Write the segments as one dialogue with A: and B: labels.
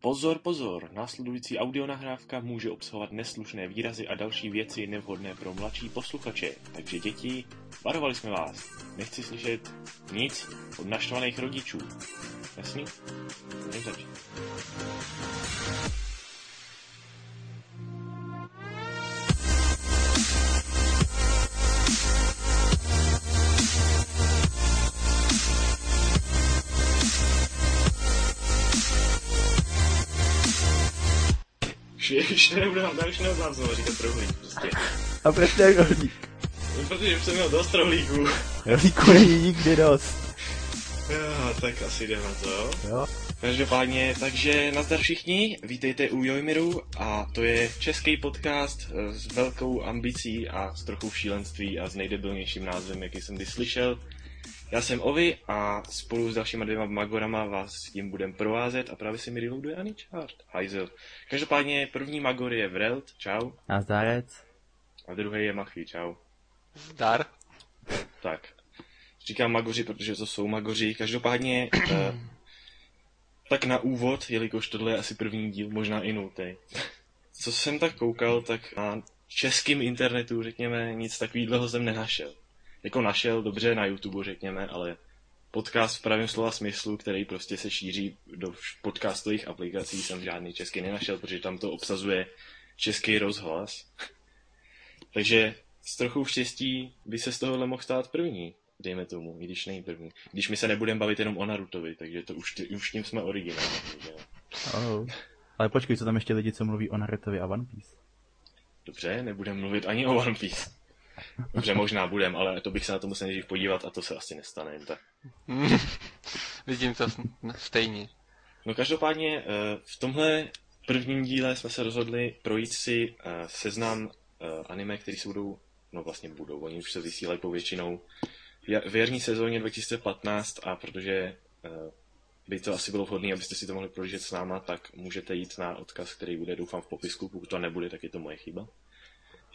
A: Pozor, pozor, následující audionahrávka může obsahovat neslušné výrazy a další věci nevhodné pro mladší posluchače. Takže děti, varovali jsme vás. Nechci slyšet nic od naštvaných rodičů. Jasný? Můžeme začít. Už je- Už to nebudu, já už nehodlám znovu říkat rohlík prostě.
B: A proč to je rohlík?
A: Protože už jsem měl dost rohlíků.
B: Rohlíku není nikdy dost.
A: Jo, Eh, tak asi jdeme to.
B: Jo?
A: Každopádně, takže nazdar všichni, vítejte u Jojmiru a to je český podcast eh, s velkou ambicí a s trochou šílenství a s nejdebilnějším názvem, jaký jsem kdy slyšel. Já jsem Ovi a spolu s dalšíma dvěma Magorama vás s tím budem provázet a právě se mi reloaduje ani čart. Hajzel. Každopádně první Magor je Vrelt, čau,
B: Nazdárec.
A: a druhý je Machy, čau.
C: Zdar.
A: Tak. Říkám magoři, protože to jsou magoři. Každopádně, eh, tak na úvod, jelikož tohle je asi první díl, možná i nultý. Co jsem tak koukal, tak na českém internetu, řekněme, nic takového jsem nenašel. Jako našel, dobře, na YouTube, řekněme, ale podcast v pravém slova smyslu, který prostě se šíří do vš- podcastových aplikací, jsem žádný český nenašel, protože tam to obsazuje český rozhlas. Takže s trochou štěstí by se z tohohle mohl stát první, dejme tomu, i když není první. Když my se nebudeme bavit jenom o Narutovi, takže to už, ty- už tím jsme originální. takže
B: Oh. Ale počkej, co tam ještě lidi, co mluví o Narutovi a One Piece?
A: Dobře, nebudeme mluvit ani o One Piece. Dobře, možná budem, ale to bych se na to musel nejdřív podívat a to se asi nestane jen tak.
C: Vidím to s- stejně.
A: No každopádně eh, v tomhle prvním díle jsme se rozhodli projít si eh, seznam eh, anime, které se budou, no vlastně budou, oni už se vysílají povětšinou v ja- v jarní sezóně 2015 a protože eh, by to asi bylo vhodné, abyste si to mohli prožít s náma, tak můžete jít na odkaz, který bude doufám v popisku, pokud to nebude, tak je to moje chyba.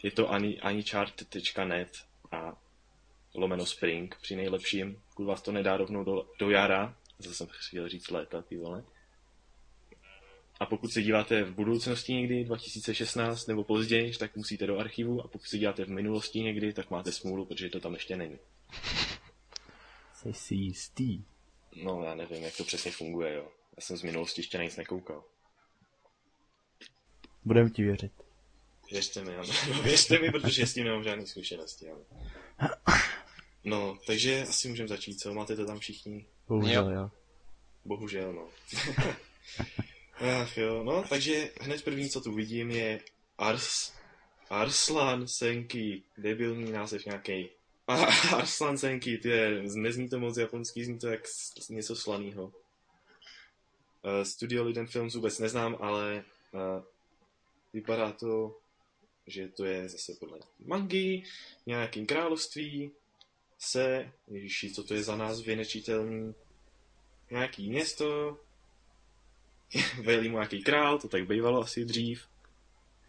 A: Je to ani, anichart.net a lomeno spring při nejlepším, pokud vás to nedá rovnou do, do jara, zase jsem chtěl říct léta, ty vole. A pokud se díváte v budoucnosti někdy, 2016 nebo později, tak musíte do archivu. A pokud se díváte v minulosti někdy, tak máte smůlu, protože to tam ještě není.
B: Jsi si jistý.
A: No, já nevím, jak to přesně funguje, jo. Já jsem z minulosti ještě na nic nekoukal.
B: Budem ti věřit.
A: Věřte mi, ano. No, věřte mi, protože s tím nemám žádné zkušenosti, ano. No, takže asi můžeme začít, co? Máte to tam všichni?
B: Bohužel, jo.
A: Bohužel, no. Ach jo, no, takže hned první, co tu vidím, je Ars... Arslan Senki, debilní název nějaký. Arslan Senki, ty je, nezní to moc japonský, zní to jak s- něco slaného. Eh, Studio Liden Films vůbec neznám, ale eh, vypadá to, že to je zase podle nějaký mangy, nějakým království, se, ježiši, co to je za názvy nečitelný, nějaký město, velí mu nějaký král, to tak bývalo asi dřív.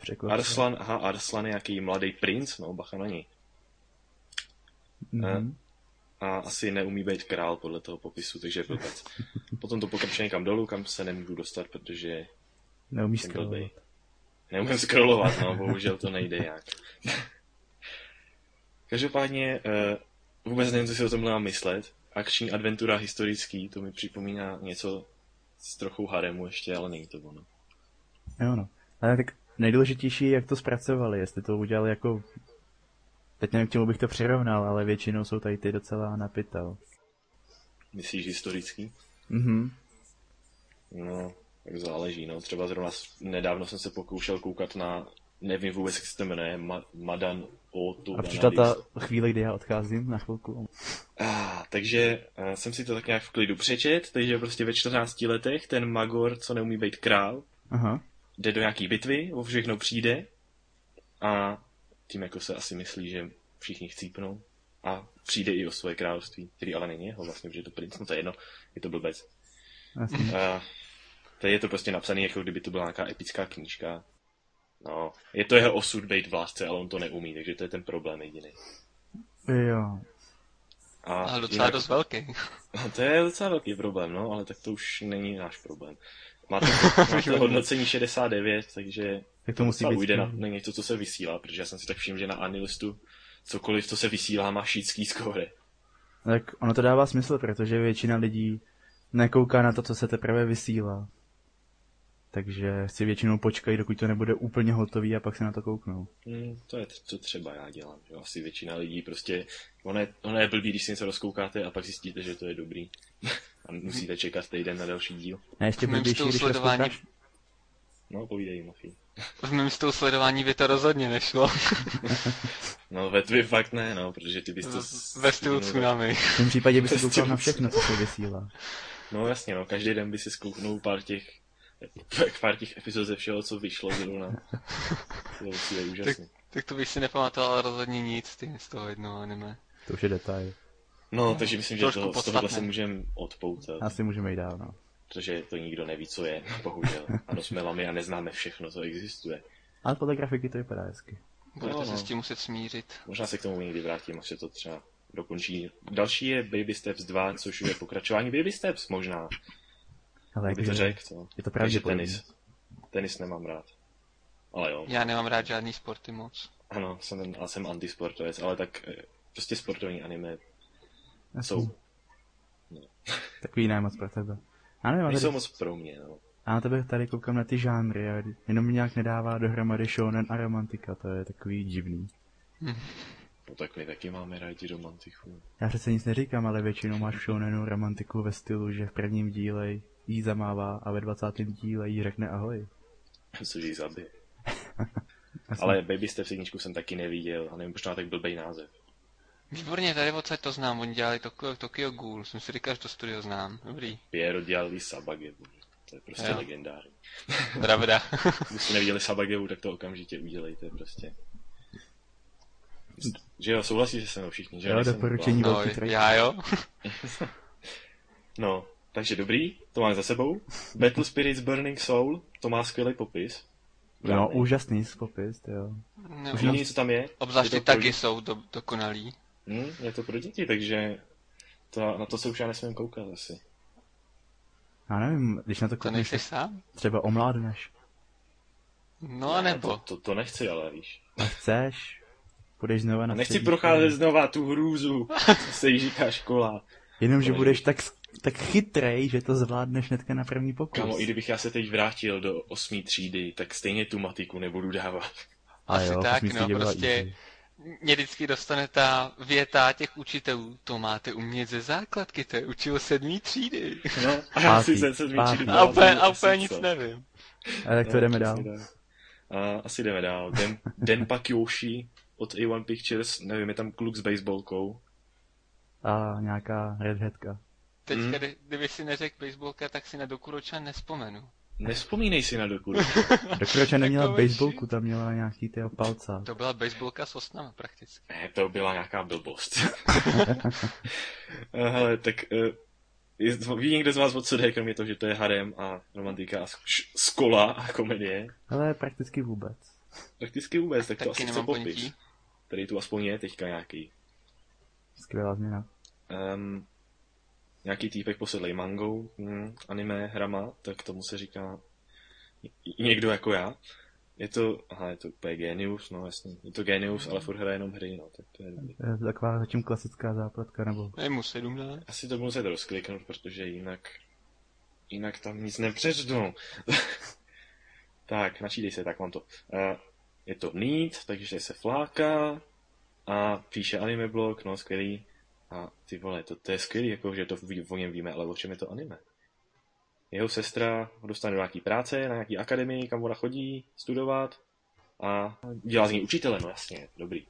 B: Překvapil.
A: Arslan, aha, Arslan je nějaký mladý princ, no bacha na ní. eh,
B: Mhm.
A: A asi neumí být král podle toho popisu, takže je blbec. Potom to pokračuje někam dolů, kam se nemůžu dostat, protože
B: Neumíš
A: jsem blbej.
B: skrolovat.
A: Neumím scrollovat, no, bohužel to nejde jak. Každopádně eh, vůbec nevím, co si o tom mám myslet. Akční adventura historický, to mi připomíná něco s trochou haremu ještě, ale není to ono.
B: Jo no. Ale tak nejdůležitější je, jak to zpracovali, jestli to udělali jako... Teď nevím, k čemu bych to přirovnal, ale většinou jsou tady ty docela napitel.
A: Myslíš historický?
B: Mhm.
A: No, tak záleží, no. Třeba zrovna s- nedávno jsem se pokoušel koukat na, nevím vůbec, jak se to jmenuje, Ma- Madan Otu.
B: A přišla ta chvíle, kdy já odcházím na chvilku.
A: Ah, takže eh, jsem si to tak nějak v klidu přečet, takže prostě ve 14 letech ten Magor, co neumí být král,
B: Aha.
A: jde do nějaký bitvy, o všechno přijde a tím jako se asi myslí, že všichni chcípnou a přijde i o svoje království, který ale není jeho vlastně, protože je to princ, no to je jedno, je to blbec.
B: Jasně.
A: A tady je to prostě napsané, jako kdyby to byla nějaká epická knížka. No, je to jeho osud být v lásce, ale on to neumí, takže to je ten problém jediný.
B: Jo.
A: A
C: Ale docela dost velký.
A: A to je docela velký problém, no, ale tak to už není náš problém. Máte, máte hodnocení 69, takže
B: Tak to musí
A: docela
B: být.
A: ujde na, na něco, co se vysílá, protože já jsem si tak všiml, že na Anilistu cokoliv, co se vysílá, má šítský skóre.
B: No Tak ono to dává smysl, protože většina lidí nekouká na to, co se teprve vysílá. Takže si většinou počkají, dokud to nebude úplně hotový a pak se na to kouknou.
A: Hmm, to je, t- co třeba já dělám. Jo? Asi většina lidí prostě, ono je, ono je blbý, když si něco rozkoukáte a pak zjistíte, že to je dobrý. a musíte čekat týden na další díl.
B: Ne, ještě
C: V mém
B: blbější,
C: stylu
B: když
C: sledování,
B: rozkoukáš,
A: No, povídej, Mafí.
C: v mém stylu sledování by to rozhodně nešlo.
A: No, ve tvě fakt ne, no, protože ty bys to... s-
C: Ve stylu tsunami.
B: v tom případě by se
A: Prostě
B: koukal na
A: musí-
B: všechno, co se vysílá.
A: No jasně, no, každý den by si zkouknul pár těch, p- pár těch epizod ze všeho, co vyšlo zrovna. To je úžasné.
C: Tak to bych si nepamatoval ale rozhodně nic ty, z toho jednoho anime.
B: To už je detail.
A: No, takže myslím, že
C: Trošku
A: to, z tohohle
C: podstatné.
A: se můžeme odpoutat,
B: Asi můžeme jít dál, no.
A: protože to nikdo neví, co je, bohužel. Ano, jsme lamy a neznáme všechno, co existuje.
B: Ale podle grafiky to vypadá hezky.
C: Budete
A: No,
C: se
A: no.
C: s tím muset smířit.
A: Možná se k tomu někdy vrátím, až se to třeba dokončí. Další je Baby Steps 2, což je pokračování Baby Steps, možná.
B: Ale
A: Kdyby to
B: jakože-
A: řekl, to.
B: je
A: Takže
B: to pravděpodobné.
A: tenis. Tenis nemám rád. Ale jo.
C: Já nemám rád žádný sporty moc.
A: Ano, jsem, ten, ale jsem antisportovec, ale tak eh, prostě sportovní anime
B: Asi
A: jsou.
B: Takový ne moc pro tebe. Já nevím, ale
A: Nejsou
B: tady,
A: moc pro mě, no.
B: já na tebe tady koukám na ty žánry a jenom mě nějak nedává dohromady shonen a romantika, to je takový divný.
A: no tak my taky máme rádi romantiku.
B: Já přece nic neříkám, ale většinou máš v shonenu romantiku ve stylu, že v prvním díle jí zamává a ve 20. díle jí řekne ahoj.
A: Což ji zabije.
B: Asi.
A: Ale Baby Steps jedničku jsem taky neviděl a nevím, proč má tak blbej název.
C: Výborně, tady odsaď to znám, oni dělali Tokyo, Tokyo Ghoul, jsem si říkal, že to studio znám. Dobrý,
A: Piero dělali Sabagevu. To je prostě
C: Jo.
A: legendární.
C: pravda.
A: Když jste neviděli Sabagevu, tak to okamžitě udělejte prostě. Že jo, souhlasíte se mnou všichni, že
B: Jo,
A: Nejsem
B: doporučení.
A: blbá.
C: No,
B: velký trojka.
C: já jo.
A: No, takže dobrý, to máme za sebou. Battle Spirits Burning Soul, to má skvělý popis.
B: No, úžasný popis, to jo.
C: No,
A: Už nevím, co tam je.
C: Obzvlášť
A: Je
C: ty
A: to pro
C: taky jsou do, dokonalý.
A: Hmm, je to pro děti, takže to, na to se už já nesmím koukat asi.
B: Já nevím, když na to
C: To
B: koukneš,
C: nejsi
B: tak
C: sám?
B: třeba omládneš.
C: No a
A: To,
C: nebo.
A: to, to nechci, ale víš.
B: A chceš, půjdeš znova na
A: Nechci
B: střední
A: procházet
B: školu.
A: znova tu hrůzu, co se jí říká škola.
B: Jenom, že
A: Promiň.
B: budeš tak, tak chytrej, že to zvládneš hnedka na první pokus.
A: Kamo, i kdybych já se teď vrátil do osmý třídy, tak stejně tu matiku nebudu dávat.
B: A
C: Asi
B: jo,
C: tak,
B: myslím,
C: no,
B: že byla
C: prostě-
B: easy.
C: Mě vždycky dostane ta věta těch učitelů, to máte umět ze základky, to je učil sedmý třídy.
A: No, a já
B: Pátý,
A: si se sedmý
B: pátý.
A: třídy
B: No,
C: A
A: dal,
C: úplně,
A: no,
C: a
A: asi
C: úplně nic
A: co.
C: nevím.
B: Ale tak to
A: No,
B: jdeme dál.
A: přesně tak. A asi jdeme dál. Den, Denpak Yoshi od A1 Pictures, nevím, je tam kluk s baseballkou.
B: A nějaká redheadka.
A: Mm.
C: Teďka, kdy- kdyby si neřekl baseballka, tak si na Dokuroča nespomenu.
A: Nespomínej si na dokud.
B: Dokroče neměla
C: Takový
B: baseballku, tam měla nějaký tyho palca.
C: To byla baseballka s osnama prakticky.
A: Ne, to byla nějaká blbost. Hele, tak eh, je, ví někdo z vás, o co jde, kromě toho, že to je harem a romantika a š- skola a komedie?
B: Ale prakticky vůbec.
A: Prakticky vůbec, tak to
C: Taky
A: asi chce
C: nemám
A: popis.
C: ponětí.
A: Tady tu aspoň je teďka nějaký.
B: Skvělá změna.
A: Um, nějaký týpek posedlej mangou, mm, anime, hrama, tak tomu se říká ně- někdo jako já. Je to, aha, je to úplně genius, no jasně. Je to genius, ale furt hraje jenom hry, no, tak to je dobrý.
B: Eh, Taková zatím klasická záplatka, nebo...
C: Je mu 17.
A: Asi to budu muset rozkliknout, protože jinak... Jinak tam nic nepřečtu. tak, načítej se, tak mám to. Uh, je to Need, takže se fláká a píše anime blog, no skvělý. A ty vole, to, to je skvělý, jako, že to ví- o něm víme, ale o čem je to anime? Jeho sestra ho dostane do nějaký práce, na nějaký akademii, kam ona chodí studovat a dělá z ní učitele, no jasně, dobrý.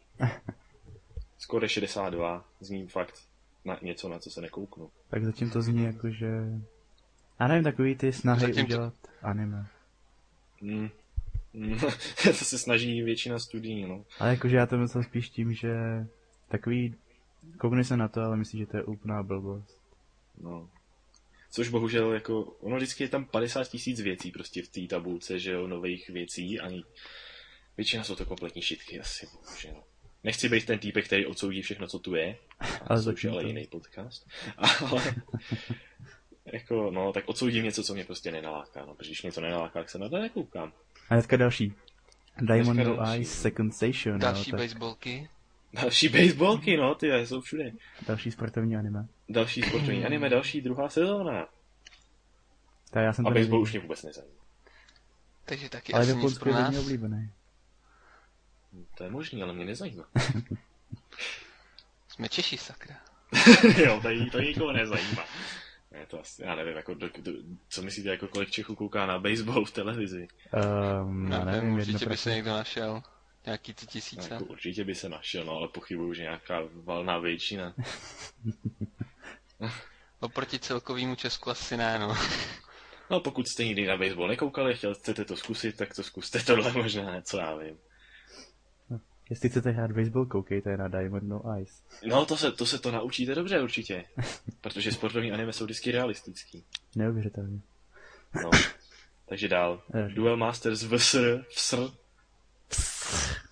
A: Skoro 62, zní fakt na něco, na co se nekouknu.
B: Tak zatím to zní jako, že... Já nevím, takový ty snahy
C: Zatím to-
B: udělat anime.
A: Mm. Mm. to se snaží většina studií, no.
B: Ale jakože já to myslel spíš tím, že... Takový... Koukni se na to, ale myslím, že to je úplná blbost.
A: no. Což bohužel, jako, ono vždycky je tam 50 tisíc věcí prostě v té tabulce, že jo, nových věcí, ani většina jsou to kompletní šitky asi, bohužel. nechci být ten týpek, který odsoudí všechno, co tu je,
B: Ale
A: to už je
B: zatím
A: ale
B: to.
A: jiný podcast, ale jako, no, tak odsoudím něco, co mě prostě nenaláká, no, protože když mě to nenaláká, tak se na to nekoukám.
B: A hnedka další. Diamond
A: Hnedka další.
B: Eyes Second Station,
C: Další
B: jo, No, tak
C: baseballky.
A: Další baseballky, no, ty jsou všude.
B: další sportovní anime.
A: Další sportovní anime, další druhá sezóna.
B: Tak já jsem
A: A baseball
B: to neviděl.
A: už mě vůbec nezajímá.
C: Takže taky
B: Ale
C: asi nic
B: Japonsko
C: pro
B: je
C: nás.
B: hodně oblíbený.
A: To je možný, ale mě nezajímá.
C: Jsme Češi, sakra.
A: jo, tady to nikoho nezajímá. Ne, to asi, já nevím, jako, do, do, co myslíte, jako kolik Čechů kouká na baseball v televizi?
B: Um, já nevím, jedno
C: No, určitě by se
B: procent.
C: někdo našel. Nějaký ty
A: No,
C: tisíce.
A: jako, určitě by se našel, no, ale pochybuju, že nějaká valná většina.
C: Oproti celkovému Česku asi ne, no.
A: No, pokud jste nikdy na baseball nekoukali, chtěl, chcete to zkusit, tak to zkuste tohle možná, ne, co já vím.
B: Jestli chcete hrát baseball, koukejte na Diamond No Eyes.
A: No, to se, to se to naučíte dobře určitě, protože sportovní anime jsou vždycky realistický.
B: Neuvěřitelně. Eh,
A: No. Takže dál.
B: Jo.
A: Duel Masters VSR, VSR.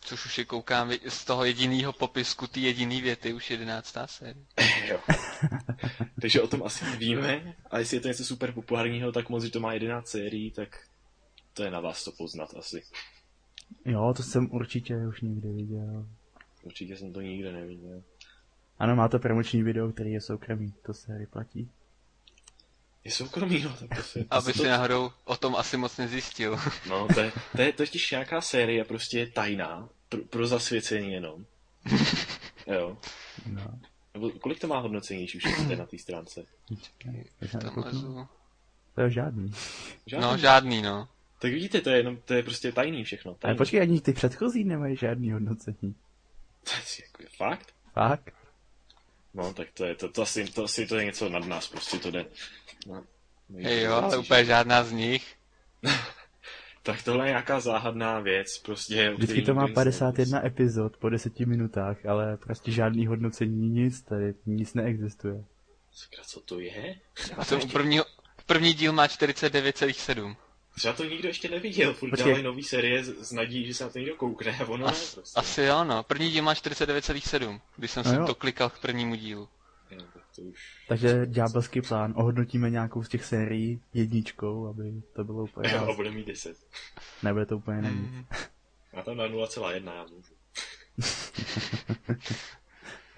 C: Což už je koukám vy- z toho jedinýho popisku, ty jediný věty, už jedenáctá série.
A: Jo. Takže o tom asi víme. A jestli je to něco super populárního, tak moc, že to má 11 sérií, tak to je na vás to poznat asi.
B: Jo, to jsem určitě už někdy viděl.
A: Určitě jsem to nikde neviděl.
B: Ano, má to promoční video, který je soukromý, to se vyplatí.
A: Je soukromý, no, tak to si... to
C: Aby
A: si
C: si
A: to,
C: náhodou o tom asi moc nezjistil.
A: no, to je, to je totiž nějaká série, prostě je tajná, pro, pro zasvěcení jenom. Jo.
B: No,
A: Nebo kolik to má hodnocení, když už jste na té stránce?
B: čekaj, já se
C: Tam
B: nakouknu.
C: lezu.
B: to je žádný.
A: Žádný.
C: No, žádný, no.
A: Tak vidíte, to je, jenom, to je prostě tajný všechno.
B: Ale
A: Tajný.
B: počkej, ani ty předchozí nemají žádný hodnocení.
A: To je jako, fakt?
B: Fakt?
A: No, tak to je, to, to, asi, to asi to je něco nad nás, prostě to jde. No,
C: Hej jo, ale úplně žádná z nich.
A: Tak tohle je nějaká záhadná věc, prostě. o
B: Vždycky
A: který
B: to má
A: nikdo nic
B: 51 epizod po 10 minutách, ale prostě žádný hodnocení, nic, tady nic neexistuje.
A: neví. Sakra, co to je?
C: A ten u prvního, první díl má 49,7.
A: Třeba to nikdo ještě neviděl, furt
B: Počkej.
A: dávají nový série s s nadí, že se na to někdo koukne, a ono ne,
C: As,
A: prostě.
C: asi jo, no. První díl má 49,7, když jsem
B: No
C: se
B: jo.
C: to klikal k prvnímu dílu.
A: Jo, tak to už...
B: Takže ďábelský plán, ohodnotíme nějakou z těch sérií jedničkou, aby to bylo úplně...
A: Jo, a bude mít 10.
B: Nebude to úplně
A: Hmm.
B: není.
C: Hmm.
A: Já tam na 0,1 já můžu.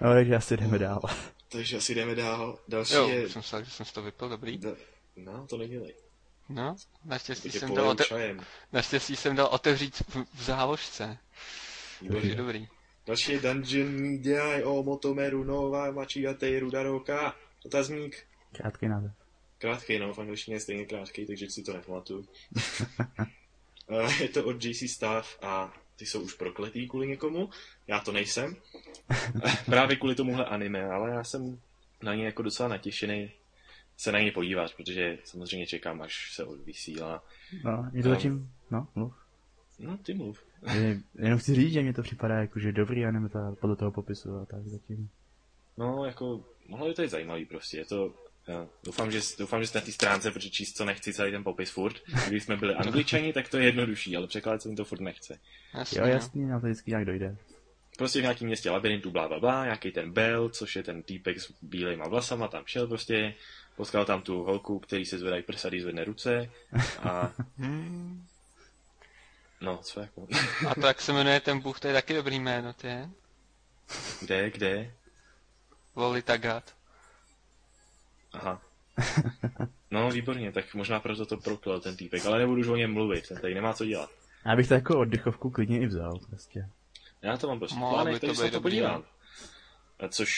B: No, takže asi jdeme dál.
A: Takže asi jdeme dál. Další
C: Jo,
A: je...
C: už jsem myslel, že jsem si to vypil, dobrý.
A: Da... No, to nedělej.
C: No, naštěstí
A: Teď je
C: jsem, dal ote...
A: čajem.
C: naštěstí jsem dal otevřít v, v záložce.
A: Výborně.
C: Takže dobrý.
A: Další je Dungeon Diai o Motomeru Nova Machigatei Rudaroka. Otazník.
B: Krátký název.
A: Krátký, no, v angličtině je stejně krátký, takže si to nepamatuju. Eh, je to od JC Staff a ty jsou už prokletý kvůli někomu, já to nejsem. Právě kvůli tomuhle anime, ale já jsem na ně jako docela natěšený se na ně podívat, protože samozřejmě čekám, až se odvysílá.
B: No, je to
A: Ehm.
B: zatím... No, mluv.
A: No, ty mluv.
B: Je- Jenom chci říct, že mě to připadá jako, že dobrý anime ta, podle toho popisu a tak zatím.
A: No, jako, mohlo by to být zajímavý prostě, je to... eh, Doufám že, doufám, že jste na té stránce, protože číst co nechci celý ten popis furt. Když jsme byli angličani, tak to je jednodušší, ale překládat se mi to furt nechce.
C: Jasně,
B: Jo,
C: no.
B: jasný, nám to vždycky nějak dojde.
A: prostě v nějakém městě labirintu, bla, bla, bla, nějaký ten Bell, což je ten týpek s bílejma vlasama, tam šel prostě, potkal tam tu holku, který se zvedají prsa, když zvedne ruce a
C: Hmm.
A: no, co jako,
C: A to, jak se jmenuje ten bůh, to je taky dobrý jméno, to je?
A: kde, kde,
C: Volitagat.
A: aha. No, výborně, tak možná proto to proklel ten týpek, ale nebudu už o něm mluvit, ten tady nemá co dělat.
B: Já bych to jako oddechovku klidně i vzal, prostě.
A: Já to mám prostě
C: Mohlo
A: plány,
C: by to
A: takže se na
C: být
A: to
C: dobrý,
A: podívám. A což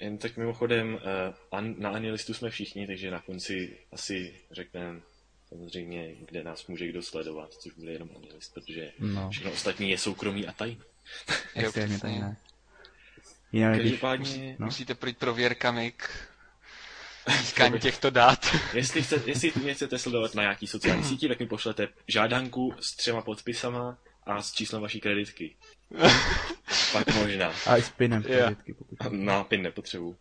A: jen tak mimochodem, eh, an- na Anilistu jsme všichni, takže na konci asi řekneme samozřejmě, kde nás může kdo sledovat, což bude jenom Anilist, protože
B: No,
A: všechno ostatní je soukromý a tajný.
C: Jo,
B: extrémně tak
C: přesně.
B: ne.
A: Eh,
B: Jinak, když...
A: Každopádně,
B: No.
C: Musíte projít prověrkami k získání těchto dát.
A: jestli, chce, jestli mě chcete sledovat na nějaký sociální síti, tak mi pošlete žádanku s třema podpisama a s číslem vaší kreditky. Pak možná.
B: A i s pinem
C: Jo.
B: vždycky, pokud.
A: No, pin nepotřebuju.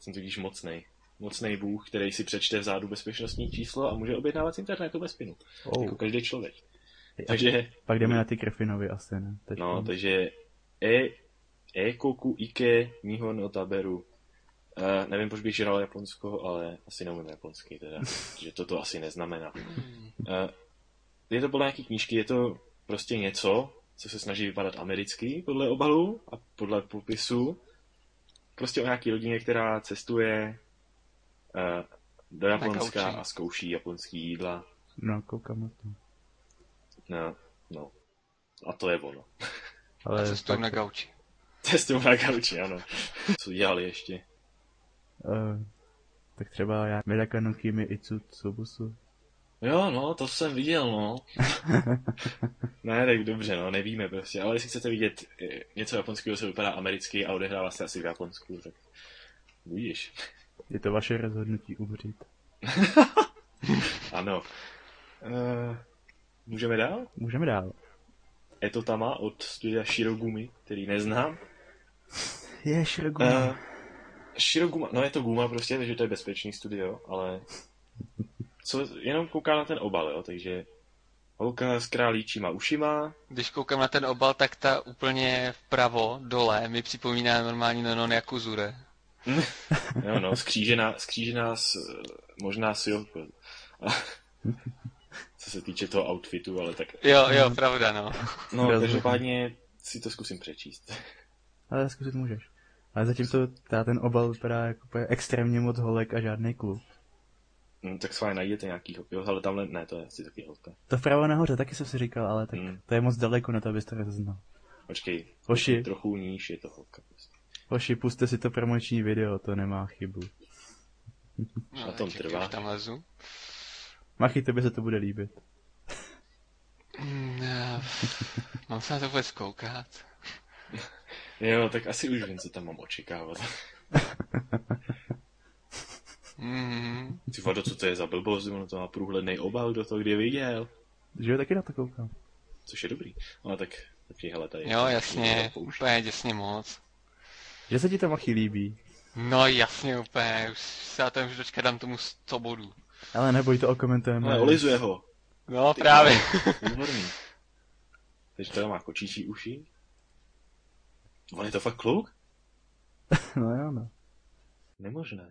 A: Jsem totiž mocnej. Mocnej bůh, který si přečte vzadu bezpečnostní číslo a může objednávat z internetu bez pinu.
B: Oh,
A: Jako každý člověk. Takže,
B: Pak jdeme na ty Griffinovy asi, ne? Teď
A: no, takže e, e koku ike nihon no taberu. Uh, nevím, proč bych žral Japonsko, ale asi neumím japonsky teda, že toto asi neznamená. Uh, je to podle nějaký knížky, je to prostě něco, co se snaží vypadat americký podle obalu a podle popisu. Prostě o nějaký rodině, která cestuje uh, do Japonska
C: gauči.
A: a zkouší japonský jídla.
B: No, koukám na to.
A: No, no. A to je ono.
C: A
B: Ale
C: cestuju na gauči.
A: Cestou na gauči, ano. Co dělali ještě?
B: eh, tak třeba já, Miraka no Kimi Itsu Tsubusu.
A: Jo, no, to jsem viděl, no. ne, tak dobře, no, nevíme prostě. Ale jestli chcete vidět eh, něco japonského, co vypadá americky a odehrává se asi v Japonsku, tak vidíš.
B: Je to vaše rozhodnutí umřít.
A: Ano. Uh, můžeme dál?
B: Můžeme dál.
A: Eto Tama od studia Shirogumi, který neznám.
B: Je, Šrogu.
A: Uh, Shiroguma, no je to Guma prostě, takže to je bezpečný studio, ale co, jenom kouká na ten obal, jo, takže holka s králíčíma ušima,
C: Když koukám na ten obal, tak ta úplně vpravo, dole, mi připomíná normální Nonon Yakuzure.
A: jo, no, skřížená, skřížená s, možná s jo, co se týče toho outfitu, ale tak,
C: Jo,
B: Mm.
C: jo, pravda, no.
A: no,
B: Rozumím.
A: každopádně si to zkusím přečíst.
B: Ale zkusit můžeš. Ale zatímco ta ten obal vypadá jako úplně extrémně moc holek a žádný klub.
A: Hm, tak s vámi najdete nějaký, jo, ale tamhle, ne, to je asi taky holka.
B: To vpravo nahoře taky jsem si říkal, ale tak
A: Mm.
B: to je moc daleko na to, abyste rozeznal.
A: Počkej,
B: Hoši.
A: trochu níž je to holka. Prostě.
B: Hoši, puste si to promoční video, to nemá chybu.
C: no
A: Na tom
C: čekej,
A: trvá.
C: Už tam lezu.
B: Machy, tebe se to bude líbit.
C: Mm, eh, Mám se na to vůbec koukat.
A: Jo, tak asi už vím, co tam mám očekávat.
C: Mm,
A: Ty vado, co to je za blbost, ono to má průhledný obal, do toho kdy viděl.
B: Že jo, taky na to koukám.
A: Což je dobrý. Ale tak taky, hele, tady.
C: jo, jasně,
A: Už.
C: úplně děsně moc.
B: Že se ti to Machy líbí.
C: No jasně, úplně, už se na to už dočkat dám tomu 100 bodů.
B: Ale neboj, to okomentujeme.
A: Ale olizuje ho.
C: No
A: Ty
C: právě.
A: vole, Výborný. Takže to má kočičí uši. On je to fakt kluk?
B: No jo, no.
A: Nemožné.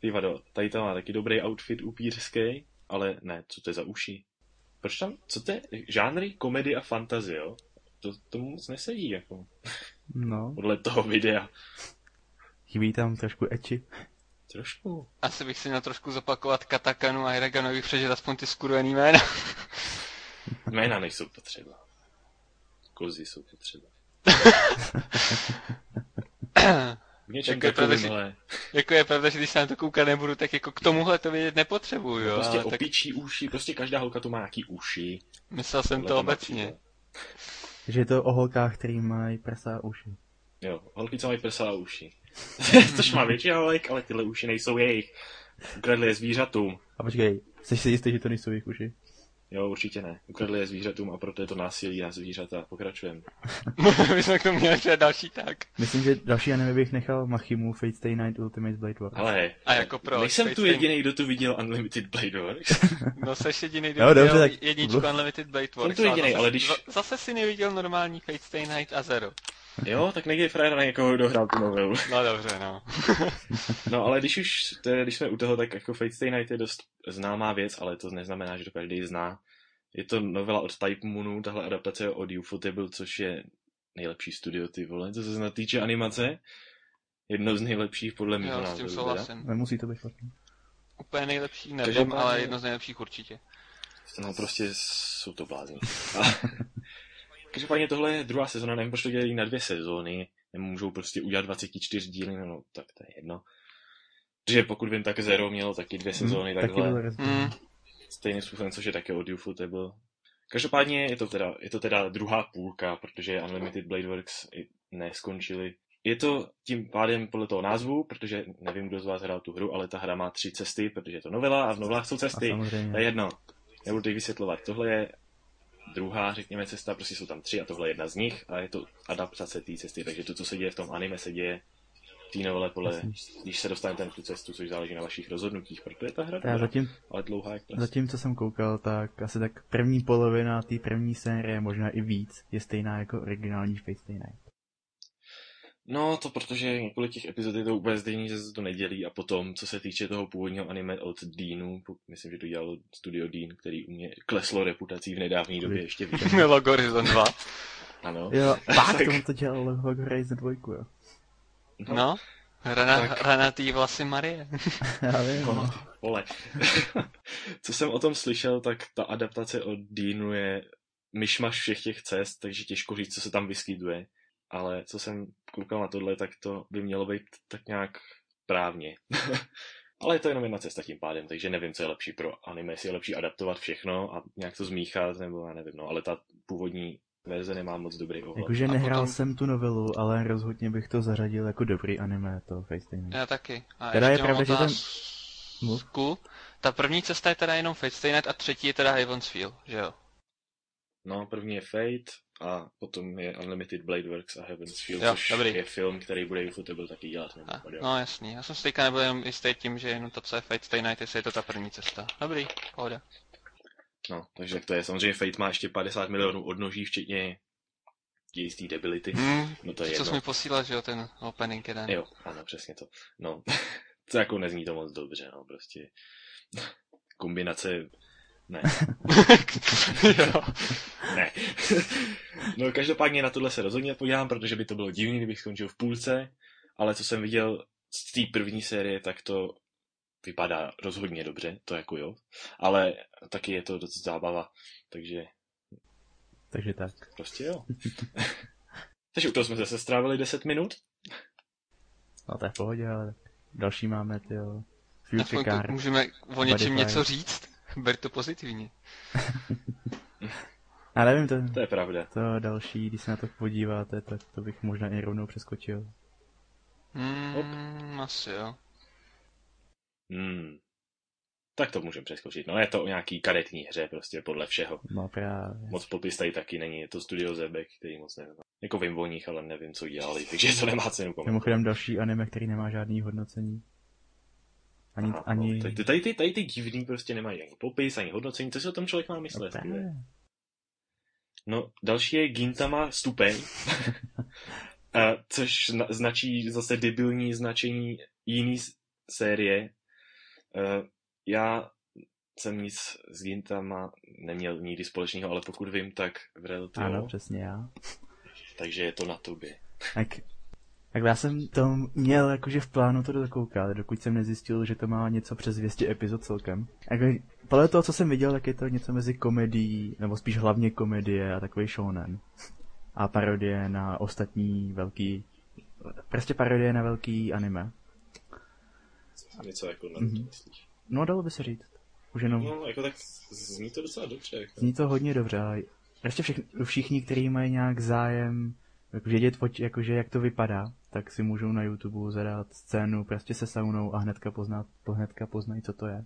A: Ty vado, tady tam má taky dobrý outfit upířský, ale ne, co to je za uši? Proč tam, co to je? Žánry, komedy a fantazie, jo? To, to moc nesedí, jako,
B: No.
A: podle toho videa.
B: Chybí tam trošku eči.
A: Trošku.
C: Asi bych si měl trošku zopakovat katakanu a hiraganu, abych přežil aspoň ty skurvený jména.
A: Jména nejsou potřeba. Kozy jsou potřeba. V něčem
C: Tak je pravda,
A: takovým,
C: že-
A: ale
C: jako je pravda, že když se na to koukat nebudu, tak jako k tomuhle to vědět nepotřebuju, jo.
A: prostě
C: ale tak
A: opičí uši, prostě každá holka tu má nějaký uši.
C: myslel jsem
A: Tohle
C: to
A: tam má
C: obecně.
A: přijde.
B: Že je to o holkách, který mají prsa a uši.
A: Jo, holky, co mají prsa a uši. Což má většina holek, ale tyhle uši nejsou jejich. Ukradli je zvířatům.
B: A počkej, jsi si jistý, že to nejsou jejich uši?
A: Jo, určitě ne. Ukradli je zvířatům a proto je to násilí na zvířata. Pokračujeme.
C: My jsme k tomu měli ještě další tak.
B: Myslím, že další anime bych nechal Machimu Fate Stay Night Ultimate Blade War.
A: Ale
C: A jako proč?
A: nejsem tu
C: Teď
A: jediný, kdo tu viděl Unlimited Blade Works.
C: No seš jediný, kdo
B: Jo, dobře,
C: viděl
B: tak-
C: jedničku Unlimited Blade Works.
A: tu jedinej,
C: zase-
A: ale když-
C: za- Zase si neviděl normální Fate Stay Night a Zero.
A: jo, tak nejde frajera na někoho, kdo hrál tu novelu.
C: No dobře, no.
A: No, ale když už, to je, když jsme u toho, tak jako Fate Stay Night je dost známá věc, ale to neznamená, že to každý zná. Je to novela od Type Moonu, tahle adaptace je od Ufotable, což je nejlepší studio, ty vole, co se zna týče animace. Jedno z nejlepších podle mého
C: Jo, s tím
A: názoru. teda.
C: souhlasím.
B: Nemusí to být špatně.
C: Úplně nejlepší nevím,
A: Každopádně-
C: ale jedno z nejlepších určitě.
A: No prostě jsou to blázni. A- Každopádně tohle je druhá sezona, nevím proč to dělají na dvě sezóny, nemůžou prostě udělat 24 díly, no, no tak to je jedno. Protože pokud vím, tak Zero mělo taky dvě sezóny,
B: Hm,
A: takhle.
B: byl rozdíl.
A: Hmm.
C: Mm.
A: stejným způsobem, což je také od Ufotable. Každopádně je to, teda, je to teda druhá půlka, protože Unlimited Blade Works i neskončili. Je to tím pádem podle toho názvu, protože nevím, kdo z vás hrál tu hru, ale ta hra má tři cesty, protože je to novela a v novelách jsou
B: A
A: cesty. To je
B: samozřejmě.
A: jedno. Nebudu teď vysvětlovat. Tohle je druhá, řekněme, cesta, prostě jsou tam tři a tohle je jedna z nich a je to adaptace té cesty, takže to, co se děje v tom anime, se děje té novele podle,
B: Jasně.
A: když se dostanete na tu cestu, což záleží na vašich rozhodnutích, proto je ta hra
B: Já
A: dobrá,
B: zatím,
A: ale dlouhá jak ples.
B: zatím, co jsem koukal, tak asi tak první polovina té první série, možná i víc, je stejná jako originální Fate Stay Night.
A: No, to protože několik těch epizod je to úplně stejný, že se to nedělí a potom, co se týče toho původního anime od Deanu, po- myslím, že to dělalo studio Dean, který u mě kleslo reputací v nedávné době ještě víc.
C: Logo Horizon 2.
A: Ano.
B: Jo,
A: Tak.
B: tak on to dělal Log Horizon 2, jo.
C: No, hra na,
A: Tak.
C: hra na tý vlasy Marie.
B: Já vím, no.
A: Vole. Co jsem o tom slyšel, tak ta adaptace od Deanu je myšmaš všech těch cest, takže těžko říct, co se tam vyskytuje. Ale co jsem koukal na tohle, tak to by mělo být tak nějak právně. Ale je to jenom jedna cesta tím pádem, takže nevím, co je lepší pro anime, jestli je lepší adaptovat všechno a nějak to zmíchat, nebo já nevím, no, ale ta původní verze nemá moc dobrý ohled.
B: Jakože
C: A
B: nehrál
C: potom-
B: jsem tu novelu, ale rozhodně bych to zařadil jako dobrý anime, to Fate Stay Night.
C: Já taky. A
B: Teda je
C: ještě mám
B: pravda, že ten- Mluv.
C: otázku. Ta první cesta je teda jenom Fate Stay Night a třetí je teda Heaven's Feel, že jo?
A: No, první je Fate a potom je Unlimited Blade Works a Heaven's Feel,
C: Jo,
A: což
C: dobrý.
A: je film, který bude Ufotable taky dělat.
C: A,
A: mimochodem.
C: no jasný, já jsem si teďka nebyl jenom jistý tím, že jenom to, co je Fate Stay Night, jestli je to ta první cesta. Dobrý, pohoda.
A: No, takže tak to je. Samozřejmě Fate má ještě 50 milionů odnoží, včetně jistý debility.
C: Hmm,
A: No to je
C: co
A: jedno.
C: jsi mi posílal, že jo, ten opening jeden.
A: Jo, ano, přesně to. No, to jako nezní to moc dobře, no, prostě. Kombinace, ne,
C: jo.
A: ne. no, každopádně na tohle se rozhodně podívám, protože by to bylo divný, kdybych skončil v půlce, ale co jsem viděl z té první série, tak to vypadá rozhodně dobře, to jako jo, ale taky je to dost zábava, takže
B: Takže tak.
A: Prostě jo. Takže u toho jsme zase strávili 10 minut.
B: No to je v pohodě, ale tak další máme, ty jo. Future
C: Aspoň tu
B: Car.
C: můžeme o něčem
B: Bodyfire.
C: něco říct. Ber to pozitivně.
B: Já nevím, to,
A: To je pravda.
B: to další, když se na to podíváte, tak to bych možná i rovnou přeskočil.
C: Hmm, asi jo.
A: Hmm. Tak to můžeme přeskočit. No je to o nějaký karetní hře prostě podle všeho.
B: No právě.
A: Moc popis tady taky není. Je to studio Zebek, který moc nevím. Jako vím o nich, ale nevím, co dělali, takže to nemá cenu komentovat.
B: Mimochodem další anime, který nemá žádný hodnocení. Ani,
A: Aha,
B: ani...
A: no, tady, tady, ty, tady ty divný prostě nemají ani popis, ani hodnocení. Co si o tom člověk má myslet?
B: No
A: No,
B: právě.
A: no další je Gintama stupeň. A což zna- značí zase debilní značení jiný s- série. Eh, Já jsem nic s Gintama neměl nikdy společného, ale pokud vím, tak v Realtu
B: Ano,
A: jo.
B: přesně já.
A: takže je to na tobě.
B: Tak, tak já jsem to měl jakože v plánu to dokoukat, dokud jsem nezjistil, že to má něco přes 200 epizod celkem. Jako, podle toho, co jsem viděl, tak je to něco mezi komedií, nebo spíš hlavně komedie a takový shonen. A parodie na ostatní velký... Prostě parodie na velký anime.
A: Něco jako na
B: Mhm.
A: myslíš.
B: No, dalo by se říct. Už jenom
A: No, jako tak zní to docela dobře. Jako.
B: Zní to hodně dobře. ale Prostě všichni, všichni kteří mají nějak zájem jak vědět, poč- jakože jak to vypadá, tak si můžou na YouTube zadat scénu prostě se saunou a hnedka, poznat, po hnedka poznají, co to je.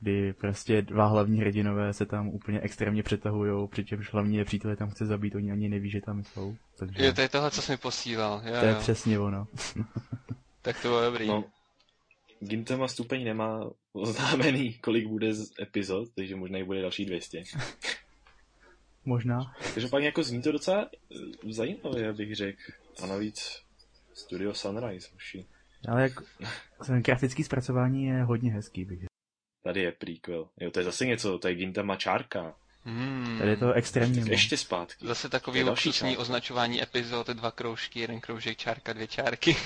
B: Kdy prostě dva hlavní hrdinové se tam úplně extrémně přetahují, přičemž hlavní je přítel je tam chce zabít, oni ani neví, že tam jsou. Takže
C: Jo, to je tohle, co jsi mi posílal. Jo,
B: to je
C: jo.
B: přesně ono.
C: Tak to bylo dobrý.
A: No, Gintama stupeň nemá oznámený, kolik bude z epizod, takže možná jich bude další 200.
B: Možná.
A: Takže pak jako zní to docela eh, zajímavě, bych řekl. A navíc Studio Sunrise už je-
B: Ale jak grafické zpracování je hodně hezký, bych řekl.
A: Tady je prequel. Jo, to je zase něco, to je Gintama Čárka.
C: Hmm.
B: Tady je to extrémně moc.
A: Ještě zpátky.
C: Zase takový
A: To je další
C: luxusní
A: čárka.
C: označování epizod, dva kroužky, jeden kroužek, čárka, dvě čárky.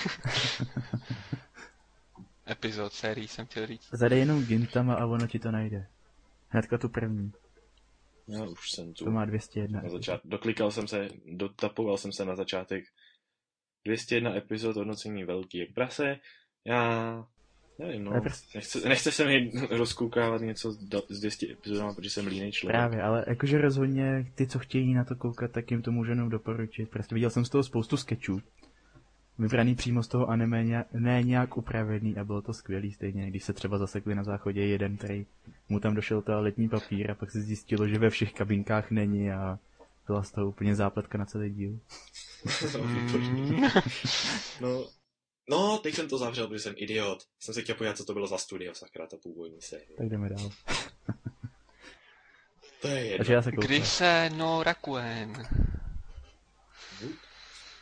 C: epizod, sérií jsem chtěl říct.
B: Zadej jenom Gintama a ono ti to najde. Hnedka tu první.
A: Já už jsem tu.
B: To má 201.
A: Na začát... Doklikal jsem se, dotapoval jsem se na začátek. 201 epizod hodnocení velký jak prase. Já nevím, no.
B: Ale prs-
A: Nechce, nechce se mi rozkoukávat něco z do- z 200 epizodama, protože jsem línej člověk.
B: Právě, ale jakože rozhodně ty, co chtějí na to koukat, tak jim to můžu jenom doporučit. Prostě viděl jsem z toho spoustu sketchů. Vybraný přímo z toho anime, ně- ne nějak upravený a bylo to skvělý stejně, když se třeba zasekli na záchodě jeden, který mu tam došel toaletní papír a pak se zjistilo, že ve všech kabinkách není a Byla z toho úplně zápletka na celý díl.
C: Mm.
A: No, no, teď jsem to zavřel, protože jsem idiot. Jsem se chtěl podívat, co to bylo za studio, sakra, ta původní série.
B: Tak jdeme dál.
A: To je jedno.
B: Takže já se kouknu.
C: Když se no Rakuen.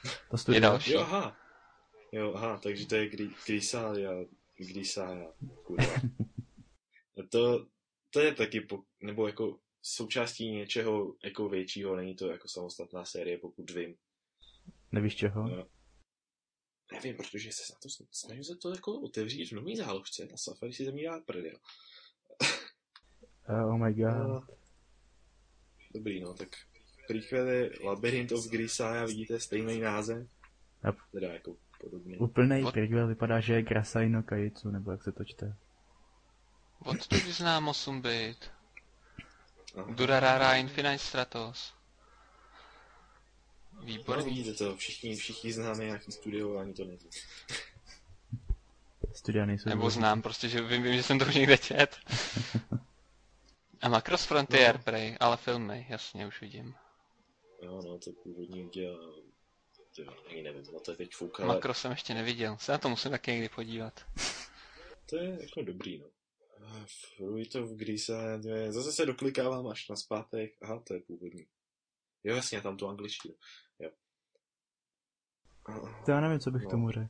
B: To
C: Je
B: studio.
C: další.
A: Jo, aha. Jo, aha, takže to je Gri- Grisalia, Grisalia, kurva. To, to je taky, po, nebo jako součástí něčeho jako většího, není to jako samostatná série, pokud vím.
B: Nevíš čeho?
A: Nevím, protože se na to sn- snažím se to jako otevřít v nový záložce, na Safari si zemí dá prdel.
B: Uh, oh my god.
A: No. Dobrý, no, tak prequel je Labyrinth of Grisalia, vidíte stejný název.
B: Yep.
A: Teda jako podobný.
B: Úplnej
C: What?
B: prequel vypadá, že je Grasaino Kajicu, nebo jak se to čte.
C: Odtud znám 8 bit.
A: Aha.
C: Durarara Infinite Stratos.
A: No,
C: Výborný.
A: vidíte to, všichni, všichni známe nějaký studio, ani to neví.
B: Studia nejsou...
C: Nebo
B: důležitý.
C: znám prostě, že vím, vím že jsem to už někde čet. A Macross Frontier,
A: No.
C: prej, ale filmy, jasně, už vidím.
A: Jo, no, to původní děl, to ani nevím, na to je teď fuk, ale
C: Macross jsem ještě neviděl, se na to musím taky někdy podívat.
A: to je jako dobrý, no. Eh, Fruit of Grisa, je- zase se doklikávám až na zpátek, aha, to je původní. Jo, jasně, tam tu angličtinu, jo. A-
B: To já nevím, co bych
A: No.
B: tomu řekl.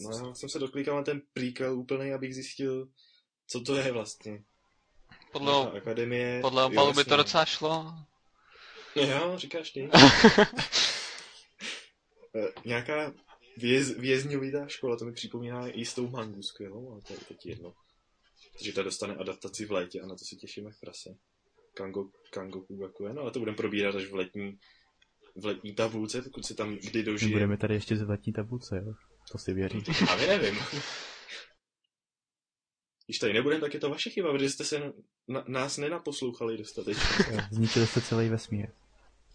A: No, já jsem se doklikal na ten prequel úplný, abych zjistil, co to je vlastně.
C: Podle,
A: Ta Akademie...
C: podle
A: jo,
C: opalu by
A: jasně,
C: to
A: no.
C: docela šlo.
A: Jo, říkáš ty. Eh, Nějaká věz, vězňovitá škola, to mi připomíná jistou mangu skvělou, ale to je teď jedno. Takže ta dostane adaptaci v létě a na to se těším jak prase. Kango, Kango Kugakuen, no, ale to budeme probírat až v letní, v letní tabulce, pokud se tam kdy
B: My
A: dožije.
B: budeme tady ještě zvatní tabulce, jo? To si věří.
A: Já nevím. Když tady nebudeme, tak je to vaše chyba, protože jste se na, nás nenaposlouchali dostatečně.
B: Jo, Zničili jste celý vesmír.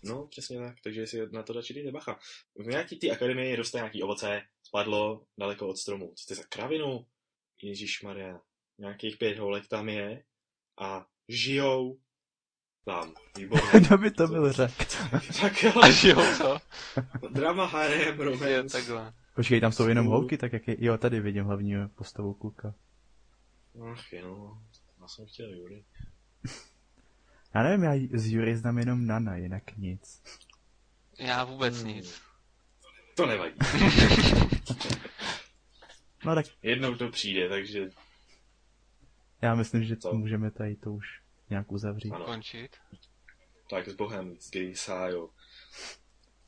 A: No, přesně tak, takže si na to radši dejte bacha. V nějaký ty akademii roste nějaký ovoce, spadlo daleko od stromu. Co ty za kravinu? Ježíš Maria. Nějakých pět holek tam je a žijou tam. Výborné.
B: Kdo by to byl řek?
A: tak
C: A
A: jo,
C: jo, co?
A: drama harem,
C: Je
A: romance.
C: takhle.
B: Počkej, tam jsou jenom
A: Jsou-
B: holky, tak jak je... Jo, tady vidím hlavního postavu kluka.
A: Ach jo, já jsem chtěl Jury.
B: Já nevím, já j- z Jury znám jenom Nana, jinak nic.
C: Já vůbec
A: Hmm.
C: nic.
A: To nevadí.
B: No tak
A: Jednou to přijde, takže
B: já myslím, že
A: Co?
B: to můžeme tady to už nějak uzavřít.
A: ano.
C: Končit.
A: Tak s bohem, s Grisajo.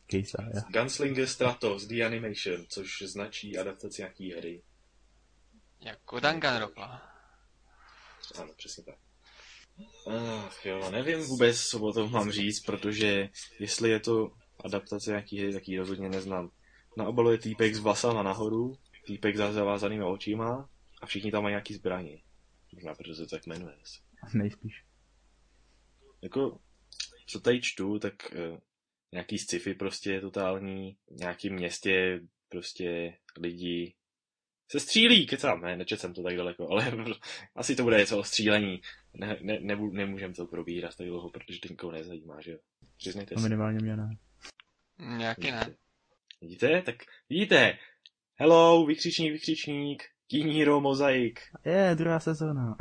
B: Kejsa, já.
A: Gunslinger Stratos, The Animation, což značí adaptaci nějaký hry.
C: Jako Danganropa.
A: Ano, přesně tak. Ach jo, nevím vůbec, co o tom mám říct, protože jestli je to adaptace nějaký hry, tak ji rozhodně neznám. Na obalu je týpek s vlasama nahoru, týpek za zavázanými očima a všichni tam mají nějaký zbraně. Možná proto se to tak jmenuje. asi.
B: Nejspíš.
A: Jako, co tady čtu, tak eh, nějaký sci-fi prostě je totální, v nějakém městě prostě lidi se střílí, kecám, ne, nečet jsem to tak daleko, ale asi to bude něco o střílení. Ne, ne, nebu, nemůžem to probírat tak dlouho, protože to nikoho nezajímá, že jo. Přiznejte
B: No
A: se.
B: minimálně mě ne.
C: Nějaký ne.
A: Vidíte? Tak vidíte. Hello, vykřičník, vykřičník, Kiniro, mozaik.
B: Je, druhá sezóna.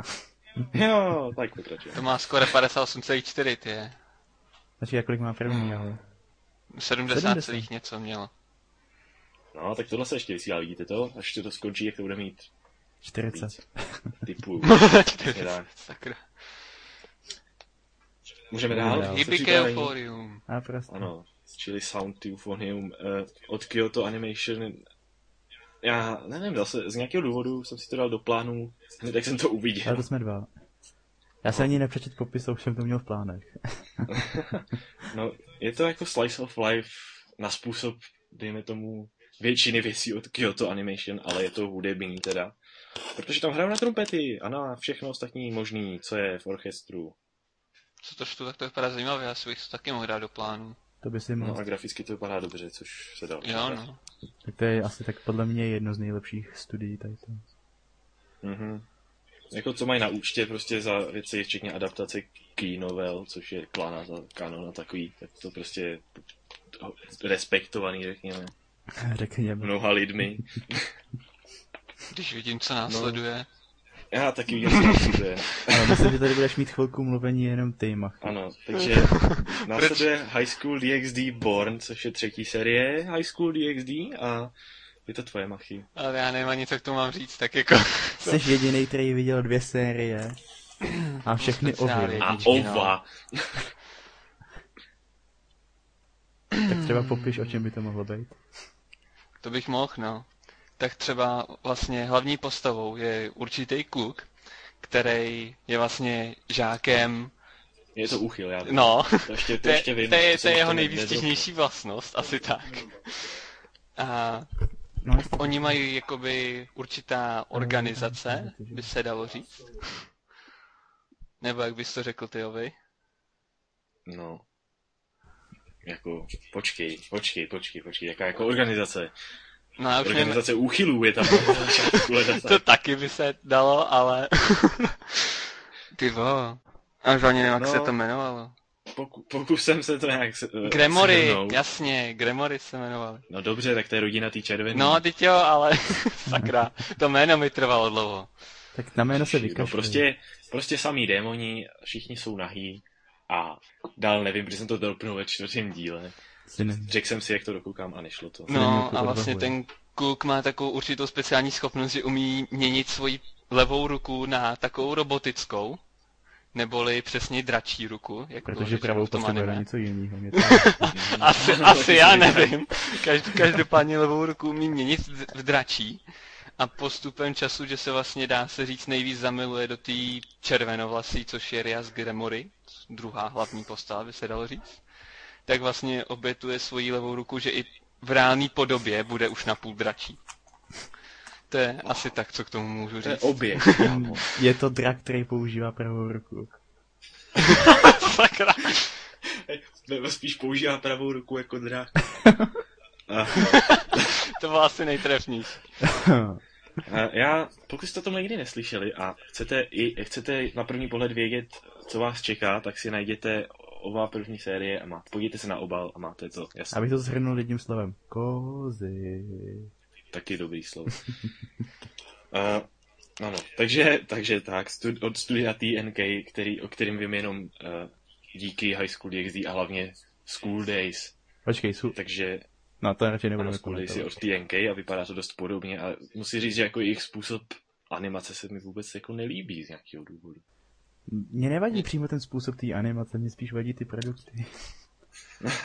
A: Jo, tak pokračujeme.
C: To má skoro 58,4 ty je.
B: Znači, jak kolik má
A: Hmm.
B: první, ale...
C: 70,
B: 70.
C: celých něco mělo.
A: No, tak tohle se ještě vysílá, vidíte to? Až to skončí, jak to bude mít
B: 40.
A: víc. Typu. dá.
C: Sakra.
A: Můžeme
B: Můžeme
A: dál?
B: dál.
A: Co
C: Hibike
A: připravení?
C: Euphorium.
B: A prostě.
A: Ano, čili Sound Euphonium eh, od Kyoto Animation. Já nevím, zase z nějakého důvodu jsem si to dal do plánu, hned jak jsem to
B: Ale
A: uviděl.
B: to jsme dva. Já jsem ani nepřečet popis, a už jsem to měl v plánech.
A: No, je to jako slice of life na způsob, dejme tomu, většiny věcí od Kyoto Animation, ale je to hudební teda. Protože tam hrajou na trumpety a na všechno ostatní možný, co je v orchestru.
C: Co to štu, tak to vypadá zajímavě, asi bych to taky mohl dát do plánu.
B: To by si mohl.
A: No a graficky to vypadá dobře, což se dá.
C: Hmm. Jo no.
B: Tak to je asi tak podle mě jedno z nejlepších studií tady to.
A: Mhm. jako co mají na účtě prostě za věci, včetně adaptace key novel, což je klana za kanon a takový, tak to prostě je respektovaný, řekněme,
B: Řekněme.
A: mnoha lidmi.
C: Když vidím, co nás
A: No.
C: sleduje.
A: Já taky vím, co to je.
B: Ale myslím, že tady budeš mít chvilku mluvení jenom ty, Mach.
A: Ano, takže následuje High School DxD Born, což je třetí série High School DxD a je to tvoje machy.
C: Ale já nevím ani, co k tomu mám říct, tak jako...
B: Jsi jediný, který viděl dvě série. A všechny
C: Speciály.
B: ovy.
A: A
C: Jedničky, no.
A: ova!
B: Tak třeba popiš, o čem by to mohlo být.
C: To bych mohl, no. Tak třeba vlastně hlavní postavou je určitý kluk, který je vlastně žákem,
A: Je to uchyl, já vím.
C: no,
A: To ještě, to
C: to je,
A: ještě
C: to
A: vím.
C: je, to
A: jsem
C: je jeho
A: to ne-
C: nejvýstižnější vlastnost, asi tak. A
B: No, jasně.
C: oni mají jakoby určitá organizace, by se dalo říct. Nebo jak bys to řekl ty, Jovi?
A: nedodrobnil. No. Jako, počkej, počkej, počkej, počkej, jaká jako organizace?
C: No já už nevím,
A: Organizace úchylů je tam.
C: to taky by se dalo, ale... ty vo. A už ani nevím, jak
A: No.
C: se to jmenovalo.
A: Poku, pokusem se to nějak se, eh,
C: Gremory,
A: shrnout.
C: jasně, Gremory se jmenovali.
A: No dobře, tak to je rodina tý červený.
C: No, teď jo, ale sakra, to jméno mi trvalo dlouho.
B: Tak na jméno se vykašli.
A: no, prostě, prostě samý démoni, všichni jsou nahý a dál nevím, protože jsem to dopnul ve čtvrtém díle. Řekl jsem si, jak to dokoukám a nešlo to.
B: nevím,
C: No
B: jakou
C: a vlastně
B: odvahu,
C: ten kluk má takovou určitou speciální schopnost, že umí měnit svoji levou ruku na takovou robotickou, neboli přesně dračí ruku, jak bylo
B: Protože
C: řečeno
B: pravou
C: v tom
B: potřebuje na
C: anime.
B: něco jiného. Mě
C: Asi,
A: No,
C: asi
A: taky
C: já
A: to říkám.
C: nevím. Každ, každopádně levou ruku umí měnit v- v dračí a postupem času, že se vlastně dá se říct nejvíc zamiluje do té červenovlasí, což je Rias Gremory, druhá hlavní postava, by se dalo říct, tak vlastně obětuje svoji levou ruku, že i v reálné podobě bude už na půl dračí. To je asi tak, co k tomu můžu
A: To je
C: říct.
A: obě.
B: Je to drak, který používá pravou ruku.
C: Sakra.
A: Nebo spíš používá pravou ruku jako drák. A,
C: To bylo asi nejtrefnější.
A: a já, pokud jste o tom nikdy neslyšeli a chcete, i, chcete na první pohled vědět, co vás čeká, tak si najděte oba první série a má, podívejte se na obal a máte to. Jasně,
B: Abych to zhrnul jedním slovem. Kozy.
A: taky dobrý slovo. uh, ano, takže, takže tak, stud, od studia TNK, který, o kterým vím jenom uh, díky High School DxD a hlavně School Days.
B: Počkej, jsou...
A: Takže
B: No, to radši nebudeme
A: Ano, skvělý si
B: komentovat.
A: od TNK a vypadá to dost podobně, ale musím říct, že jako jejich způsob animace se mi vůbec jako nelíbí z nějakého důvodu.
B: Mně nevadí přímo ten způsob té animace, mě spíš vadí ty produkty.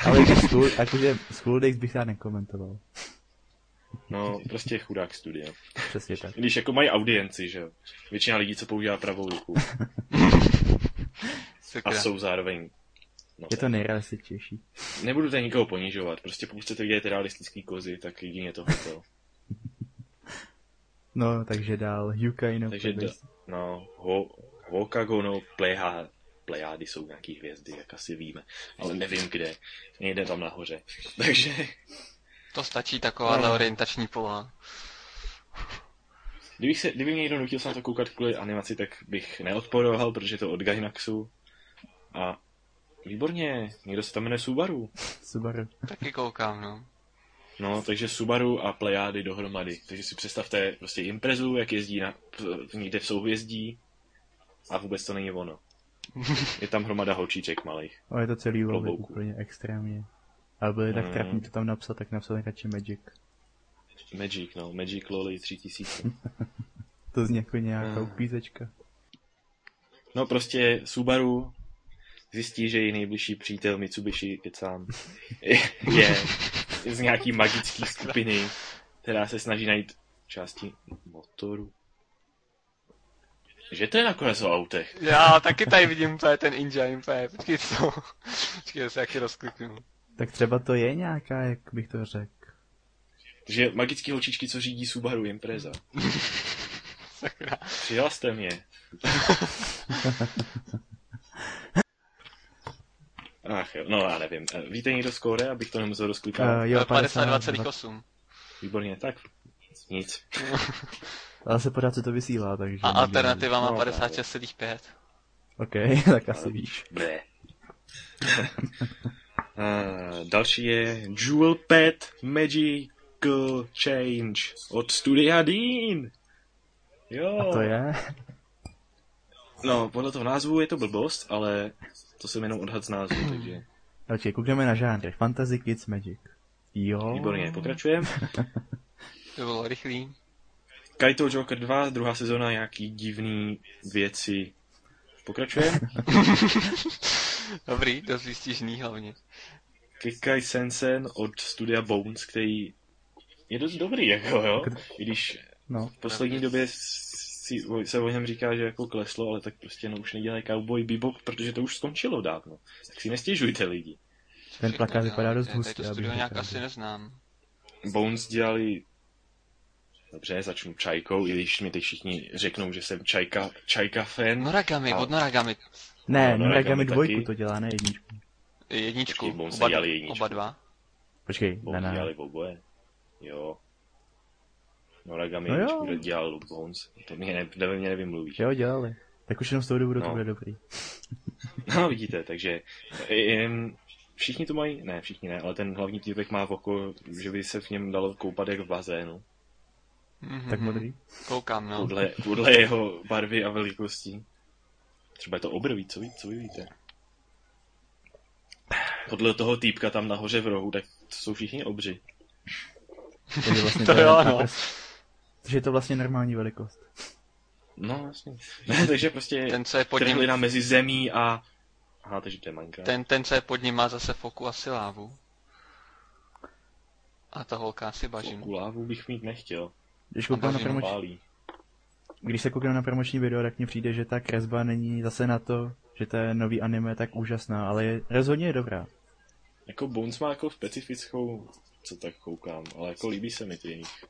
B: Ale jako school, jakože school days bych já nekomentoval.
A: No, prostě chudák studia.
B: Přesně tak.
A: Když jako mají audienci, že jo. Většina lidí, co používá pravou ruku a
C: Sakra.
A: jsou zároveň... No,
B: Je to nejrealističtější.
A: Nebudu tady nikoho ponižovat, prostě pokud chcete vidět realistický kozy, tak jedině tohle to.
B: No, takže dál. Yukai no
A: Takže
B: Pebbles.
A: No, ho, Hokago no Pleha, Plejády jsou nějaký hvězdy, jak asi víme, ale nevím kde, někde tam nahoře. Takže
C: To stačí
A: No.
C: taková orientační poloha.
A: Kdybych se, kdyby mě někdo nutil se na to koukat kvůli animaci, tak bych neodporoval, protože je to od Gainaxu. A výborně, někdo se tam jmenuje Subaru.
B: Subaru.
C: Taky koukám, no.
A: No, takže Subaru a Plejády dohromady. Takže si představte prostě imprezu, jak jezdí na, p- někde v souhvězdí a vůbec to není ono. Je tam hromada holčíček malých.
B: O, je to celý lovit
A: Klobouku.
B: úplně extrémně. Ale byli tak
A: Mm.
B: trapní to tam napsat, tak napsali radši Magic.
A: Magic, no, Magic Loli 3000.
B: To zní jako nějaká
A: Mm.
B: uklízečka.
A: No prostě Subaru zjistí, že její nejbližší přítel Mitsubishi je sám. Je z nějaký magické skupiny, která se snaží najít části motoru. Že to je nakonec o autech.
C: Já taky tady vidím úplně ten engine, úplně, počkej co, počkej, já se taky rozkliknu.
B: Tak třeba to je nějaká, jak bych to řekl.
A: Že magický holčičky, co řídí Subaru Impreza.
C: Sakra.
A: Přihlaste mě. Ach jo, no já nevím. Eh, Víte někdo skóre, abych to nemusel No, rozklikat?
B: Eh, jo, 52,8.
C: 52,8.
A: Výborně, tak nic.
B: Ale se pořád se to vysílá, takže...
C: A
B: nikdo
C: alternativa má
A: No,
C: 56,5.
B: neví. OK, tak asi víš.
A: Bleh. Eh, další je Jewel Pet Magical Change od Studia Dean. Jo.
B: A to je?
A: No, podle toho názvu je to blbost, ale to jsem jenom odhad z názvu, takže
B: Očkej, koukneme na žánry. Fantasy Kids Magic. Jo.
A: výborně, pokračujeme.
C: To bylo rychlý.
A: Kaito Joker 2, druhá sezóna, nějaký divný věci. Pokračujeme.
C: Dobrý, dost výstižný hlavně.
A: Kikai Sensen od studia Bones, který je dost dobrý, jako jo. I když
B: No,
A: v poslední době si, se o něm říká, že jako kleslo, ale tak prostě no, už nedělají Cowboy Bebop, protože to už skončilo dávno. Tak si nestěžujte lidi.
B: ten plakát vypadá dost
C: hustý.
B: hustě.
C: To
B: abych
C: studio nějak
B: řekl.
C: asi neznám.
A: Bones dělali... Dobře, začnu Čajkou, i když mi teď všichni řeknou, že jsem Čajka, Čajka fan.
C: Noragami,
A: A-
C: od Noragami.
B: Ne,
A: No,
B: no,
A: no,
B: Noragami
A: taky.
B: dvojku to dělá, ne jedničku.
C: Jedničku.
A: Počkej, Bones
C: oba,
A: dělali jedničku.
C: oba dva.
B: Počkej, ne,
A: Bones
B: ne.
A: dělali oboje. Jo. Noragami
B: No jo.
A: no dělal Bones. To mě, ne, to mě nevymluvíš.
B: Jo, dělali. Tak už jenom z toho důvodu to
A: No.
B: bude dobrý.
A: No, vidíte, takže um, všichni to mají, ne, všichni ne, ale ten hlavní týpek má v oko, že by se v něm dalo koupat jak v bazénu.
C: Mhm.
B: Tak modrý?
C: Koukám, no.
A: Podle, podle jeho barvy a velikosti. Třeba je to obrví, co, ví, co vy víte? Podle toho týpka tam nahoře v rohu, tak to jsou všichni obři.
B: Takže vlastně
C: To
B: je
C: jo,
B: ta
C: no.
B: prst- Takže je to vlastně normální velikost.
A: No, jasně. No, takže prostě ten
C: Ten, co je pod ním,
A: trhlina mezi zemí a... Aha, takže to je Minecraft.
C: ten, ten, co je pod ním, má zase foku asi lávu. A ta holka asi bažin.
A: Okulávu bych mít nechtěl.
B: Když, koukám na
C: Magazín
B: promoč...
A: Pálí.
B: Když se koukám na promoční video, tak mně přijde, že ta kresba není zase na to, že to je nový anime tak úžasná, ale je, rozhodně je dobrá.
A: Jako Bones má jako specifickou, co tak koukám, ale jako líbí se mi ty jejich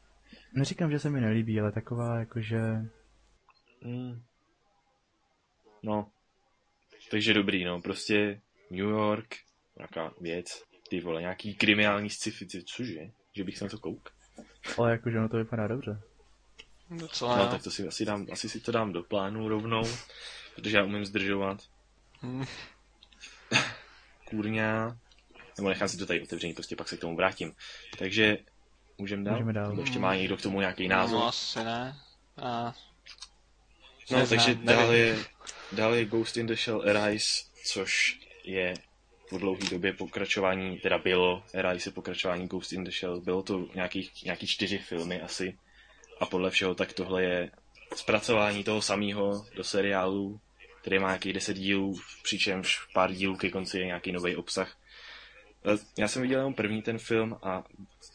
B: Neříkám, že se mi nelíbí, ale taková jako, jakože...
A: Mm. No. Takže dobrý, no. Prostě New York, nějaká věc, ty vole, nějaký kriminální sci-fi, ty- cože? Že bych se na to kouk?
B: Ale jakože ono to vypadá dobře.
C: Docela,
A: No,
C: no,
A: tak to si asi, dám, asi si to dám do plánu rovnou, protože já umím zdržovat.
C: Hm.
A: Kůrňa. Nebo nechám si to tady otevřený, prostě pak se k tomu vrátím. Takže můžeme dál?
B: Můžeme dál.
A: Nebo ještě má někdo k tomu nějaký
C: no,
A: názor?
C: asi ne. A
A: No,
C: Neznám,
A: takže
C: nevím.
A: dál je, dál je Ghost in the Shell Arise, což je po dlouhé době pokračování, teda bylo Arise je pokračování Ghost in the Shell, bylo to nějakých, nějaký čtyři filmy asi a podle všeho tak tohle je zpracování toho samého do seriálu, který má nějakých deset dílů, přičemž v pár dílů ke konci je nějaký nový obsah. Eh, Já jsem viděl jenom první ten film a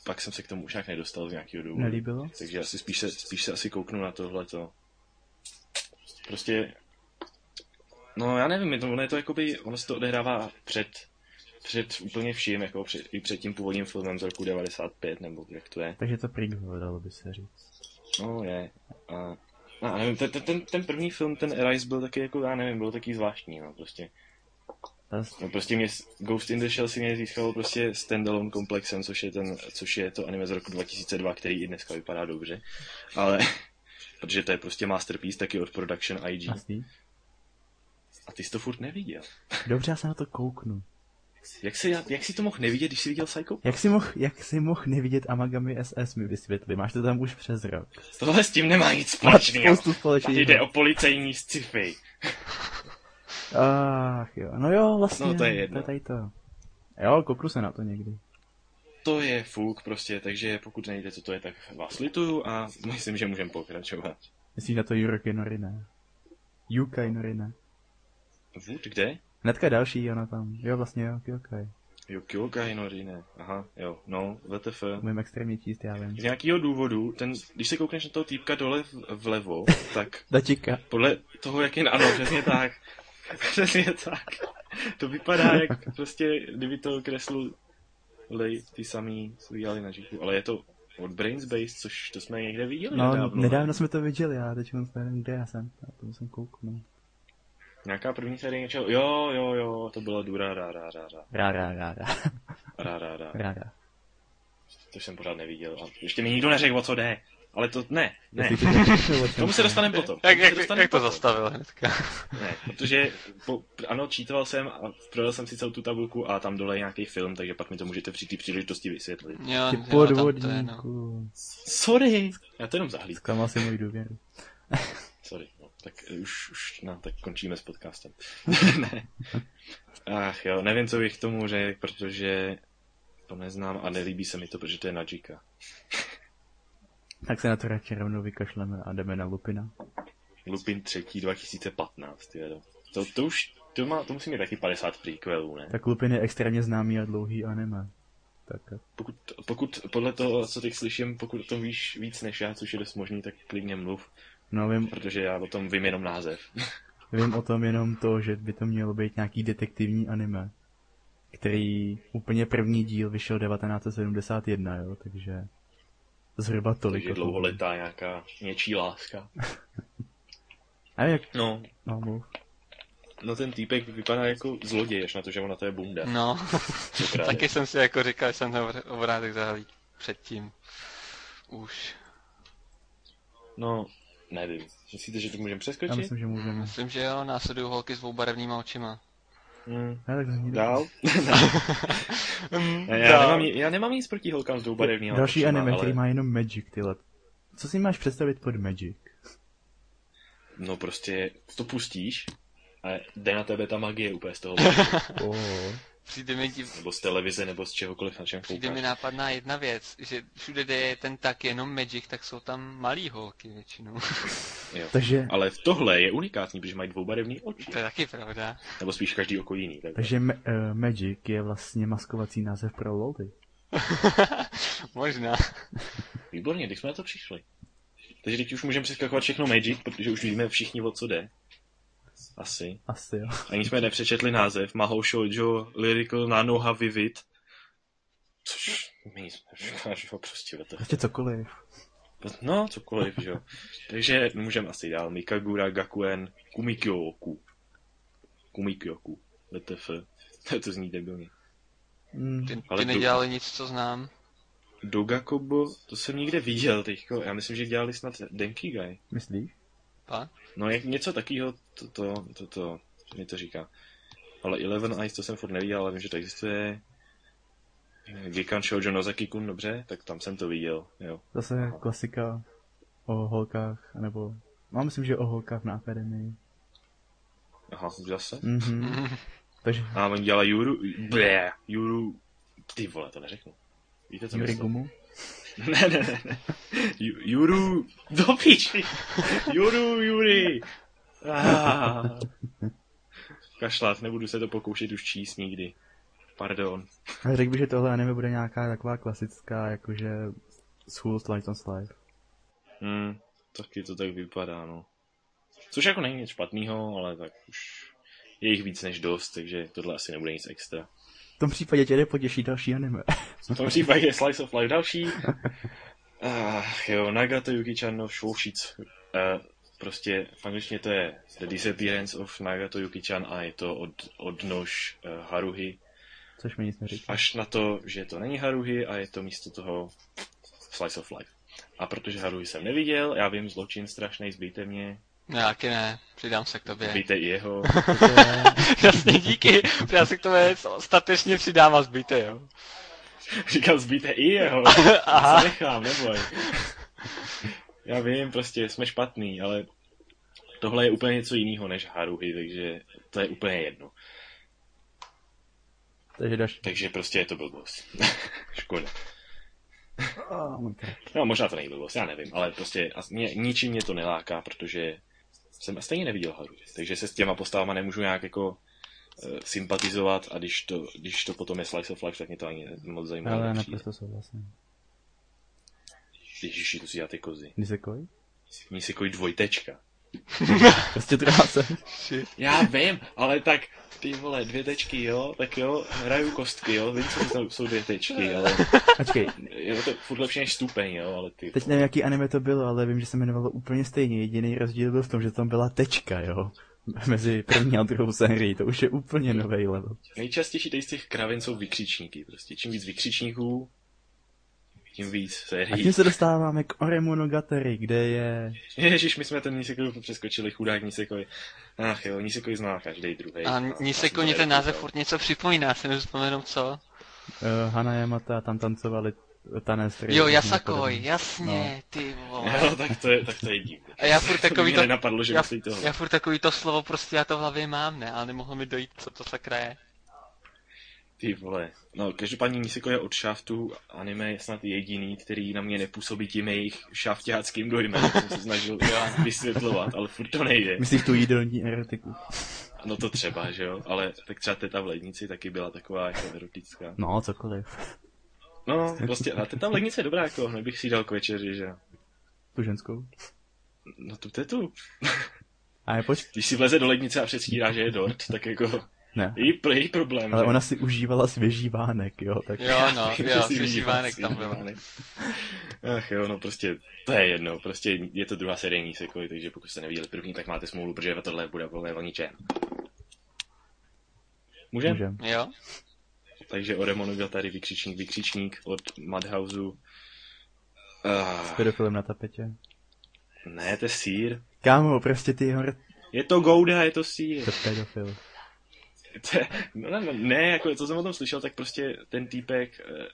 A: pak jsem se k tomu už nějak nedostal z nějakého důvodu.
B: Nelíbilo?
A: Takže asi spíš se, spíš se asi kouknu na tohleto. Prostě, no já nevím, je to, ono je to jakoby, ono se to odehrává před, před úplně vším, jako před, i před tím původním filmem z roku 95, nebo jak to je.
B: Takže to priglo, dalo by se říct.
A: No je. A, a nevím, ten, ten- ten, ten, první film, ten Arise byl taky jako, já nevím, byl taky zvláštní, no prostě.
B: Ta,
A: No prostě mě, s- Ghost in the Shell si mě získalo prostě standalone komplexem, což je, ten, což je to anime z roku 2002, který i dneska vypadá dobře. Ale, protože to je prostě masterpiece, taky od Production IG.
B: jasný.
A: A ty jsi to furt neviděl.
B: Dobře, já se na to kouknu.
A: Jak, jsi, jak jsi to mohl nevidět, když jsi viděl Psycho?
B: Jak si mohl, jak si mohl nevidět Amagami SS mi vysvětli? Máš to tam už přes rok.
A: Tohle s tím nemá nic
B: Máš
A: společného.
B: Spoustu
A: Tady jde o
B: společného.
A: policejní sci-fi.
B: Ach jo, no jo, vlastně.
A: No, to je
B: To
A: jedno.
B: je tady to. Jo, kouknu se na to někdy.
A: To je fuk prostě, takže pokud nejde, co to je, tak vás lituju a myslím, že můžeme pokračovat.
B: Myslíš na to Juroky Norina? Yukai Norina.
A: Vůd kde?
B: Hnedka další, ona tam. Jo, vlastně jo, Yokai.
A: Jo, Kyokai Norine. Aha, jo, no, VTF.
B: Umím extrémně číst, já vím.
A: Z nějakého důvodu, ten, když se koukneš na toho týpka dole v- vlevo, tak
B: Dačika.
A: podle toho, jak je, ano, přesně tak, přesně tak, to vypadá jak prostě, kdyby to kreslu lej ty samý, co dělali na žiku, ale je to od Brains Base, což to jsme někde viděli
B: No,
A: nedávno.
B: nedávno,
A: ne?
B: jsme to viděli, já teď moc nevím, kde já jsem. Já to musím kouknout.
A: Nějaká první série něčeho, jo, jo, jo, to bylo Dura, rá, rá, rá, rá,
B: Rá, rá, rá, rá.
A: rá, rá, rá,
B: Rá, rá.
A: což jsem pořád neviděl a ještě mi nikdo neřekl, o co jde. Ale to ne, ne.
B: Jestli to tak přišlo, o čem
A: K tomu se
B: to je.
A: dostaneme potom.
C: Jak,
A: K tomu se
C: jak,
A: dostaneme
C: jak to
A: potom.
C: zastavil hnedka?
A: Ne, protože po, ano, čítoval jsem a prodal jsem si celou tu tabulku a tam dole je nějaký film, takže pak mi to můžete při té příležitosti vysvětlit.
C: Jo,
B: Ty
C: jo, tam to je, no.
B: podvodníku.
A: Sorry! Já to jenom zahlídnu.
B: Zklamal si můj důvěru.
A: Sorry, no, tak eh, už, už, no, tak končíme s podcastem. ne. Ach jo, nevím, co bych k tomu řekl, protože to neznám a nelíbí se mi to, protože to je Najika.
B: Tak se na to radši rovnou vykašleme a jdeme na Lupina.
A: Lupin 3. 2015, jo. To, to už, to, má, to musí mít taky 50 prequelů, ne?
B: Tak Lupin je extrémně známý a dlouhý anime. Tak
A: Pokud, pokud podle toho, co teď slyším, pokud o tom víš víc než já, což je dost možný, tak klidně mluv,
B: No vím,
A: protože já o tom vím jenom název.
B: vím o tom jenom to, že by to mělo být nějaký detektivní anime, který úplně první díl vyšel 1971, jo, takže zhruba tolik.
A: Takže
B: o tom.
A: dlouholetá nějaká něčí láska.
B: A jak?
A: No,
B: No, mluv.
A: no ten týpek vypadá jako zloděj, až na to, že ona to je bunda.
C: No,
A: co krade.
C: taky jsem si jako říkal, že jsem to obrázek zahlí předtím. Už.
A: No, nevím. Myslíte, že to můžeme
B: Já
A: přeskočit?
B: myslím, že můžeme.
C: Myslím, že jo, následují holky s dvoubarevnýma očima.
A: Hmm.
B: Ne, tak zní
A: Dál?
C: Mm,
A: Ne, já, nemám, ni- já nemám nic proti holkám s dvoubarevným
B: Další
A: očima,
B: anime,
A: ale...
B: který má jenom Magic, ty let. Co si máš představit pod Magic?
A: No prostě to pustíš a jde na tebe ta magie úplně z toho,
B: Oh.
C: Přijde mi, div...
A: nebo z televize, nebo z čehokoliv, na čem
C: Přijde mi
A: koukáš.
C: nápadná jedna věc, že všude, kde je ten tak jenom Magic, tak jsou tam malý holky většinou.
A: Jo.
B: Takže,
A: Ale v tohle je unikátní, protože mají dvoubarevný oči.
C: to je taky pravda.
A: Nebo spíš každý oko jiný. Tak.
B: takže ma- eh, Magic je vlastně maskovací název pro lolty.
C: Možná.
A: Výborně, když jsme na to přišli. Takže teď už můžeme přeskakovat všechno Magic, protože už víme všichni, o co jde. Asi.
B: Asi jo.
A: Ani jsme nepřečetli název. Mahou Shoujo Lyrical Nanoha Vivid. Což my nic nedokážu prostě to.
B: Prostě cokoliv.
A: No, cokoliv, že jo. Takže můžeme asi dál. Mikagura, Gakuen, Kumikyoku. Kumikyoku. LTF. to zní debilně.
B: Mm.
C: Ty,
A: Ale
C: ty
A: to-
C: nedělali nic, co znám.
A: Dogakobo, to jsem někde viděl teďko. Já myslím, že dělali snad Denkigai.
B: Myslíš?
C: Pa?
A: No jak něco takového, to, to, to, to, mi to říká. Ale Eleven Eyes to jsem furt neviděl, ale vím, že to existuje. Gikan Shoujo Nozaki-kun, dobře, tak tam jsem to viděl, jo.
B: Zase klasika o holkách, nebo... No, myslím, že o holkách na akademii.
A: Aha, zase? Hmm.
B: Mhm. Takže
A: A on dělá Juru, blé, Juru, ty vole, to neřeknu. Víte, co myslím?
B: Yurigumu.
A: Ne, ne, ne, ne. Ju- Juru, do piči. Juru, Juri. Ah. Kašlat, nebudu se to pokoušet už číst nikdy. Pardon.
B: Ale řekl bych, že tohle anime bude nějaká taková klasická, jakože... School Slice on Slice.
A: Hmm, taky to tak vypadá, no. Což jako není nic špatného, ale tak už je jich víc než dost, takže tohle asi nebude nic extra.
B: V tom případě tě nepotěší další anime.
A: V tom případě je Slice of Life další. Ach jo, Nagato Yuki-chan no Shoushits. Eh, prostě v angličtině to je The Disappearance of Nagato Yuki-chan a je to od, odnož eh, Haruhi.
B: Což mi nic neříká.
A: Až na to, že to není Haruhi a je to místo toho Slice of Life. A protože Haruhi jsem neviděl, já vím zločin strašný, zbýte mě,
C: No, taky ne, přidám se k tobě.
A: zbýte i jeho.
C: Jasně, díky, já se k tobě statečně přidám a zbyte, jo.
A: Říkal, zbíte i jeho.
C: Aha.
A: Aha. Nechám, neboj. Já vím, prostě jsme špatný, ale tohle je úplně něco jiného než Haruhi, takže to je úplně jedno.
B: Takže další...
A: Takže prostě je to blbost. Škoda.
B: Oh, můj krát.
A: No, možná to není blbost, já nevím, ale prostě as- mě, ničím mě to neláká, protože jsem stejně neviděl Haruhi, takže se s těma postavama nemůžu nějak jako eh, sympatizovat a když to, když to potom je Slice of Life, tak mě to ani moc zajímavé
B: Ale
A: nepřijde.
B: naprosto souhlasím.
A: Ježiši, to si děláte kozy.
B: Nisekoi?
A: Mí si jako dvojtečka.
B: Prostě trásem.
A: Já vím, ale tak ty vole, dvě tečky, jo, tak jo, hraju kostky, jo, vím, co to jsou dvě tečky, ale
B: Ačkej,
A: je to furt lepší než stupeň, jo, ale ty
B: Teď nevím, jaký anime to bylo, ale vím, že se jmenovalo úplně stejně. Jediný rozdíl byl v tom, že tam byla tečka, jo. Mezi první a druhou sérií. To už je úplně nový level.
A: nejčastější tady z těch kravin jsou vykřičníky, prostě čím víc vykřičníků, tím víc
B: A
A: sérií.
B: tím se dostáváme k Oremonogatari, kde je...
A: Ježíš, my jsme ten Nisekov přeskočili, chudák Nisekovi. Ach jo, Nisekovi zná každý druhý.
C: A Nisekoně ten název furt něco připomíná, se nevzpomenu co.
B: Uh, Hana Yamata tam tancovali eh, tanec. který
C: Jo,
B: je
C: Jasakoj,
B: podobný.
C: jasně, ty vole.
A: Jo, tak to je, tak to je divný.
C: A já furt
A: To by
C: takový
A: mě
C: to,
A: nenapadlo, že
C: já,
A: myslí tohle.
C: já furt takový to slovo, prostě já to v hlavě mám, ne, ale nemohlo mi dojít, co to sakra je.
A: Ty vole. No, každopádně Niseko je od šaftu anime je snad jediný, který na mě nepůsobí tím jejich šaftáckým dojmem, jak jsem se snažil vysvětlovat, ale furt to nejde.
B: Myslíš tu jídelní erotiku?
A: No to třeba, že jo, ale tak třeba teta v lednici taky byla taková jako erotická.
B: No, cokoliv.
A: No, prostě, a teta v lednici je dobrá, jako hned bych si ji dal k večeři, že jo.
B: Tu ženskou.
A: No tu tetu.
B: A je poč...
A: Když si vleze do lednice a předstírá, že je dort, tak jako
B: Ne.
A: její, pro její problém.
B: Ale
A: že?
B: ona si užívala svěží vánek, jo, tak...
C: Jo, no,
A: Ty
C: jo,
A: si vidíš,
C: Vánek
A: si
C: tam
A: vidíš,
C: byl.
A: Vánek. Ach jo, no prostě, to je jedno, prostě je to druhá série Nisekoi, takže pokud jste neviděli první, tak máte smůlu, protože tohle bude volné vaniče. Můžem? Může.
B: Můžem.
C: Jo?
A: Takže Oremonoga tady vykřičník, vykřičník od Madhouseu. Uh,
B: Pedofilem na tapetě.
A: ne, to je sír.
B: Kámo, prostě ty jeho r-
A: Je to Gouda, je to sír.
B: to pedofil.
A: To je- No, ne, ne, jako co jsem o tom slyšel, tak prostě ten týpek, eh,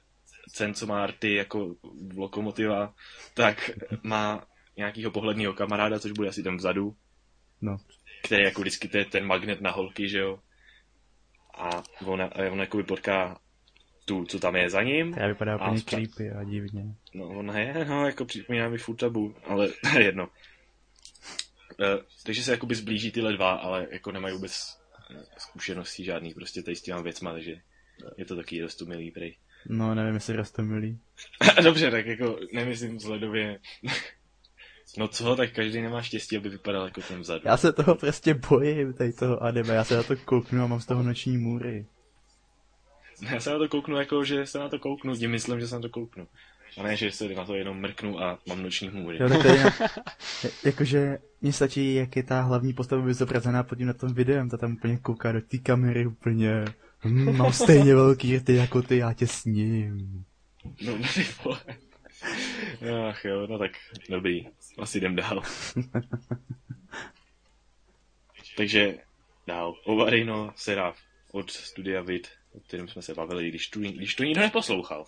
A: ten, co má arty jako v lokomotiva, tak má nějakýho pohledního kamaráda, což bude asi tam vzadu,
B: No.
A: který jako vždycky to je ten magnet na holky, že jo. A on, on jakoby potká tu, co tam je za ním.
B: Která
A: A
B: vypadá úplně
A: spra-
B: creepy a divně.
A: No, ona je, no, jako připomíná mi furt tabu, ale to je jedno. E, takže se jakoby zblíží tyhle dva, ale jako nemají vůbec eh, zkušeností žádných prostě tady s těma věcma, takže je to taky dost milý prej.
B: No, nevím, jestli roztomilý.
A: Dobře, tak jako nemyslím vzhledově. no co, tak každý nemá štěstí, aby vypadal jako ten vzadu.
B: Já se toho prostě bojím, tady toho anime, já se na to kouknu a mám z toho noční můry.
A: Já se na to kouknu jako, že se na to kouknu, s tím myslím, že se na to kouknu. A ne, že se na to jenom mrknu a mám noční můry.
B: Jo, tak tady na... Ja- jakože mně stačí, jak je ta hlavní postava by zobrazená pod tím na tom videem, ta tam úplně kouká do té kamery úplně. Hm, mám stejně velký rty jako ty, já tě sním.
A: No, ty vole. Ach jo, no tak dobrý, asi jdem dál. Takže dál. Ovarino Seraf od studia Vid, o kterém jsme se bavili, když tu, když tu nikdo neposlouchal.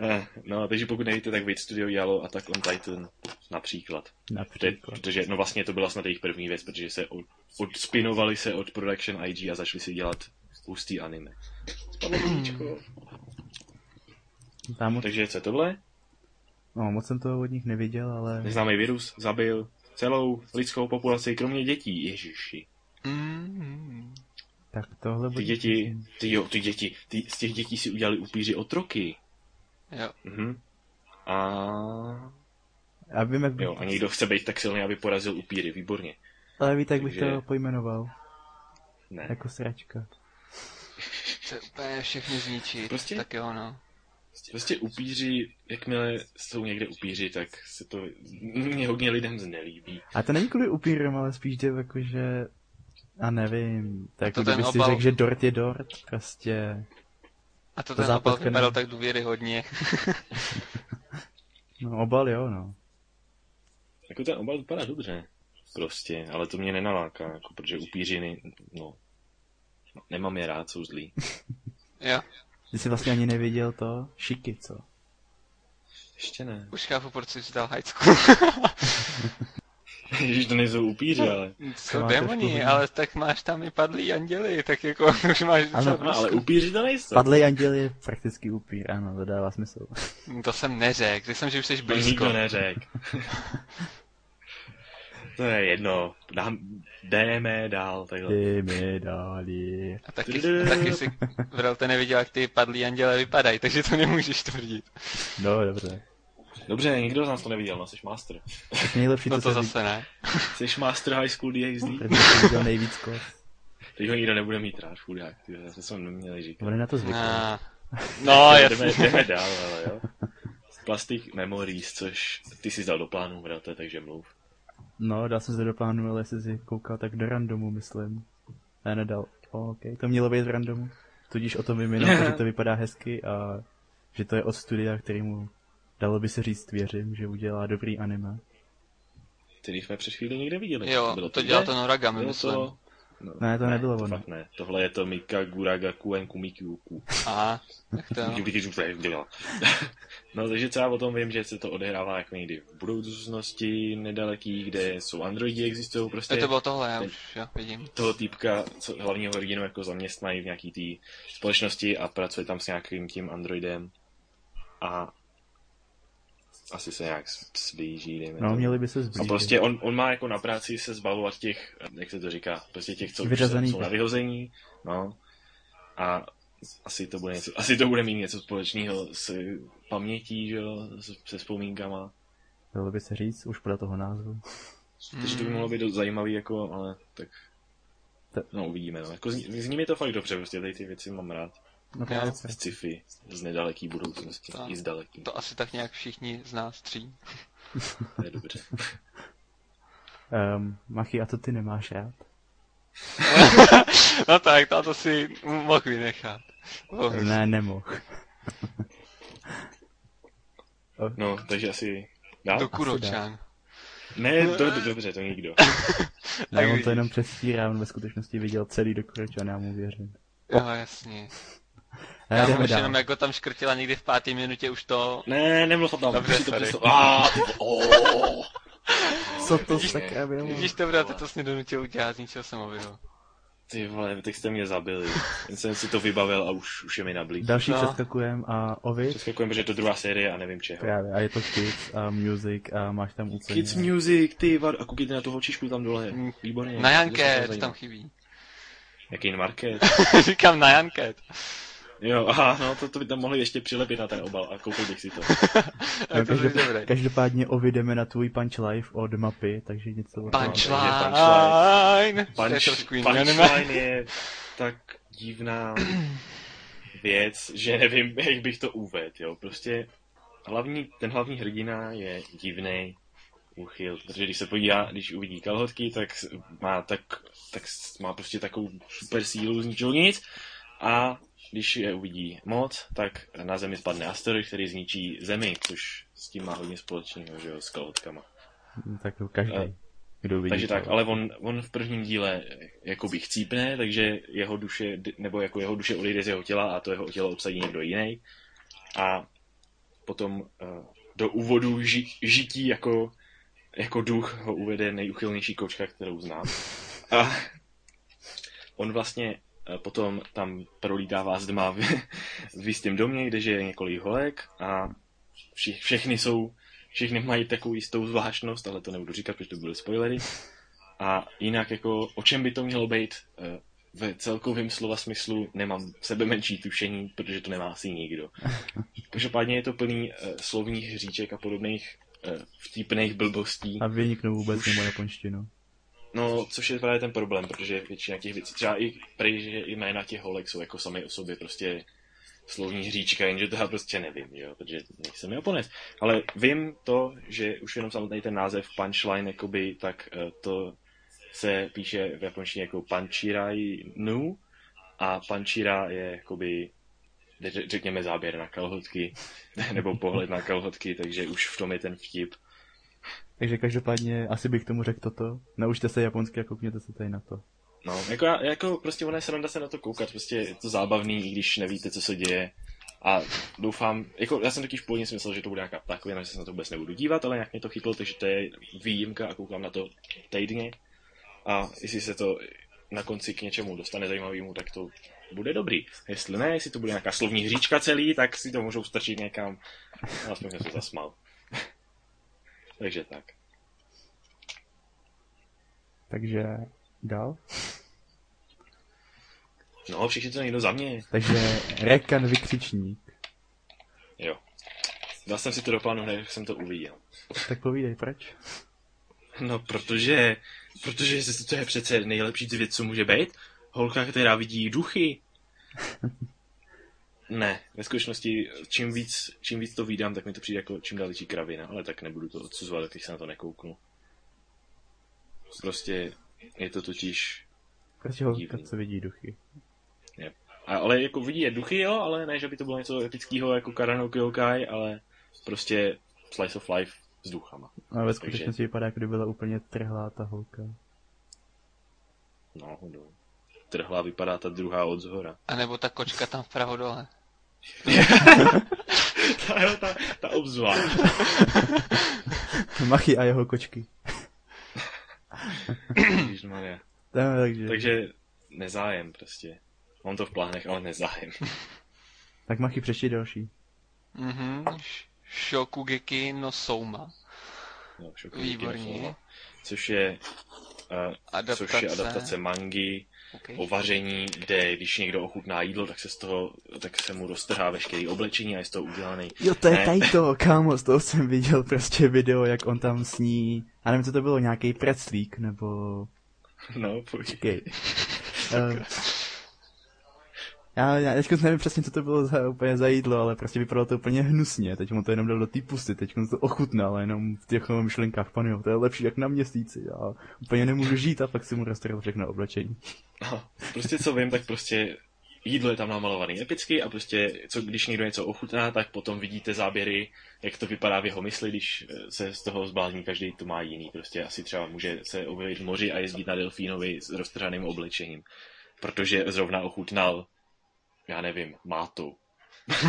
A: Eh, no, takže pokud nevíte, tak Vid Studio dělalo Attack on Titan například. To je-
B: Například.
A: Protože, no vlastně to byla snad jejich první věc, protože se od, odspinovali se od Production IG a začali si dělat hustý anime. Spadlo políčko.
B: Tam,
A: Takže co je tohle?
B: no, moc jsem toho od nich neviděl, ale
A: Neznámý virus zabil celou lidskou populaci, kromě dětí. Ježiši.
C: Mm.
B: tak tohle
A: Ty
B: bude...
A: děti, ty jo, ty děti, ty, z těch dětí si udělali upíři otroky.
C: Jo.
A: Mhm. A
B: Já vím, jak
A: jo, a někdo chce být tak silný, aby porazil upíry, výborně.
B: Ale víte, jak bych
A: Takže-
B: to pojmenoval?
A: Ne.
B: Jako sračka.
C: To je úplně všechny zničit,
A: Prostě-
C: tak jo, no.
A: Prostě upíři, jakmile jsou někde upíři, tak se to mě hodně lidem znelíbí.
B: A to není kvůli upírům, ale spíš jde jakože... A nevím, tak
C: To
B: to jako
C: ten
B: kdyby si
C: obal-
B: řekl, že dort je dort, prostě...
C: A
B: Ta
C: to ten opal
B: záplatka ne-
C: vypadal tak důvěryhodně.
B: No obal jo, no.
A: Jako ten obal vypadá dobře. Prostě, ale to mě nenaláká, jako, protože upířiny, no, nemám je rád, jsou zlí.
C: Jo,
B: Ty jsi vlastně ani neviděl to šiky, co?
A: Ještě ne.
C: už chápu, proč jsi dal hajcku.
A: Ježíš, to nejsou upíři, ale...
B: To
C: Jsou
B: má trošku
C: démoni,
B: hodně.
C: ale tak máš tam i padlý anděli, tak jako už máš docela
B: Ano,
A: No, ale
C: blízko.
A: upíři to nejsou.
B: Padlý anděl je prakticky upír, ano, to dává smysl.
C: To jsem neřekl, řekl jsem, že už jsi
A: To
C: blízko.
A: nikdo neřekl. to je jedno. Dám, jdeme dál, takhle.
B: Ty mi dali.
C: A taky,
A: Tudum.
C: taky si Vrelte neviděl, jak ty padlí anděle vypadají, takže to nemůžeš tvrdit.
B: No, dobře.
A: Dobře, nikdo z nás to neviděl, no, jsi master.
B: Tak nejlepší,
C: No
B: co
C: to
B: se
C: zase ne.
A: Jsi master high school DxD.
B: Protože jsem viděl nejvíc kos.
A: Teď ho nikdo nebude mít rád, chudák. Ty, já jsem neměl říkat.
B: On je na to zvyklý.
C: Ah. No,
A: jdeme,
C: jasně.
A: jdeme dál, ale jo. Plastic Memories, což ty jsi dal do plánu, brate, takže mluv.
B: No, dal jsem se do plánu, ale jestli si koukal, tak do randomu, myslím. Ne, nedal. O, OK, to mělo být v randomu. Tudíž o tom vím jenom, to, že to vypadá hezky a že to je od studia, kterýmu dalo by se říct věřím, že udělá dobrý anime.
A: který jsme před chvílí někde viděli.
C: Jo, to dělá ten Noragami,
A: Bylo
C: myslím.
A: to... No,
B: Ne, to nebylo
A: to
B: ono.
A: fakt ne. Tohle je to Mika Guraga Kuen Kumikyu
C: A, tak to jo.
A: No, takže co já o tom vím, že se to odehrává jak někdy v budoucnosti nedaleký, kde jsou androidi, existují prostě
C: Jo, to bylo tohle, já už jo, vidím.
A: toho týpka, co, hlavního hrdinu jako zaměstnají v nějaký té společnosti a pracuje tam s nějakým tím androidem a asi se nějak s- sblíží, dejme
B: No,
A: tomu.
B: měli by se
A: A
B: zblížit.
A: prostě on, on má jako na práci se zbavovat těch, jak se to říká, prostě těch, co už
B: Vyřazených.
A: jsou na vyhození, no. A asi to bude, něco, asi to bude mít něco společného s pamětí, že jo, s- se vzpomínkama.
B: Dalo by se říct, už podle toho názvu.
A: Takže
C: Hmm,
A: to by mohlo být dost zajímavý, jako, ale tak...
B: To-
A: No, uvidíme, no. Jako, zní, zní mi to fakt dobře, prostě tady ty věci mám rád.
B: No,
C: Jo.
A: Z sci-fi, z nedaleký budoucnosti,
C: To-
A: i z daleký,
C: To asi tak nějak všichni z nás tří.
A: to je dobře.
B: Um, Machy, a to ty nemáš rád?
C: No tak, to, to si mohl vynechat. Oh,
B: Ne, nemohl.
A: No, takže asi... Dál?
C: do
A: Do...
C: Kuročan.
A: Ne, do, do, dobře, to nikdo.
B: Ne,
C: Tak
B: on to
C: vidíš.
B: jenom přestírá, on ve skutečnosti viděl celý dokonč a já mu věřím.
C: Jo, No, jasně.
B: Ne,
C: Já
B: jdeme
C: mu už
B: dál.
C: jenom jako tam škrtila někdy v páté minutě už to...
A: Ne, nemluv o tom.
C: Dobře,
A: už si to
C: sorry.
A: přesto- Ah, ty vo- oh.
B: Co to
C: Vidíš-
B: sakra bylo?
C: Vidíš to, brate, to jsi mě donutil udělat, z ničeho jsem obyl.
A: Ty vole, tak jste mě zabili. Jen jsem si to vybavil a už, už je mi nablíž.
B: Další
C: No.
B: přeskakujem a Ovid.
A: Přeskakujeme, protože je to druhá série a nevím čeho.
B: Právě, a je to Kids a Music a máš tam úplně...
A: Kids Music, ty vad, a koukejte na tu holčičku tam dole. Výborně.
C: Mm. Na
A: To no.
C: Janke,
A: se
C: to
A: to
C: tam
A: zajímá.
C: chybí.
A: Jaký market.
C: Říkám na Janke.
A: Jo, aha, no to, to by tam mohli ještě přilepit na ten obal a koupil bych si to.
B: No,
C: Tak to je
B: každop-
C: dobré.
B: každopádně ovideme na tvůj Punch Life od mapy, takže něco... o tom.
C: Punchline! To je
A: Punch,
C: trošku jiný anime.
A: punchline je tak divná věc, že nevím, jak bych to uvedl, jo. Prostě hlavní, ten hlavní hrdina je divný uchyl, protože když se podívá, když uvidí kalhotky, tak s- má, tak, tak s- má prostě takovou super sílu z ničeho nic a když je uvidí moc, tak na zemi spadne asteroid, který zničí zemi, což s tím má hodně společného, že jo, s kalhotkama.
B: Hm, Tak to každý,
A: Eh,
B: kdo vidí.
A: Takže
B: to.
A: tak, ale on, on v prvním díle jakoby chcípne, takže jeho duše, nebo jako jeho duše odejde z jeho těla a to jeho tělo obsadí někdo jiný. A potom eh, do úvodu ži, žití jako, jako duch ho uvede nejuchylnější kočka, kterou znám. A on vlastně eh, potom tam prolítává zdma v, v jistém domě, kde je několik holek a vši, všechny jsou všechny mají takovou jistou zvláštnost, ale to nebudu říkat, protože to byly spoilery. A jinak jako, o čem by to mělo být, eh, ve celkovém slova smyslu nemám sebe menší tušení, protože to nemá asi nikdo. Každopádně je to plný eh, slovních hříček a podobných eh, vtipných blbostí.
B: A vyniknou vůbec mimo japonštinu.
A: No, což je právě ten problém, protože většina těch věcí, třeba i prý, že i jména těch holek jsou jako sami o sobě prostě slovní hříčka, jenže to já prostě nevím, jo, protože nejsem japonec. Ale vím to, že už jenom samotný ten název punchline, jakoby, tak eh, to se píše v japonštině jako panchirai nu a panchira je jakoby ř- řekněme záběr na kalhotky, nebo pohled na kalhotky, takže už v tom je ten vtip.
B: Takže každopádně asi bych tomu řekl toto. Naučte se japonsky a koukněte se tady na to.
A: No, jako, já- jako prostě ona je sranda se na to koukat, prostě je to zábavný, i když nevíte, co se děje. A doufám, jako já jsem totiž původně si myslel, že to bude nějaká taková, že se na to vůbec nebudu dívat, ale nějak mě to chytlo, takže to je výjimka a koukám na to týdně. A jestli se to na konci k něčemu dostane zajímavému, tak to bude dobrý. Jestli ne, jestli to bude nějaká slovní hříčka celý, tak si to můžou strčit někam. Aspoň jsem se zasmál. takže tak.
B: Takže dál.
A: No, všichni to někdo za mě.
B: Takže Rekan vykřičník.
A: Jo. Dal jsem si to do plánu, hned, jak jsem to uviděl.
B: Tak povídej, proč?
A: No, protože, protože se- to je přece nejlepší věc, co může být. Holka, která vidí duchy. Ne, ve skutečnosti čím víc, čím víc to vídám, tak mi to přijde jako čím dál větší kravina, ale tak nebudu to odsuzovat, když se na to nekouknu. Prostě je to totiž
B: Prostě holka,
A: Divný.
B: co vidí duchy.
A: A, ale jako vidí je duchy, jo, ale ne, že by to bylo něco epického jako Karano Kyokai, ale prostě slice of life s duchama.
B: Ale ve skutečnosti vypadá, jako kdyby byla úplně trhlá ta holka.
A: No, no. Trhlá vypadá ta druhá od zhora.
C: A nebo ta kočka tam vpravo dole.
A: ta, jo, ta, ta obzvá.
B: Machy a jeho kočky.
A: Maria.
B: No, takže, takže...
A: Takže nezájem prostě. Mám to v plánech, ale nezájem.
B: Tak Machy přečti další.
C: Mhm. Š- Shokugeki no Souma.
A: No, šokující
C: Výborně.
A: informa- Což je, uh,
C: Adaptace.
A: což je adaptace mangy
C: Okay.
A: o vaření, kde když někdo ochutná jídlo, tak se, z toho, tak se mu roztrhá veškerý oblečení a je z toho udělaný.
B: Jo, to je
A: Ne.
B: tajto, kámo, z toho jsem viděl prostě video, jak on tam sní, já nevím, co to bylo, nějaký preclík, nebo Eh,
A: No, pojď.
B: Počkej. Ehm, Já, já teďko nevím přesně, co to bylo za, úplně za jídlo, ale prostě vypadalo to úplně hnusně. Teď mu to jenom dal do té pusty, teď mu to ochutnal jenom v těch jeho myšlenkách. Pane, jo, to je lepší jak na měsíci. Já úplně nemůžu žít a pak si mu roztrhl všechno oblečení.
A: No, prostě co vím, tak prostě jídlo je tam namalovaný epicky a prostě, co když někdo něco ochutná, tak potom vidíte záběry, jak to vypadá v jeho mysli, když eh, se z toho zblázní, každý to má jiný. Prostě asi třeba může se objevit v moři a jezdit na delfínovi s roztrhaným oblečením, protože zrovna ochutnal, já nevím, mátu.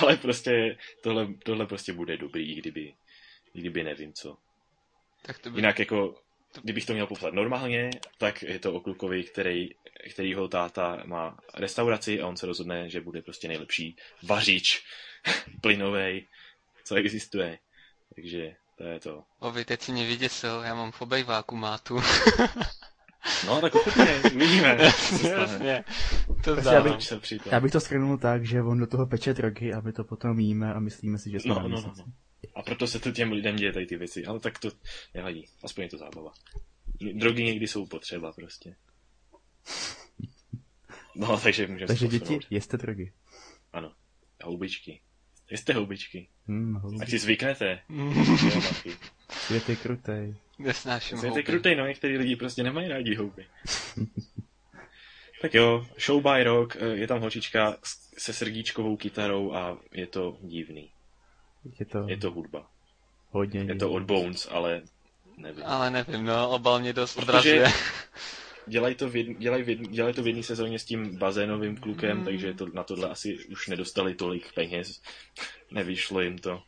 A: Ale prostě tohle, tohle prostě bude dobrý, i kdyby, i kdyby nevím co.
C: Tak to by...
A: Jinak jako, kdybych to měl popsat normálně, tak je to o klukovi, který, kterýho táta má restauraci a on se rozhodne, že bude prostě nejlepší vařič plynovej, co existuje. Takže to je to.
C: Ovi, teď si mě vyděsil, já mám v obejváku mátu.
A: No tak ochutně, uvidíme. co se
C: Jasně,
A: stane.
C: Jasně, to
B: Prostě
C: zdávám.
B: aby-
A: Už jsem při tom.
B: Já bych to skrnul tak, že on do toho peče drogy a my to potom jíme a myslíme si, že
A: No,
B: jsme na
A: no, no,
B: měsíci.
A: no. A proto se to těm lidem děje tady ty věci, ale tak to nevadí, aspoň je to zábava. Drogy někdy jsou potřeba prostě. No, takže můžeme se
B: Takže děti,
A: posunout.
B: jeste drogy.
A: Ano. Houbičky. Jste houbičky.
B: Hmm, holubi,
A: Ať si zvyknete. Jo, Machy.
B: svět je krutej.
C: Nesnáším
A: Jste
C: houby.
A: krutej, no některý lidi prostě nemají rádi houby. tak jo, show by rock, eh, je tam holčička s- se srdíčkovou kytarou a je to divný.
B: Je to,
A: Je to hudba.
B: hodně.
A: Je to od Bones, ale nevím.
C: Ale nevím, no, obal mě dost
A: Protože-
C: odrazuje.
A: Dělají to, v jedn, dělaj v jedn, dělaj to v jedné sezóně s tím bazénovým klukem, takže to, na tohle asi už nedostali tolik peněz. Nevyšlo jim to.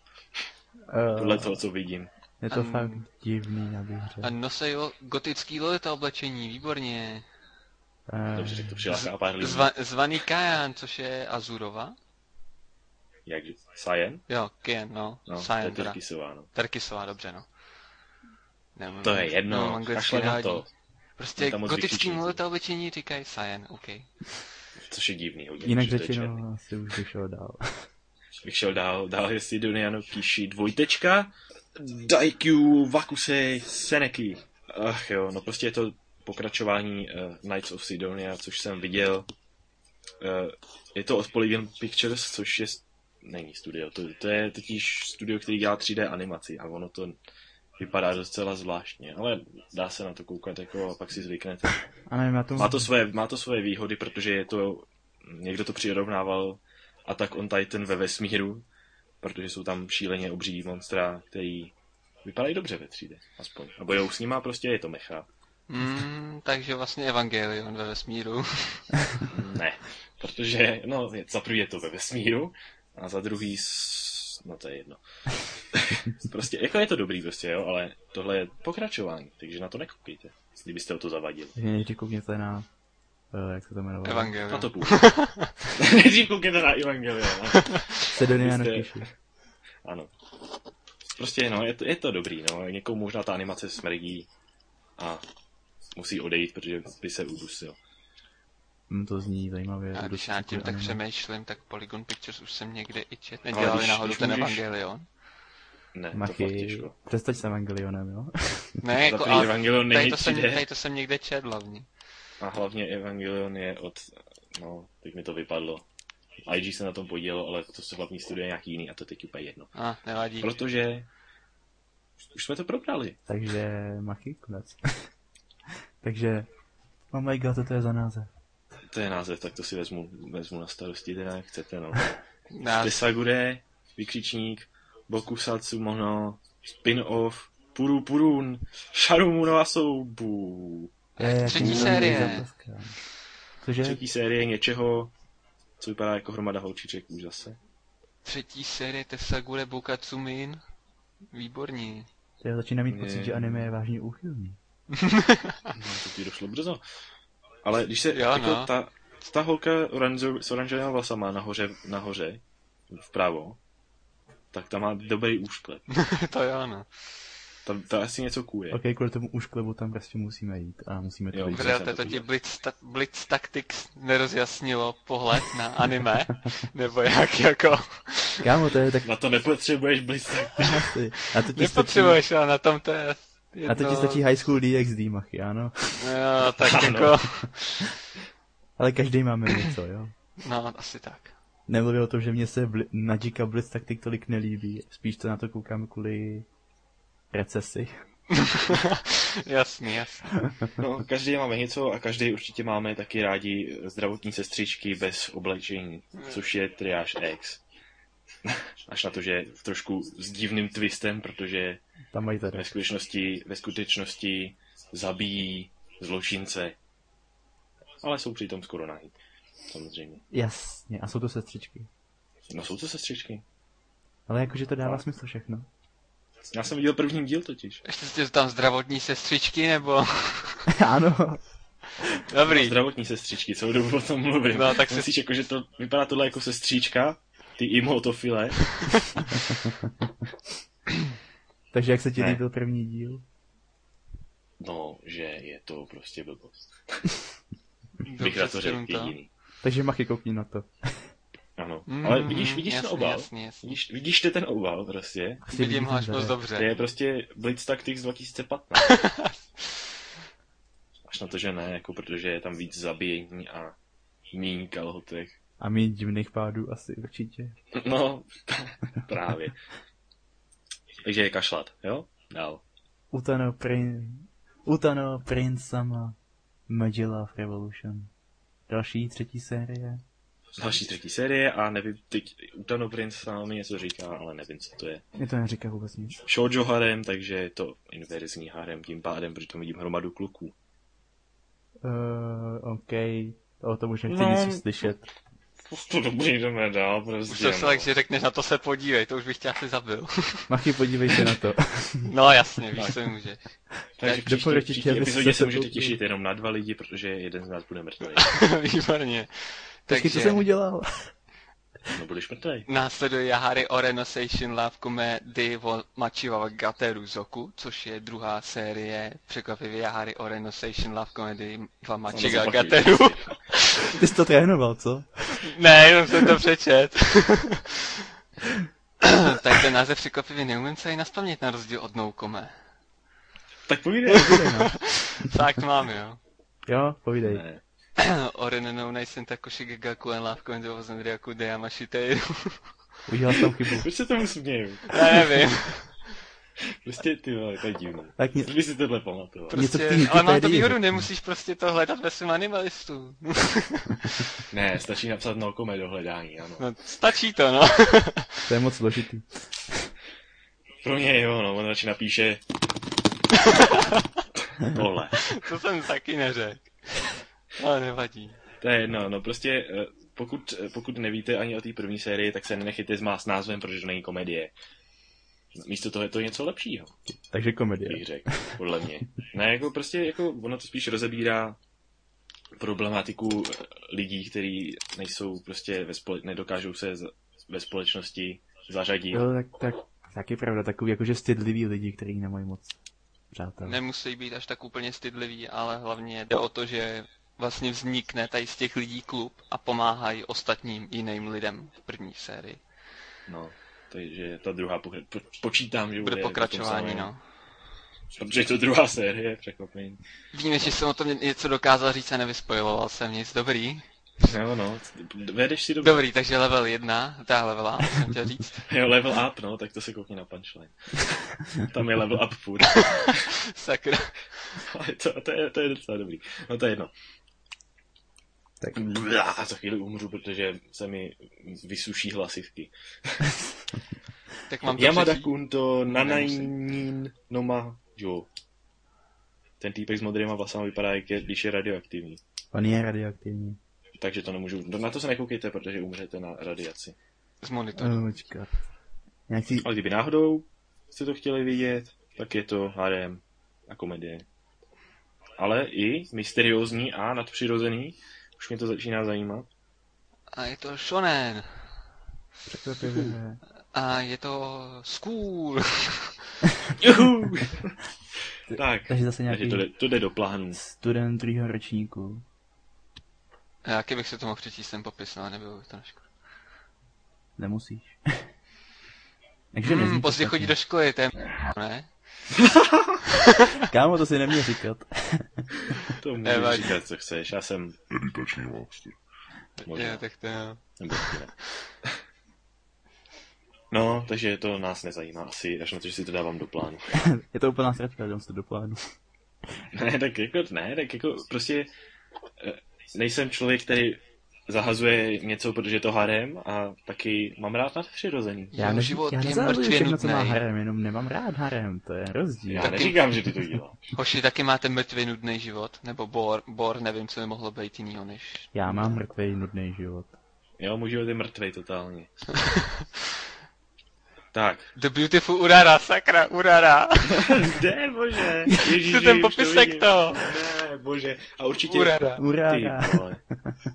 B: Uh,
A: Podle toho, co vidím.
B: je to
C: An-
B: fakt divný, já bych
C: A
B: řekl.
C: nosej jo, gotický lolita oblečení, výborně.
B: Eh,
A: Dobře, že to přiláká pár lidí.
C: Zva, zvaný Kajan, což je Azurova.
A: Jakže? Cyan?
C: Jo, Kajan, no.
A: No, to je
C: Cyan, teda.
A: Tyrkisová, no.
C: Tarkisová, dobře, no. Nemám,
A: To je
C: nemám
A: jedno,
C: anglicky
A: kašle na
C: nevadí.
A: to,
C: Prostě
A: Je tam moc
C: gotický
A: vytížený.
C: lolita oblečení říkají Cyan, OK.
A: což je divný hodně.
B: Jinak
A: protože to je černý.
B: řečeno, asi už bych šel dál.
A: Bych šel dál, dál je Sidoniano píší dvojtečka, Daikyu Wakusei Seneki. Ach jo, no prostě je to pokračování uh, Knights of Sidonia, což jsem viděl. Uh, je to od Polygon Pictures, což je... s- Není studio, to, to je totiž studio, který dělá 3D animaci a ono to vypadá docela zvláštně, ale dá se na to koukat jako a pak si zvyknete.
B: A nevím, já tomu...
A: Má to své, má to své výhody, protože je to, někdo to přirovnával a tak on Titan ve vesmíru, protože jsou tam šíleně obří monstra, který vypadají dobře ve 3D, aspoň. A bojou s nima, prostě je to mecha.
C: Mm, takže vlastně Evangelion ve vesmíru.
A: Ne, protože, no, je- za prvý je to ve vesmíru a za druhý, s- no to je jedno. prostě, jako je to dobrý prostě, jo, ale tohle je pokračování, takže na to nekoukejte, kdybyste o to zavadili.
B: Takže nejdřív koukněte na... eh, jak se to jmenovalo?
A: Na
C: Evangelion.
A: No, to půjde. Nejdřív koukejte na no. Evangelion. ano.
B: Sedonia
A: Jste-
B: nepíši.
A: Ano. Prostě no, je to, je to dobrý, no. Někomu možná ta animace smrdí a musí odejít, protože by se udusil.
B: Hm, to zní zajímavě.
C: A
B: Budu
C: když
B: si
C: já tím
B: kouknout
C: tak
B: na-
C: přemýšlím, tak Polygon Pictures už jsem někde i čet.
A: Ale
C: Nedělali
A: když-
C: náhodou
A: když
C: ten
A: můžeš-
C: Evangelion.
A: Ne, to fakt
B: Machy,
A: těžko.
B: přestaň s Evangelionem, jo?
C: Ne, jako,
A: Za první
C: a
A: Evangelion
C: tady
A: není
C: to, jsem,
A: 3D
C: tady to jsem někde čet hlavně.
A: a hlavně Evangelion je od... No, teď mi to vypadlo. IG se na tom podílelo, ale to jsou hlavní studie nějaký jiný a to je teď úplně jedno.
C: A, nevadí.
A: Protože už jsme to probrali.
B: Takže Machy, konec. Takže... Oh my god, co to je za název?
A: to je název, tak to si vezmu, vezmu na starosti, teda jak chcete, no.
C: Nás,
A: Desagure, vykřičník, Bokusatsu Mono, spin-off, Puru Purun, Sharumu no Asobu.
C: Třetí série.
B: Cože?
A: Třetí série něčeho, co vypadá jako hromada holčiček už zase.
C: třetí série Tesagure Bokatsumin. Výborní.
B: Já začínám mít
A: Je.
B: pocit, že anime je vážně úchylný.
A: No, to ti došlo brzo. Ale když se,
C: Jo,
A: jo, jako
C: no.
A: no. ta, ta holka oranžo, s oranžovými vlasama nahoře, nahoře, vpravo, tak ta má dobrý úšklep.
C: to jo, no.
A: Ta, ta asi něco kůje.
B: Ok, kvůli tomu úšklebu tam prostě musíme jít a musíme to
A: Jo.
B: vidět.
C: Vrate, to ti Blitz, ta- Blitz Tactics nerozjasnilo pohled na anime, nebo jak jako,
B: Kámo, to je tak
A: Na to nepotřebuješ blízko.
B: asi. A to ti stačí,
C: nepotřebuješ, ale na tom to je jedno...
B: a to ti stačí High School DxD, machy, ano.
C: No, tak
A: Ano.
C: jako,
B: Ale každý máme něco, jo.
C: no, asi tak.
B: Nemluvím o tom, že mě se bli- Najika Blitz taktik tolik nelíbí. Spíš to na to koukám kvůli recesi.
C: jasný, jasný.
A: No, každý máme něco a každý určitě máme taky rádi zdravotní sestřičky bez oblečení,
C: Hmm.
A: což je triáž X. Až na to, že trošku s divným twistem, protože
B: Tam mají tady.
A: ve skutečnosti, ve skutečnosti zabíjí zločince. Ale jsou přitom skoro nahý. Samozřejmě.
B: Jasně, a jsou to sestřičky.
A: No jsou to sestřičky.
B: Ale jakože to dává smysl všechno.
A: Já jsem viděl první díl totiž.
C: Ještě jste tam zdravotní sestřičky, nebo...
B: ano.
C: Dobrý,
A: No, Zdravotní sestřičky, celou dobu o tom mluvím.
C: No, tak se-
A: Myslíš, jako, že to vypadá tohle jako sestříčka, ty imotofile.
B: Takže jak se ti
A: Ne.
B: líbil první díl?
A: No, že je to prostě blbost. Bych
C: dobře
A: na to
C: s
A: řekl
C: tím to.
A: jediný.
B: Takže machy, koukni na to.
A: Ano.
C: Mhm,
A: Ale vidíš, vidíš
C: jasný,
A: ten obal?
C: Jasný, jasný.
A: Vidíš, vidíš ty ten obal prostě?
B: Asi
C: Vidím ho
B: ten
C: až moc
B: zadek.
A: To
C: dobře.
A: je prostě Blitz Tactics 2015. Až na to, že ne, jako protože je tam víc zabíjení a míň kalhotek.
B: A mít divných pádů asi určitě.
A: No, právě. Takže je kašlat, jo? Dál.
B: Utano Prince... Utano Prince sama. Majilla Revolution. Další, třetí série.
A: Další třetí série a nevím, teď Utano Prince sám mi něco říká, ale nevím, co to je.
B: Mě to neříká vůbec nic.
A: Shoujo harem, takže je to inverzní harem tím pádem, protože tam vidím hromadu kluků.
B: Uh, OK, o tom už nechci
A: No.
B: nic slyšet.
A: To dobrý, jdeme dál, prostě.
C: Už jsem se
A: no.
C: tak, že řekneš, na to se podívej, to už bych tě asi zabil.
B: Machy, podívej se na to.
C: No jasně, víš, co mi můžeš.
A: Takže
C: Tak
A: v příští,
B: doporučuji tě,
A: příští
B: abys
A: epizodě
B: se
A: se můžete
B: koupil.
A: těšit jenom na dva lidi, protože jeden z nás bude mrtvý.
C: Výborně.
B: Takže... co
C: Takže
B: jsem udělal?
A: No budeš mrtvý.
C: následuje Yahari Oreno Seishin Love Kume Di wo Machiwa Gateru Zoku, což je druhá série překvapivě Yahari Oreno Seishin Love Kume Di wa Machiwa
A: zopakuj.
C: Gateru.
B: Ty jsi to trénoval, co?
C: ne, jenom jsem to přečet. tak ten název překvapivě neumím se ani naspamnit na rozdíl od No Noukome.
A: Tak povídej.
C: Tak to mám, jo.
B: Jo, povídej. Ne.
A: Ne.
C: Oren no nejsem takoši gagakuen lávkovým dovozem Ryaku Deyamashiteiru.
B: Udělal jsem chybu.
A: Proč se tomu směju?
C: Já nevím.
A: Prostě ty vole, to je divné.
B: Tak ně...
A: Proč by si tohle pamatoval?
B: Něco v té
C: Prostě, ale mám to
B: Wikipedii
C: výhodu,
B: řekni.
C: nemusíš prostě to hledat ve svém animalistu.
A: Ne, stačí napsat Nokome do hledání, ano.
C: No, stačí to, no.
B: To je moc složitý.
A: Pro mě jo, no, on radši napíše... Tohle.
C: To jsem taky neřekl. Ale nevadí.
A: To je jedno, no prostě eh, pokud, eh, pokud nevíte ani o té první sérii, tak se nenechejte zmást názvem, protože to není komedie. Místo toho je to něco lepšího.
B: Takže komedie.
A: bych řekl, podle mě. Ne, jako prostě, jako ono to spíš rozebírá problematiku eh, lidí, kteří nejsou prostě ve spole- nedokážou se z- ve společnosti zařadit.
B: Jo, tak, tak, tak je pravda, takový jakože stydlivý lidi, který nemají moc přátel.
C: Nemusí být až tak úplně stydlivý, ale hlavně jde o to, že vlastně vznikne tady z těch lidí klub a pomáhají ostatním jiným lidem v první sérii.
A: No, takže ta druhá pokra- po- počítám, že bude,
C: Bude
A: v tom
C: pokračování,
A: samém.
C: no.
A: Protože je to druhá série, překvapení.
C: Víme, že jsem o tom ně- něco dokázal říct a nevyspojiloval jsem nic. Dobrý.
A: No, no, vedeš si dobře.
C: Dobrý, takže level 1, ta level up, jsem chtěl říct.
A: Jo, level up, no, tak to se koukni na punchline. Tam je level up furt.
C: Sakra.
A: Ale to, to, je, to je docela dobrý. No to je jedno.
B: Tak.
A: A za chvíli umřu, protože se mi vysuší hlasivky.
C: Tak mám to
A: Yamada
C: třetí.
A: Kunto,
C: Nemusím.
A: Nanainin, Noma, Jo. Ten týpek s modrýma vlasama vypadá, jak je, když je radioaktivní.
B: On je radioaktivní.
A: Takže to nemůžu. no, Na to se nekoukejte, protože umřete na radiaci.
C: Z monitoru.
B: Oh, počkat. Nějaký...
A: Ale kdyby náhodou jste to chtěli vidět, tak je to harem a komedie. Ale i mysteriózní a nadpřirozený. Už mě to začíná zajímat.
C: A je to shonen.
B: Překvapivé.
C: A je to school.
A: Juhu! tak,
B: Takže zase
A: takže
B: nějaký
A: to, jde, to jde do plánu.
B: student druhého ročníku.
C: A Jaký bych se to mohl přečíst ten popis, no, nebylo by to na školu.
B: Nemusíš. Takže nezní to
C: Hmm, pozdě
B: špatně.
C: chodí do školy, to je ne?
B: Kámo, to si neměl říkat.
A: To můžeš
C: Nevadí.
A: říkat, co chceš. Já jsem...
D: meditační monster.
A: Možná.
C: Jo, tak to jo.
A: Nebo taky ne. No, takže to nás nezajímá asi, až na to, že si to dávám do plánu.
B: je to úplná sračka, dám si to do plánu.
A: Ne, tak jako, ne, tak jako prostě eh, nejsem člověk, který zahazuje něco, protože je to harem a taky mám rád nadpřirozený.
C: Já
B: ne-
C: život
B: já
C: je
B: nezávidím
C: mrtvě
B: všechno, co má
C: nutnej.
B: harem, jenom nemám rád harem, to je rozdíl.
A: Já
C: Taky-
A: neříkám, že ty to děláš.
C: Hoši, taky máte mrtvý nudný život? Nebo bor, bor, nevím, co by mohlo být jinýho než...
B: Já mám mrtvý nudný život.
A: Jo, můj život je mrtvej totálně. tak.
C: The beautiful urara, sakra, urara.
A: Kde, bože? Ježíši,
C: To ten
A: už
C: popisek
A: vidím.
C: to.
A: Ne, bože. A určitě...
C: Urara.
A: Ty,
B: Uráda.
A: vole.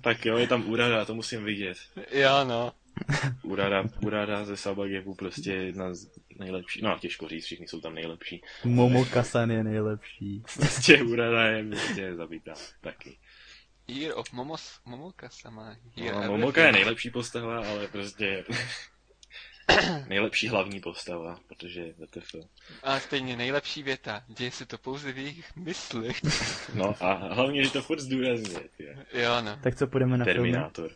A: tak jo, je tam Urara, to musím vidět.
C: Jo, no.
A: Urara, Urara ze Sabagebu prostě je jedna z nejlepších, no těžko říct, všichni jsou tam nejlepší.
B: Momokasan je nejlepší.
A: Prostě Urara je prostě zabitá taky.
C: Year of Momos, Momoka sama. Year
A: No,
C: of
A: Momoka je nejlepší postava, ale prostě nejlepší hlavní postava, protože VTF.
C: A stejně nejlepší věta. Děje se to pouze v jejich myslích.
A: No a hlavně, že to furt zdůrazňuje. ty.
C: Jo, no.
B: Tak co půjdeme na filmy?
A: Terminátor.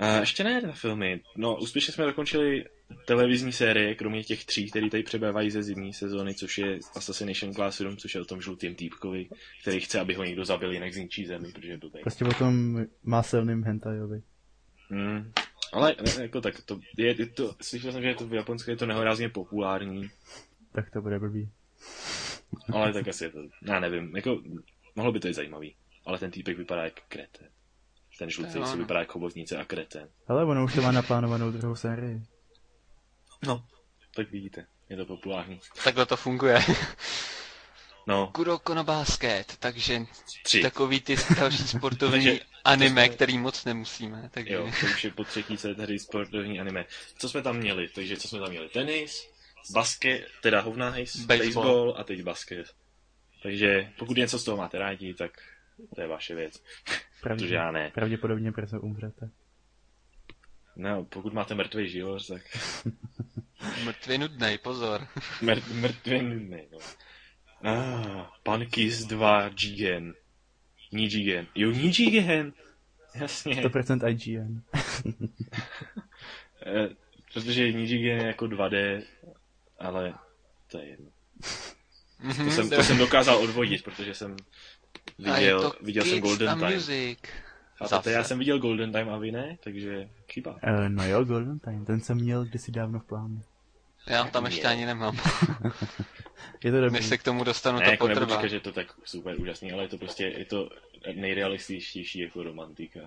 A: A ještě ne na filmy. No, úspěšně jsme dokončili televizní série, kromě těch tří, které tady přebývají ze zimní sezóny, což je Assassination Classroom, což je o tom žlutým týpkovi, který chce, aby ho někdo zabil, jinak zničí zemi, protože byl tady.
B: Prostě o tom má silným hentajovi.
A: Hmm. Ale ne, jako tak, to je, je to, slyšel jsem, že je to v Japonsku je to nehorázně populární,
B: Tak to bude blbý.
A: ale tak asi je to, já nevím, jako mohlo by to být zajímavý, ale ten týpek vypadá jak kreten. Ten žlutý
C: Jo,
A: si
C: no.
A: vypadá jako chobotnice a kreten.
B: Ale ono už to má naplánovanou druhou sérii.
A: No. Tak vidíte, je to populární.
C: Takhle to funguje.
A: No,
C: Kuroko no basket, takže
A: tři.
C: takový ty další sportovní
A: Takže-
C: anime, který moc nemusíme, takže...
A: Jo, to už je po třetí, co je tady sportovní anime. Co jsme tam měli? Takže co jsme tam měli? Tenis, basket, teda hovná hejs,
C: Baseball.
A: baseball. a teď basket. Takže pokud něco z toho máte rádi, tak to je vaše věc. Protože já ne.
B: Pravděpodobně brzo umřete.
A: No, pokud máte mrtvý život, tak
C: Mrtvě nudnej, pozor.
A: mrt, mrtvý ne, no. Ah, pan Kiss 2 Jigen. Nijigen. Jo, Nijigen! Jasně.
B: 100% IGN.
A: Eh, protože Nijigen je jako 2D, ale to je jedno. To jsem, to jsem dokázal odvodit, protože jsem
C: Mhm, Hmm, a je
A: viděl,
C: to
A: viděl
C: Kids
A: jsem Golden
C: and
A: Time.
C: Music.
A: A to, já
C: Zase.
A: jsem viděl Golden Time a vy ne, takže chyba.
B: Uh, no jo, Golden Time, ten jsem měl kdysi dávno v plánu.
C: Já tam ještě
A: Jo.
C: ani nemám.
B: Je to dobrý.
C: Než se k tomu dostanu,
A: ne,
C: No, to
A: jako nebudu
C: potrvá.
A: říkat, že je to tak super úžasný, ale je to prostě je to nejrealističtější jako romantika.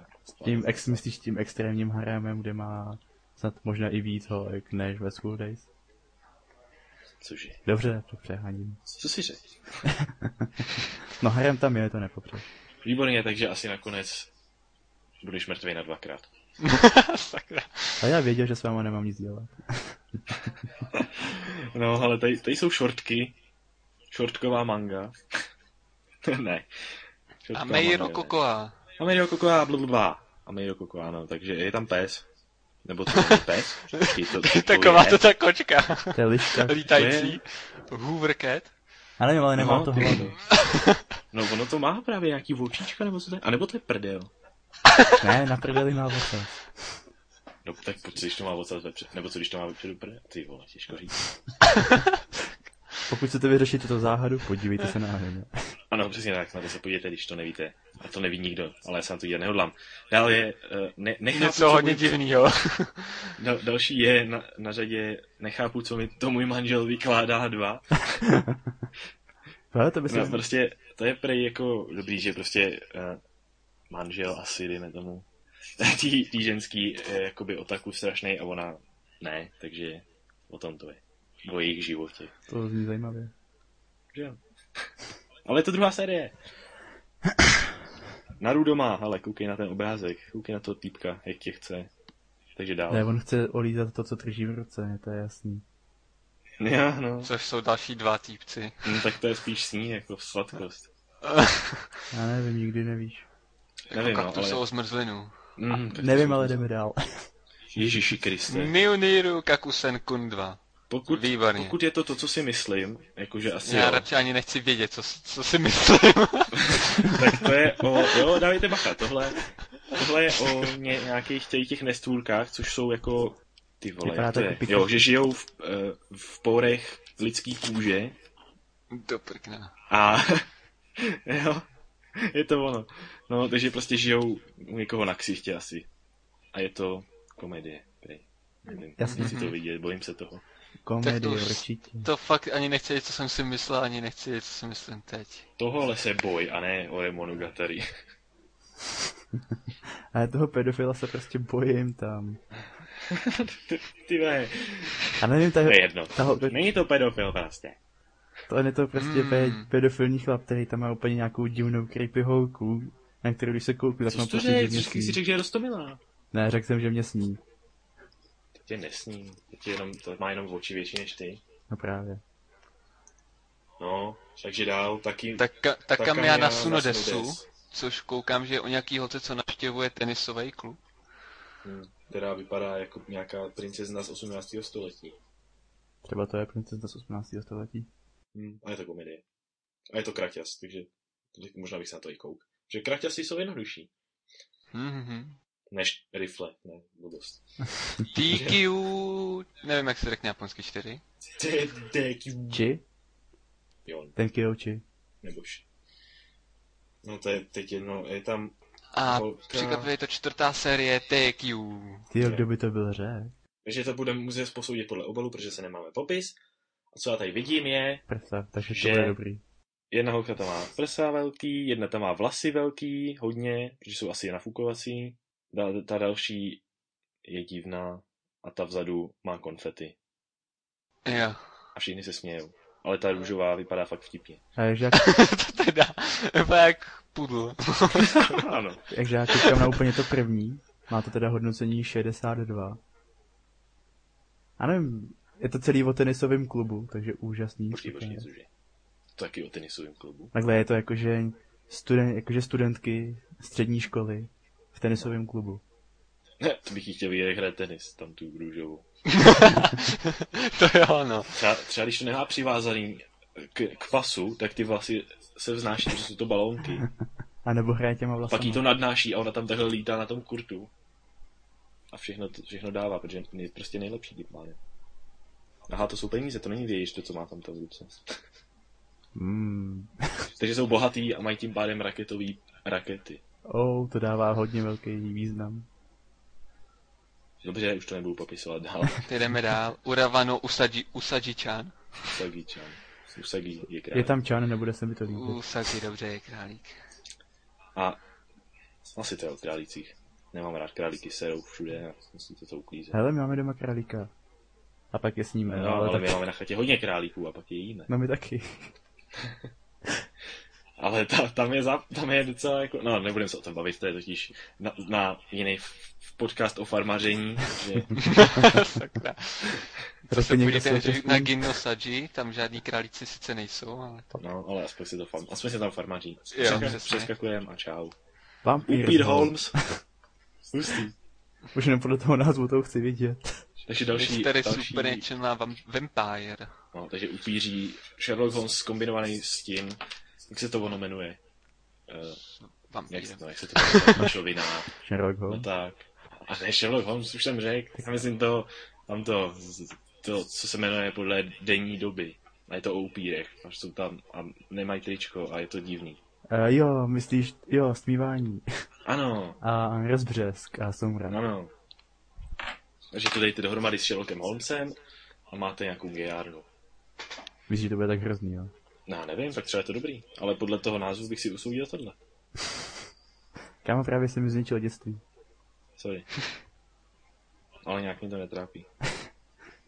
B: Tím, ex, myslíš tím extrémním harémem, kde má snad možná i víc holek než ve School Days?
A: Cože?
B: Dobře, to přeháním.
A: Co si řekl?
B: No harem tam je, to nepopřeš.
A: Výborně, takže asi nakonec budeš mrtvý na dvakrát.
C: Sakra.
B: A já věděl, že s váma nemám nic dělat.
A: No, ale tady, tady jsou šortky. Šortková manga. ne. Šortková
C: A
A: manga
C: Meiro
A: ne.
C: Kokoa.
A: Amerio Kokoa blblblá. Amerio Kokoa, ano, takže je tam pes. Nebo to je pes? Počkej, to, to,
C: Taková
A: je.
C: to ta kočka.
B: To je liška.
C: Lítající. Hoover Cat.
B: Ale nevím, ale nemá
A: No,
B: to
A: ty
B: hladu.
A: vole. No ono to má právě nějaký očička nebo co to je? A nebo to je prdel?
B: Ne, na prdeli má voce.
A: No tak co, když to má ocas vepředu? Nebo co, když to má vepředu prdel? Ty vole, těžko říct.
B: Pokud chcete vyřešit tuto záhadu, podívejte se na hraně.
A: Ano, přesně tak, na to se podívejte, když to nevíte. A to neví nikdo, ale já sám to dělat nehodlám. Dál je, eh, ne, nechápu,
C: Něco hodně
A: mi-
C: divného.
A: Dal, další je na, na řadě, nechápu, co mi to můj manžel vykládá dva.
B: Hele, to by se...
A: No, prostě, to je prej jako dobrý, že prostě uh, manžel asi, dejme tomu, tý, tý ženský je jakoby otaku strašnej a ona ne, takže o tom to je. O jejich životě.
B: To zní zajímavě.
A: Že jo? Ale je to druhá série. Naruto má, ale koukej na ten obrázek, koukej na toho týpka, jak tě chce. Takže dál.
B: Ne, on chce olízat to, co drží v ruce, to je jasný.
A: Já, no.
C: Což jsou další dva týpci.
A: no. tak to je spíš sní, jako sladkost.
B: Já nevím, nikdy nevíš.
A: Nevím,
C: jako
A: no,
C: kaktusovou zmrzlinu.
A: Mm, tak to
B: nevím,
A: jsou-
B: ale jdeme dál.
A: Ježíši Kriste.
C: Mioniru Kakusen Kun 2.
A: Pokud,
C: Mm, Výborně.
A: pokud je to to, co si myslím, jakože asi
C: Já
A: jo,
C: radši ani nechci vědět, co, si- co si myslím.
A: tak to je o... Jo, dávejte bacha, tohle, tohle je o ně, nějakých těch, těch nestvůrkách, což jsou jako... Ty vole,
B: Vypadá
A: jak to
B: to
A: je?
B: jako pika-
A: Jo, že žijou v, eh, v porech lidský kůže
C: Do prkna.
A: a... jo, je to ono. No, takže prostě žijou u někoho na ksichtě asi. A je to komedie, prý. Nevím,
B: Jasně. Mhm.
A: jestli to vidět, bojím se toho.
B: Komedie,
C: už-
B: určitě.
C: To fakt ani nechci vědět, co jsem si myslel, ani nechci vědět, co si myslím teď.
A: Tohle se boj, a ne o Monogatari.
B: Ale toho pedofila se prostě bojím tam.
A: Ty ve,
B: A nevím, ta,
A: to je jedno.
B: ta,
A: Není to pedofil prostě.
B: to je to prostě
C: Mm.
A: Hmm.
B: pe- pedofilní chlap, který tam má úplně nějakou divnou creepy holku, na kterou když se kouknu, tak mám pocit, že mě sní.
A: řekl, že je rostomilá.
B: Ne, řekl jsem, že mě sní.
A: To tě nesní, to, tě jenom, to má jenom oči větší než ty.
B: No právě.
A: No, takže dál taky...
C: Tak, ka- tak kam
A: Takamiya
C: já na Sunodesu,
A: Sunodes,
C: což koukám, že je o nějaký holce, co navštěvuje tenisový klub.
A: hm, Která vypadá jako nějaká princezna z 18. století.
B: Třeba to je princezna z 18. století.
A: Hm, A je to komedie. A je to kraťas, takže takže možná bych se na to i kouk. Že kraťasy jsou jednodušší.
C: Mhm.
A: Než rifle, ne, blbost.
C: TQ, nevím, jak se řekne japonsky čtyři.
A: TDQ.
B: Či?
A: Jo,
B: Ten Kiroči.
A: nebož. No to je teď jedno, je tam...
C: A
A: holka-
C: překvapivě je to čtvrtá série TQ.
B: Ty jo,
A: Ne.
B: kdo by to byl řek?
A: Takže to budeme muset posoudit podle obalu, protože se nemáme popis. A co já tady vidím je,
B: Prsa, takže
A: Že?
B: to bude dobrý.
A: jedna holka tam má prsa velký, jedna tam má vlasy velký, hodně, protože jsou asi nafukovací. Da, ta další je divná a ta vzadu má konfety.
C: Jo.
A: A všichni se smějou. Ale ta růžová vypadá fakt vtipně.
B: A jakže já,
C: to teda, vypadá jak pudl.
A: ano.
B: jakže já koukám na úplně to první, má to teda hodnocení 62. A nevím, je to celý o tenisovém klubu, takže úžasný.
A: Počkej,
B: super.
A: počkej, cože. To taky o tenisovém klubu.
B: Takhle je to jakože, student, jakože studentky střední školy v tenisovém klubu.
A: Ne, to bych jí chtěl vidět, jak hraje tenis, tam tu růžovou.
C: to jo, no.
A: Třeba, třeba když to nemá přivázaný k, k pasu, tak ty vlasy se vznáší, protože jsou to balónky.
B: A nebo hraje těma vlastně.
A: Pak jí to nadnáší a ona tam takhle lítá na tom kurtu. A všechno, to- všechno dává, protože je prostě nejlepší typ má. ne? Aha, to jsou peníze, to není vějíš, to, co má tam ta vůdce.
B: Mm.
A: Takže jsou bohatý a mají tím pádem raketový rakety.
B: Oh, to dává hodně velký význam.
A: Dobře, už to nebudu popisovat dál.
C: Teď jdeme dál. Uravano Usagi, Usagičan.
A: Usagi, čan. Usagi je král.
B: Je tam čan, nebude se mi to líbit.
C: Usagi, dobře, je králík.
A: A asi to je o králících. Nemám rád králíky, serou všude a musíte to uklízet.
B: Hele, my máme doma králíka. A pak je sníme,
A: No, ale my máme na chatě hodně králíků a pak je jíme.
B: No my taky.
A: Ale ta, tam, je za, tam je docela jako... No, nebudeme se o tom bavit, to je totiž na, na jiný f- podcast o farmaření, že
C: Sakra.
B: To by
C: To se
B: Prostě někdo
C: půjdete
B: slyšel.
C: na Ginnosaji, tam žádní králíci sice nejsou, ale...
A: No, ale aspoň si to fam... aspoň si tam farmaří.
C: Jo,
A: Přeska-
C: přesně.
A: Přeskakujeme a čau.
B: Vampír.
A: Upír Holmes. Hustý.
B: Už jenom podle toho názvu to chci vidět.
A: Takže další,
C: Mystery
A: další...
C: Supernatural Vam- Vampire.
A: No, takže upíří Sherlock Holmes kombinovaný s tím, jak se to ono jmenuje. Uh, jak,
C: Vampire.
A: se- no, jak se to jmenuje? Mašovina.
B: Sherlock
A: No
B: Holmes.
A: tak. A ne, Sherlock Holmes už jsem řekl. Já myslím to, tam to, to, co se jmenuje podle denní doby. A je to o upírech. A jsou tam a nemají tričko a je to divný.
B: Uh, jo, myslíš, jo, smívání.
A: Ano,
B: A rozbřesk a soumrak.
A: ano. Takže to dejte dohromady s Sherlockem Holmesem a máte nějakou geárnu.
B: Víš, že to bude tak hrozný, jo.
A: No, nevím, tak třeba je to dobrý. Ale podle toho názvu bych si usoudil tohle.
B: Kámo, právě jsem mi zničil dětství.
A: Sorry. Ale nějak mě to netrápí.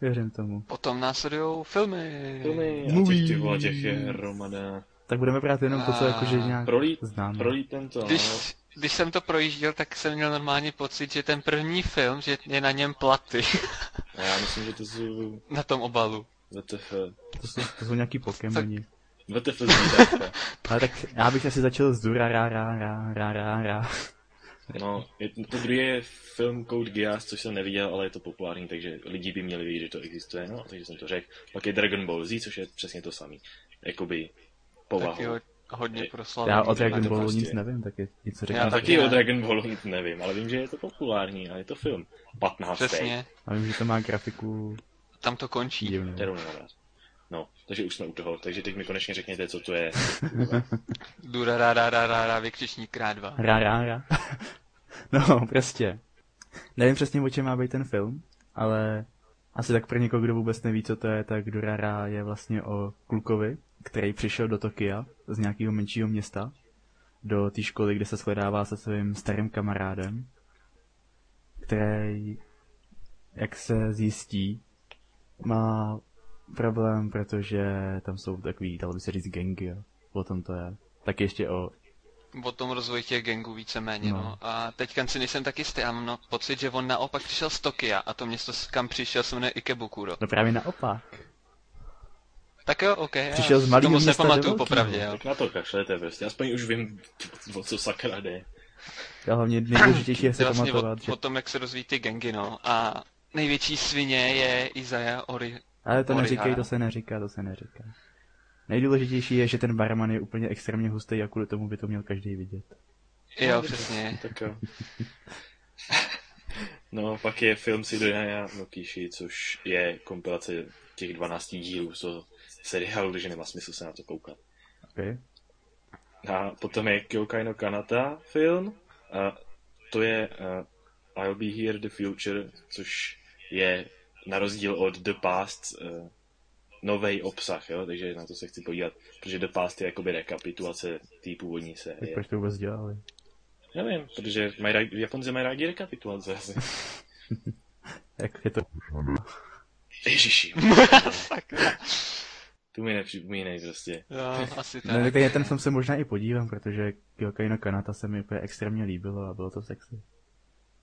B: Věřím tomu.
C: Potom následují filmy.
A: Filmy a
B: Mluví.
A: těch, ty vole, těch je hromada.
B: Tak budeme brát jenom to, co
C: A-
B: jakože nějak
A: Prolít,
B: známe.
A: prolít tento,
C: Když,
A: no.
C: když jsem to projížděl, tak jsem měl normálně pocit, že ten první film, že je na něm platy.
A: A já myslím, že to jsou
C: na tom obalu.
A: VTF.
B: To jsou, to jsou nějaký Pokémoni.
A: VTF zvířátka.
B: Ale tak já bych asi začal z dura ra ra ra ra ra ra.
A: No, je, to druhý je film Code Geass, což jsem neviděl, ale je to populární, takže lidi by měli vědět, že to existuje, no, takže jsem to řekl. Pak je Dragon Ball Z, což je přesně to samý. Jakoby
C: Tak
A: povahu.
C: jo, hodně
A: Je-
C: proslavený.
B: Já o Dragon
A: to
B: Ballu
A: prostě
B: nic
A: je.
B: nevím, tak je něco
A: Já
C: Já
B: řeknu.
C: taky
A: taky
C: ne.
A: o Dragon Ballu nic nevím, ale vím, že je to populární a je to film. 15.
C: Přesně,
B: A vím, že to má grafiku
C: tam to končí.
B: divnou.
A: Kterou nehrát. No, takže už jsme u toho, takže teď mi konečně řekněte, co to je.
C: Dura ra ra ra ra ra, vykřičník krát dva.
B: Ra, ra, ra. No, prostě. Nevím přesně, o čem má být ten film, ale asi tak pro někoho, kdo vůbec neví, co to je, tak Durara je vlastně o klukovi, který přišel do Tokia z nějakého menšího města do té školy, kde se shledává se svým starým kamarádem, který, jak se zjistí, má problém, protože tam jsou takový, dalo by se říct, gangy, jo. o tom to je. Tak ještě o
C: O tom rozvoji těch gangů víceméně, no.
B: No.
C: no. A teďka si nejsem taky jistý, já mám no, pocit, že on naopak přišel z Tokia a to město, s- kam přišel, se jmenuje Ikebukuro.
B: No právě naopak.
C: Tak jo, ok. já
B: Přišel z malýho
C: tomu se
B: města do
C: pamatuju
B: velkýho.
C: popravdě, jo.
A: Tak na to kašlete prostě, aspoň už vím, o co sakra jde.
B: A hlavně nejdůležitější je
C: Je
B: si
C: vlastně o,
B: pamatovat, že...
C: o tom, jak se rozvíjí ty gangy, no. A největší svině je Izaja Ori...
B: Ale to
C: Orihara.
B: neříkej, to se neříká, to se neříká. Nejdůležitější je, že ten barman je úplně extrémně hustý a kvůli tomu by to měl každý vidět.
C: Jo, přesně.
A: Tak jo. No, pak je film Sidonia no Kishi, což je kompilace těch 12 dílů z toho seriálu, takže nemá smysl se na to koukat.
B: Okay?
A: A potom je Kyokai no Kanata film, a to je uh, I'll Be Here the Future, což je na rozdíl od The Past uh, nový obsah, jo? takže na to se chci podívat, protože The Past je jakoby rekapitulace té původní
B: Tak
A: série.
B: proč to vůbec dělali?
A: Nevím, protože mají rádi- Japonci mají rádi rekapitulace asi.
B: Jak je to...
A: Ježiši. tu mi nepřipomínej prostě.
C: Jo, asi tak.
B: Ne, No, tak já ten film se možná i podívám, protože Kyokai no Kanata se mi úplně extrémně líbilo a bylo to sexy.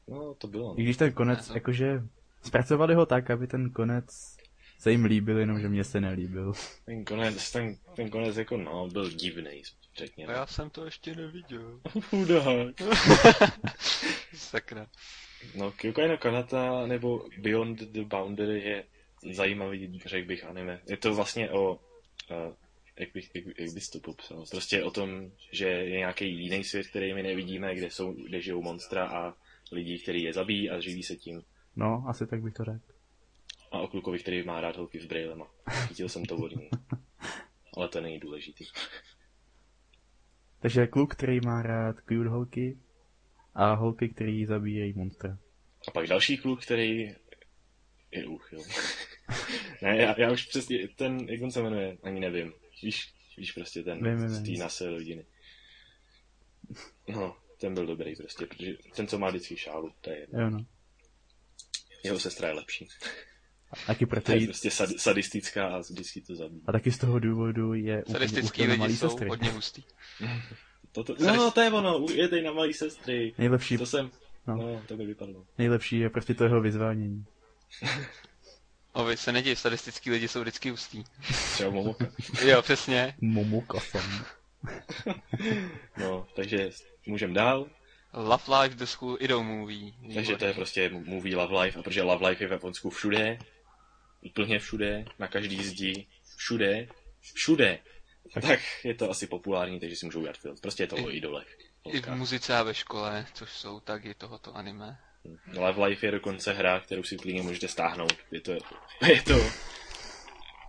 A: No, to bylo.
B: I
A: No.
B: když ten konec,
C: Aha.
B: jakože... Zpracovali ho tak, aby ten konec se jim líbil, jenomže mně se nelíbil.
A: Ten konec, ten, ten konec jako no, byl divný, řekněme.
C: Já jsem to ještě neviděl.
A: Chudák.
C: Sakra.
A: No, Kyokai no Kanata nebo Beyond the Boundary je zajímavý, řekl bych, anime. Je to vlastně o, eh, jak, bych, jak, jak bys to popsal, prostě o tom, že je nějaký jiný svět, který my nevidíme, kde, jsou, kde žijou monstra a lidi, který je zabíjí a živí se tím.
B: No, asi tak bych to řekl.
A: A o klukovi, který má rád holky s brejlema. Cítil jsem to od ní. Ale to není důležitý.
B: Takže kluk, který má rád cute holky a holky, který zabíjejí monstra.
A: A pak další kluk, který je úchyl. ne, já, já, už přesně, ten, jak on se jmenuje, ani nevím. Víš, víš prostě ten
B: Vím, vím,
A: z té
B: vím.
A: naše rodiny. No, ten byl dobrý prostě, protože ten, co má vždycky šálu, to je jedno.
B: Jo no.
A: Jeho sestra je lepší.
B: A taky proto
A: To je
B: jí,
A: prostě sad, sadistická a vždycky to zabíjí.
B: a taky z toho důvodu je úplně
C: Sadistický
B: uchyl na malý
C: lidi jsou
B: sestry.
C: hodně hustý.
A: Toto,
C: Sadist-
A: no, to je ono, u- jedej na malý sestry.
B: Nejlepší,
A: To jsem,
B: No.
A: no, to mi vypadlo.
B: nejlepší je prostě to jeho vyzvánění.
C: O, vy se neděj, sadistický lidi jsou vždycky hustý.
A: Třeba Momoka.
C: Jo, přesně.
B: Momoka jsem.
A: No, takže můžem dál.
C: Love Life, The School, i do movie.
A: Takže to je prostě movie Love Life, a protože Love Life je v Japonsku všude, úplně všude, na každý zdi, všude, všude, tak je to asi populární, takže si můžou udělat film. Prostě je to o idolech.
C: I v muzice a ve škole, což jsou taky tohoto anime.
A: Love Life je dokonce hra, kterou si klidně můžete stáhnout. Je to, je to,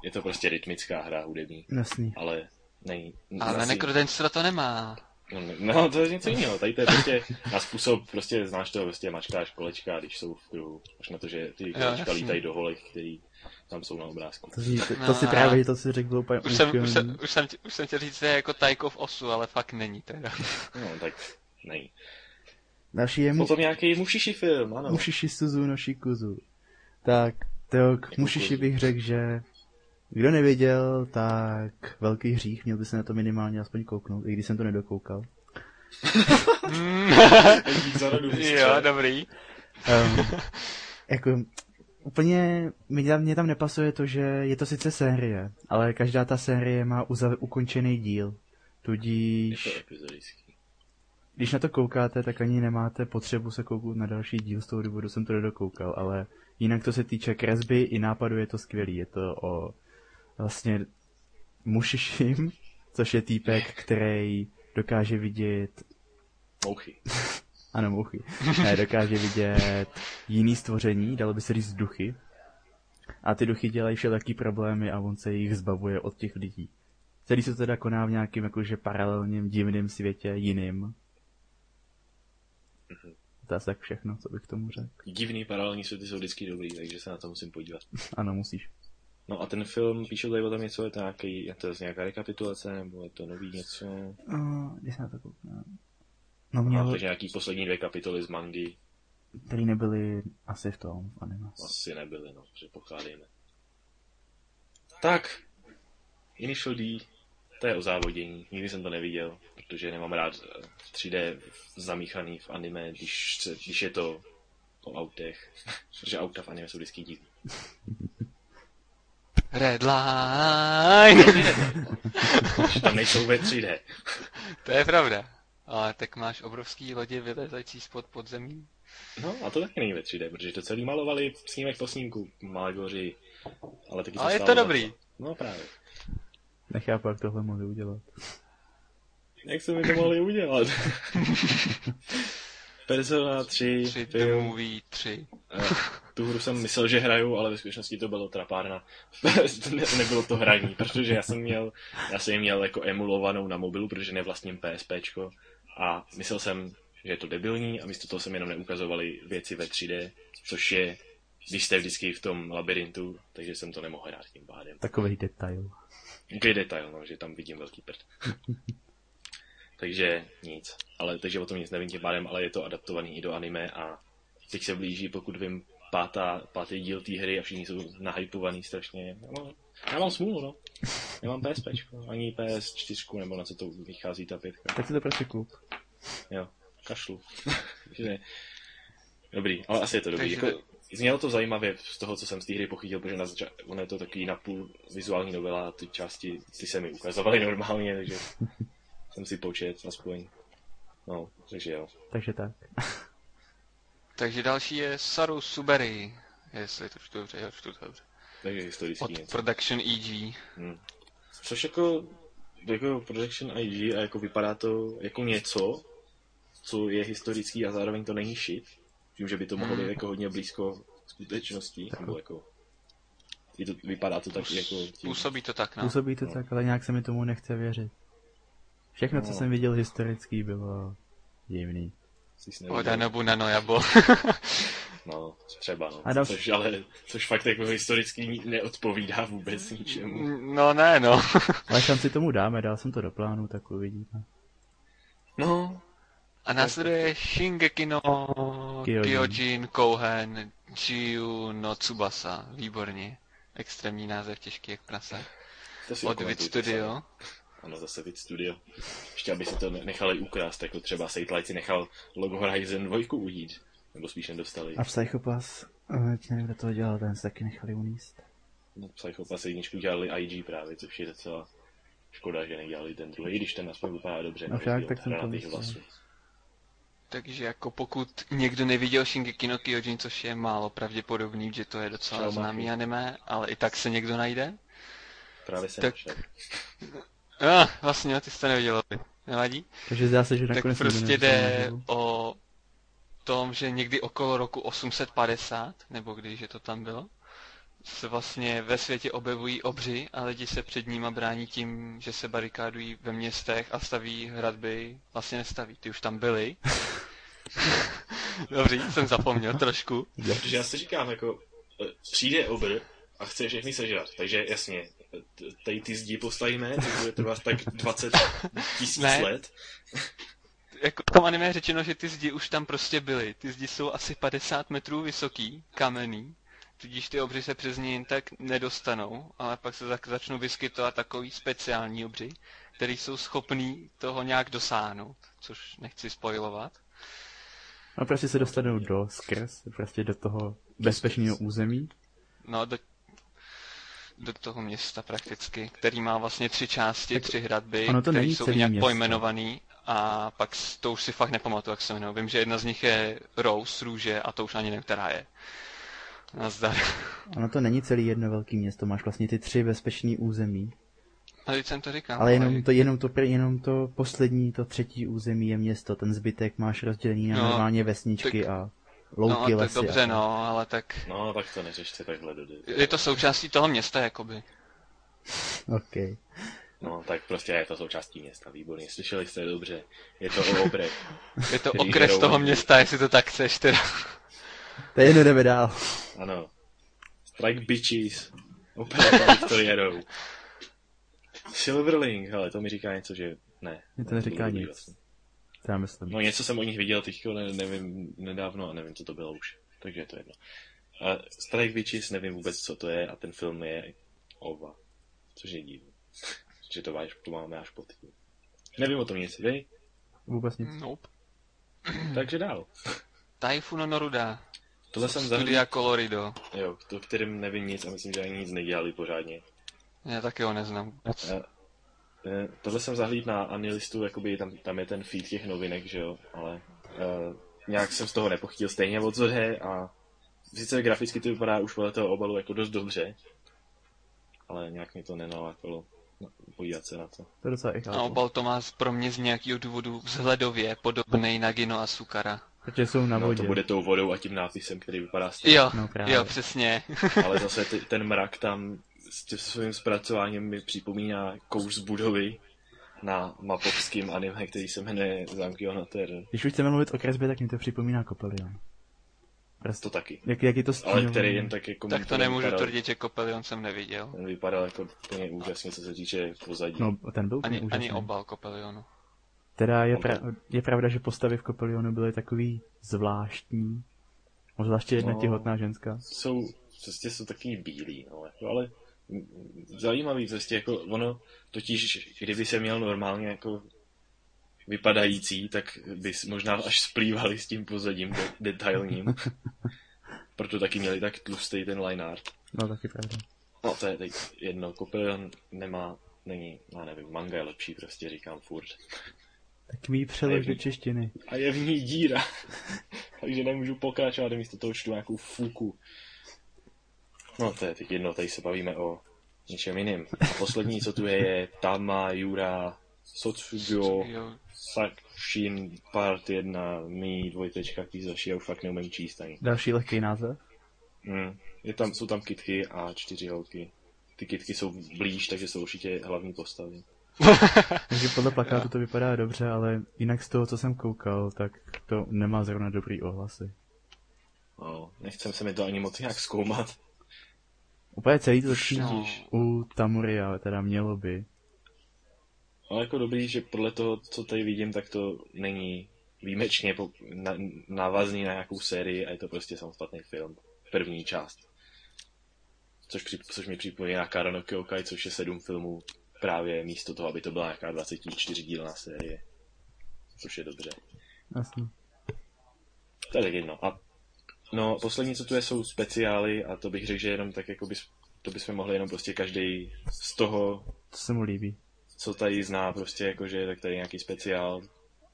A: je to prostě rytmická hra hudební,
B: Jasný.
A: ale není...
C: Ale
A: No, asi-
C: nekrodenstro to nemá.
A: No, ne- no, to je něco jiného. Tady to je prostě na způsob, prostě znáš to, prostě mačkáš kolečka, když jsou v kruhu. Až na to, že ty kolečka
C: jasně.
A: lítají do holek, který tam jsou na obrázku.
B: To, si, to,
C: No.
B: to si právě, to si řekl, bylo úplně
C: Už jsem, už,
B: úchylný.
C: jsem, už, jsem, tě- už jsem chtěl říct, že je jako Tajkov osu, ale fakt není teda.
A: No, tak není.
B: Další je mu,
A: Potom nějaký mušiši film, ano.
B: Mushishi Suzu no Shikuzu. Tak, to k
A: Jako
B: Mushishi
A: kuzu.
B: bych řekl, že kdo nevěděl, tak velký hřích, měl by se na to minimálně aspoň kouknout, i když jsem to nedokoukal.
C: Mm,
A: Dík za radu, mistře.
C: jo, no. dobrý.
B: Um, jako, úplně mi tam, mě tam nepasuje to, že je to sice série, ale každá ta série má uzav, ukončený díl.
A: Je
B: Tudíž,
A: to epizodický.
B: když na to koukáte, tak ani nemáte potřebu se kouknout na další díl, z toho důvodu jsem to nedokoukal, ale jinak to se týče kresby i nápadu je to skvělý. Je to o vlastně mušišim, což je týpek, který dokáže vidět
A: Mouchy.
B: ano, mouchy. Ne, dokáže vidět jiný stvoření, dalo by se říct duchy. A ty duchy dělají všelijaký problémy a on se jich zbavuje od těch lidí. Celý se to teda koná v nějakém jakože paralelním divném světě jiným. To je asi tak všechno, co bych k tomu řekl.
A: Divný paralelní světy jsou vždycky dobrý, takže se na to musím podívat.
B: Ano, musíš.
A: No a ten film, píšu tady o tom něco, je to, nějaký, je to z nějaká rekapitulace, nebo je to nový něco?
B: Uh, když se na to koukám. No
A: A
B: měl,
A: takže nějaký poslední dvě kapitoly z mangy
B: který nebyly asi v tom, v anime.
A: asi nebyly, no, předpokládejme. Tak, Initial D, to je o závodění, nikdy jsem to neviděl, protože nemám rád eh, 3D zamíchaný v anime, když, se, když je to o autech, protože auta v anime jsou vždycky divný.
C: Red line.
A: Že tam nejsou ve 3D.
C: to je pravda. Ale tak máš obrovský lodě vylezající spod podzemí.
A: No a to taky není ve 3D, protože to celý malovali snímek po snímku, malegoři, ale taky
C: Ale je to
A: stálo za
C: dobrý.
A: No právě.
B: Nechápu, jak tohle mohli udělat.
A: Jak se mi to mohli udělat? Persona 3,
C: 3 The
A: film,
C: Movie 3.
A: Eh, tu hru jsem myslel, že hraju, ale ve skutečnosti to bylo trapárna. ne, nebylo to hraní, protože já jsem měl, já jsem ji měl jako emulovanou na mobilu, protože nevlastním PSPčko a myslel jsem, že je to debilní a místo toho jsem jenom neukazovali věci ve 3D, což je, když jste vždycky v tom labirintu, takže jsem to nemohl hrát tím pádem.
B: Takový detail.
A: Kdy detail, no, že tam vidím velký prd. takže nic. Ale, takže o tom nic nevím tím pádem, ale je to adaptovaný i do anime a teď se blíží, pokud vím, pátá, pátý díl té hry a všichni jsou nahypovaný strašně. Já mám, já mám smůlu, no. Nemám PSP, ani PS4, nebo na co to vychází ta pětka.
B: Tak si to prostě kup.
A: Jo, kašlu. Takže- dobrý, ale asi je to dobrý.
C: Takže-
A: Jako, znělo to zajímavě z toho, co jsem z té hry pochytil, protože na zača- ono je to takový napůl vizuální novela a ty části ty se mi ukazovaly normálně, takže jsem si počet aspoň. No, takže jo.
B: Takže tak.
C: Takže další je Saru Suberi. Jestli to čtu dobře, jo, čtu to dobře.
A: Takže historický
C: Od
A: něco.
C: Production E EG.
A: Hmm. Což jako, jako Projection IG a jako vypadá to jako něco, co je historický a zároveň to není shit. Tím, že by to mohlo být jako hodně blízko skutečnosti, nebo jako... Je to, vypadá to tak jako... Tím,
C: Působí to tak, no.
B: Působí to
A: No.
B: tak, ale nějak se mi tomu nechce věřit. Všechno, co
A: No.
B: jsem viděl historický, bylo divný.
A: jsi si
C: Od
A: neviděl.
C: Danobu na Nojabo.
A: No, třeba no.
B: A dal-
A: Což ale, což fakt jako historicky ni- neodpovídá vůbec ničemu.
C: No ne, no.
B: Ale šanci tomu dáme, dal jsem to do plánu, tak uvidíme.
A: No,
C: A následuje Shingeki no
B: Kyojin.
C: Kyojin Kouhen Jiu no Tsubasa. Výborně. Extrémní název, těžký jak prase.
A: to si
C: Od
A: dokumentujte sami.
C: Vid Studio.
A: Ano, zase Vid Studio. Ještě aby si to ne- nechali ukrást, jako třeba Satellite si nechal logo Horizon 2 ujít. Nebo spíš nedostali.
B: A Psychopass, eh, ti nevím, kdo to dělal, ten se taky nechali uníst.
A: No, Psychopass jedničku dělali IG právě, což je docela škoda, že nedělali ten druhý, i když ten aspoň vypadá dobře.
B: No
A: na rozdíl
B: však,
A: od
B: tak jsem to
A: hranatých
B: myslel.
A: vlasů.
C: Takže jako pokud někdo neviděl Shingeki no Kyojin, což je málo pravděpodobný, že to je docela
A: Čau,
C: známý
A: Machu.
C: anime, ale i tak se někdo najde.
A: Právě jsem
C: Tak-
A: našel.
C: Ah, vlastně jo, ty jsi to neviděl, nevadí?
B: Takže zdá se, že
C: tak
B: nakonec nikdo
C: prostě
B: nedostal
C: jde
B: naživu.
C: o tom, že někdy okolo roku 850, nebo když je to tam bylo, se vlastně ve světě objevují obři a lidi se před nima brání tím, že se barikádují ve městech a staví hradby. Vlastně nestaví, ty už tam byli. Dobrý, jsem zapomněl trošku.
A: Protože já si říkám, jako eh, přijde obr a chce všechny sežrat, takže jasně, t- tady ty zdi postavíme, to bude trvat tak 20 tisíc
C: Ne.
A: let.
C: Jako v tom anime je řečeno, že ty zdi už tam prostě byly. Ty zdi jsou asi 50 metrů vysoký, kamenný, tudíž ty obři se přes ně jen tak nedostanou, ale pak se zak- začnou vyskytovat takový speciální obři, který jsou schopný toho nějak dosáhnout, což nechci spojovat.
B: No prostě se dostanou do skrz, prostě do toho bezpečného území.
C: No, do, do toho města prakticky, který má vlastně tři části,
B: Tak
C: tři hradby,
B: ono to
C: které
B: není
C: jsou
B: celý
C: nějak
B: město.
C: pojmenovaný. A pak s- to už si fakt nepamatuju, jak se jmenuje. Vím, že jedna z nich je Rose, růže, a to už ani nevím, která je. Nazdar.
B: Ono to není celý jedno velké město, máš vlastně ty tři bezpečné území.
C: A teď jsem to říkal.
B: Ale jenom to, jenom, to, pr- jenom to poslední, to třetí území je město, ten zbytek máš rozdělený na
C: No,
B: normálně vesničky a
C: no,
B: louky,
C: tak
B: lesy.
C: dobře,
B: a...
C: no, ale tak...
A: No, tak to neřešte takhle do
C: Je to součástí toho města, jakoby.
B: Okay.
A: No, tak prostě je to součástí města, výborně, slyšeli jste dobře, je to o obrech.
C: Je to
A: Který
C: okres
A: hrou
C: toho
A: oni.
C: města, jestli to tak chceš, teda.
B: To je jedno, jdeme dál.
A: Ano. Strike bitches. Opera Victorierou. Silverling, ale to mi říká něco, že ne.
B: Mně to neříká
A: Nebudu
B: nic.
A: vlastně.
B: To já myslím.
A: No něco jsem o nich viděl teď, ne, nevím, nedávno a nevím, co to bylo už. Takže je to jedno. A Strike Witches, nevím vůbec, co to je a ten film je ova. Což je divný. že to, máš, to máme až po tým. Nevím o tom nic, vy?
B: Vůbec nic.
C: Nope.
A: Takže dál.
C: Typhoon Noruda.
A: Tohle jsem zahrnul,
C: Studia Colorido.
A: jo, to, kterým nevím nic a myslím, že ani nic nedělali pořádně.
C: Já taky ho neznám vůbec.
A: Eh, tohle jsem zahlíd na Anilistu, jakoby tam, tam je ten feed těch novinek, že jo, ale uh, nějak jsem z toho nepochytil stejně o co jde a sice graficky to vypadá už podle toho obalu jako dost dobře, ale nějak mi to nenalákalo no, podívat se na to.
B: To je docela i
C: A
B: chápu.
C: obal to má z- No, pro mě z nějakého důvodu vzhledově podobný na Gino Asukara.
B: Protože jsou na
A: No,
B: vodě.
A: to bude tou vodou a tím nápisem, který vypadá stejně,
C: Jo,
B: No právě.
C: jo, přesně.
A: ale zase ty, ten mrak tam s tím svým zpracováním mi připomíná kous budovy na mapovském anime, který se jmenuje Zamky Onoter.
B: Když už chceme mluvit o kresbě, tak mi to připomíná Kopelion. Prostě,
A: To taky.
B: jak, jak je to
A: Ale
B: stínovaný.
A: který jen tak jako...
C: Tak to nemůžu
A: vypadal-
C: tvrdit, že Kopelion jsem neviděl.
A: Ten vypadal jako úplně úžasně, co se týče pozadí. No.
B: No, ten byl úplně
C: Ani,
B: úžasný.
C: ani obal Kopelionu.
B: Teda je,
A: On byl-
B: pra- je pravda, že postavy v Kopelionu byly takový zvláštní. Zvláště jedna
A: No.
B: těhotná ženská.
A: Jsou, prostě jsou takový bílý, no, jako, ale mm, zajímavý, prostě jako ono, totiž, kdyby se měl normálně jako vypadající, tak by s- možná až splývali s tím pozadím de- detailním. Proto taky měli tak tlustý ten line art.
B: No, taky pravda.
A: No to je teď jedno, Kopelion nemá, není, já nevím, manga je lepší, prostě říkám furt.
B: Tak mi ji přelož do češtiny.
A: a je v ní díra. Takže nemůžu pokračovat, místo toho čtu nějakou fuku. No to je teď jedno, tady se bavíme o něčem jiným. A poslední, co tu je, je Tama, Jura, Sotsugo,
C: Jo,
A: Sakshin, Part 1, Mi, dvojtečka, Kizashi, já už fakt neumím číst ani.
B: Další lehký název.
A: Mm. Je tam, jsou tam kitky a čtyři holky. Ty kitky jsou blíž, takže jsou určitě hlavní postavy.
B: Takže podle plakátu to vypadá dobře, ale jinak z toho, co jsem koukal, tak to nemá zrovna dobrý ohlasy.
A: No, nechcem se mi to ani moc nějak zkoumat.
B: Úplně celý to začíná
C: No.
B: u Tamuria, teda mělo by.
A: Ale jako dobrý, že podle toho, co tady vidím, tak to není výjimečně po, na, návazný na nějakou sérii a je to prostě samostatný film. První část. Což, při, což mi připomíná Karano Kyokai, což je sedm filmů právě místo toho, aby to byla nějaká 24 dílná série. Což je dobře.
B: Jasně.
A: To je tak jedno. A no, poslední, co tu je, jsou speciály a to bych řekl, že jenom tak jako bys, to bychom mohli jenom prostě každý z toho,
B: To se mu líbí.
A: co tady zná prostě, jakože tak tady nějaký speciál,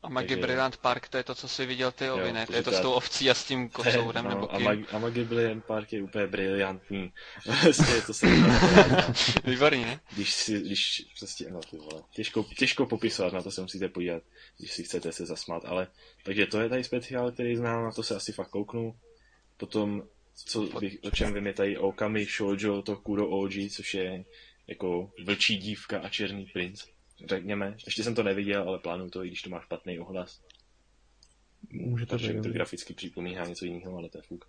C: a Magi
A: Takže-
C: Brilliant Park, to je to, co jsi viděl ty,
A: Jo,
C: Ovinet.
A: to
C: Je to s
A: říkáš.
C: tou ovcí a s tím kocourem, nebo
A: No, a,
C: kým.
A: Mag- a Magi Brilliant Park je úplně briliantní. Prostě to se
C: Výborně, ne?
A: když si, když prostě, no ty vole, těžko, těžko popisovat, na to se musíte podívat, když si chcete se zasmát, ale, takže to je tady speciál, který znám, na to se asi fakt kouknu. Potom co bych, o čem vím, je tady Okami Shoujo Tokuro Oji, což je jako vlčí dívka a černý princ. Řekněme, ještě jsem to neviděl, ale plánuju to, i když to má špatný ohlas.
B: Může to
A: Protože
B: být.
A: mi to
B: dobrý.
A: graficky připomíná něco jiného, ale to je fuk.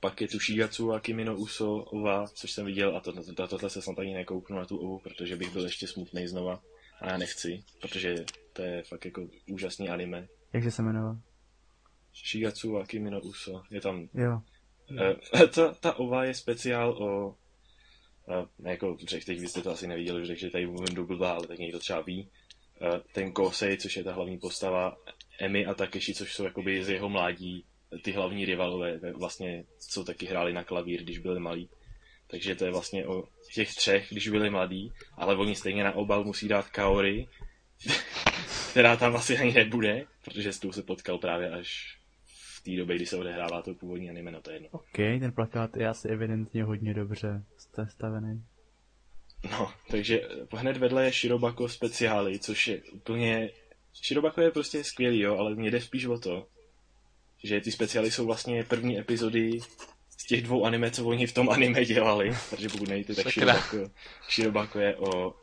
A: Pak je tu Shigatsu a Kimino Uso Ova, což jsem viděl a to, to, tohle se snad ani nekouknu na tu Ovu, protože bych byl ještě smutný znova. A já nechci, protože to je fakt jako úžasný anime.
B: Jak se jmenoval?
A: Shigatsu a Kimino Uso, je tam
B: Jo.
A: Eh, ta, ta ova je speciál o... eh, ne, jako, řek, teď byste to asi neviděli, že takže tady mluvím do blbá, ale tak někdo třeba ví. Eh, ten Kosei, což je ta hlavní postava, Emi a Takeshi, což jsou jakoby z jeho mládí ty hlavní rivalové, eh, vlastně, co taky hráli na klavír, když byli malí. Takže to je vlastně o těch třech, když byli mladí, ale oni stejně na obal musí dát Kaori, která tam asi ani nebude, protože s tou se potkal právě až v té době, kdy se odehrává to původní anime, no to je jedno.
B: OK, ten plakát je asi evidentně hodně dobře sta- stavený.
A: No, takže eh, hned vedle je Shirobako speciály, což je úplně... Shirobako je prostě skvělý, jo, ale mě jde spíš o to, že ty speciály jsou vlastně první epizody z těch dvou anime, co oni v tom anime dělali. Takže pokud nevíte, tak
C: Sakra.
A: Shirobako, Shirobako je o,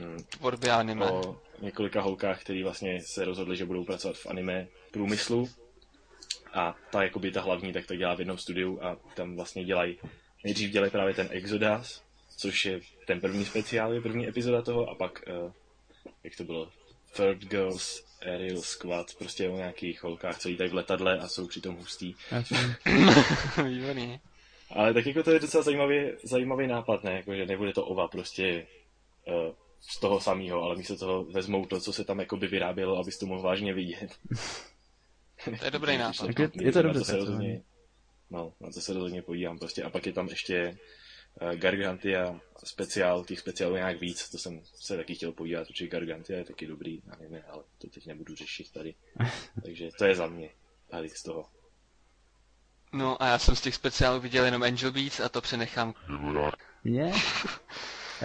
A: mm,
C: Tvorby anime.
A: o několika holkách, který vlastně se rozhodli, že budou pracovat v anime průmyslu. A ta, jakoby ta hlavní, tak to dělá v jednom studiu a tam vlastně dělají, nejdřív dělají právě ten Exodus, což je ten první speciál, je první epizoda toho a pak, eh, jak to bylo, Third Girls Aerial Squad, prostě o nějakých holkách, co lítají v letadle a jsou přitom hustý.
B: Já jsem...
C: Výborně.
A: Ale tak jako to je docela zajímavý, zajímavý nápad, ne? Jako, že nebude to ova prostě uh, z toho samého, ale místo toho vezmou to, co se tam jakoby vyrábělo, abys to mohl vážně vidět.
C: To je dobrý nápad.
B: Tak je-
A: Na
B: je to dobře
A: se
B: zpracovaný.
A: rozhodně, No, na to se rozhodně podívám prostě. A pak je tam ještě uh, Gargantia speciál, těch speciálů je nějak víc, to jsem se taky chtěl podívat, protože Gargantia je taky dobrý, já nevím, ale to teď nebudu řešit tady. Takže to je za mě, tady z toho.
C: No a já jsem z těch speciálů viděl jenom Angel Beats a to přenechám.
B: Mě?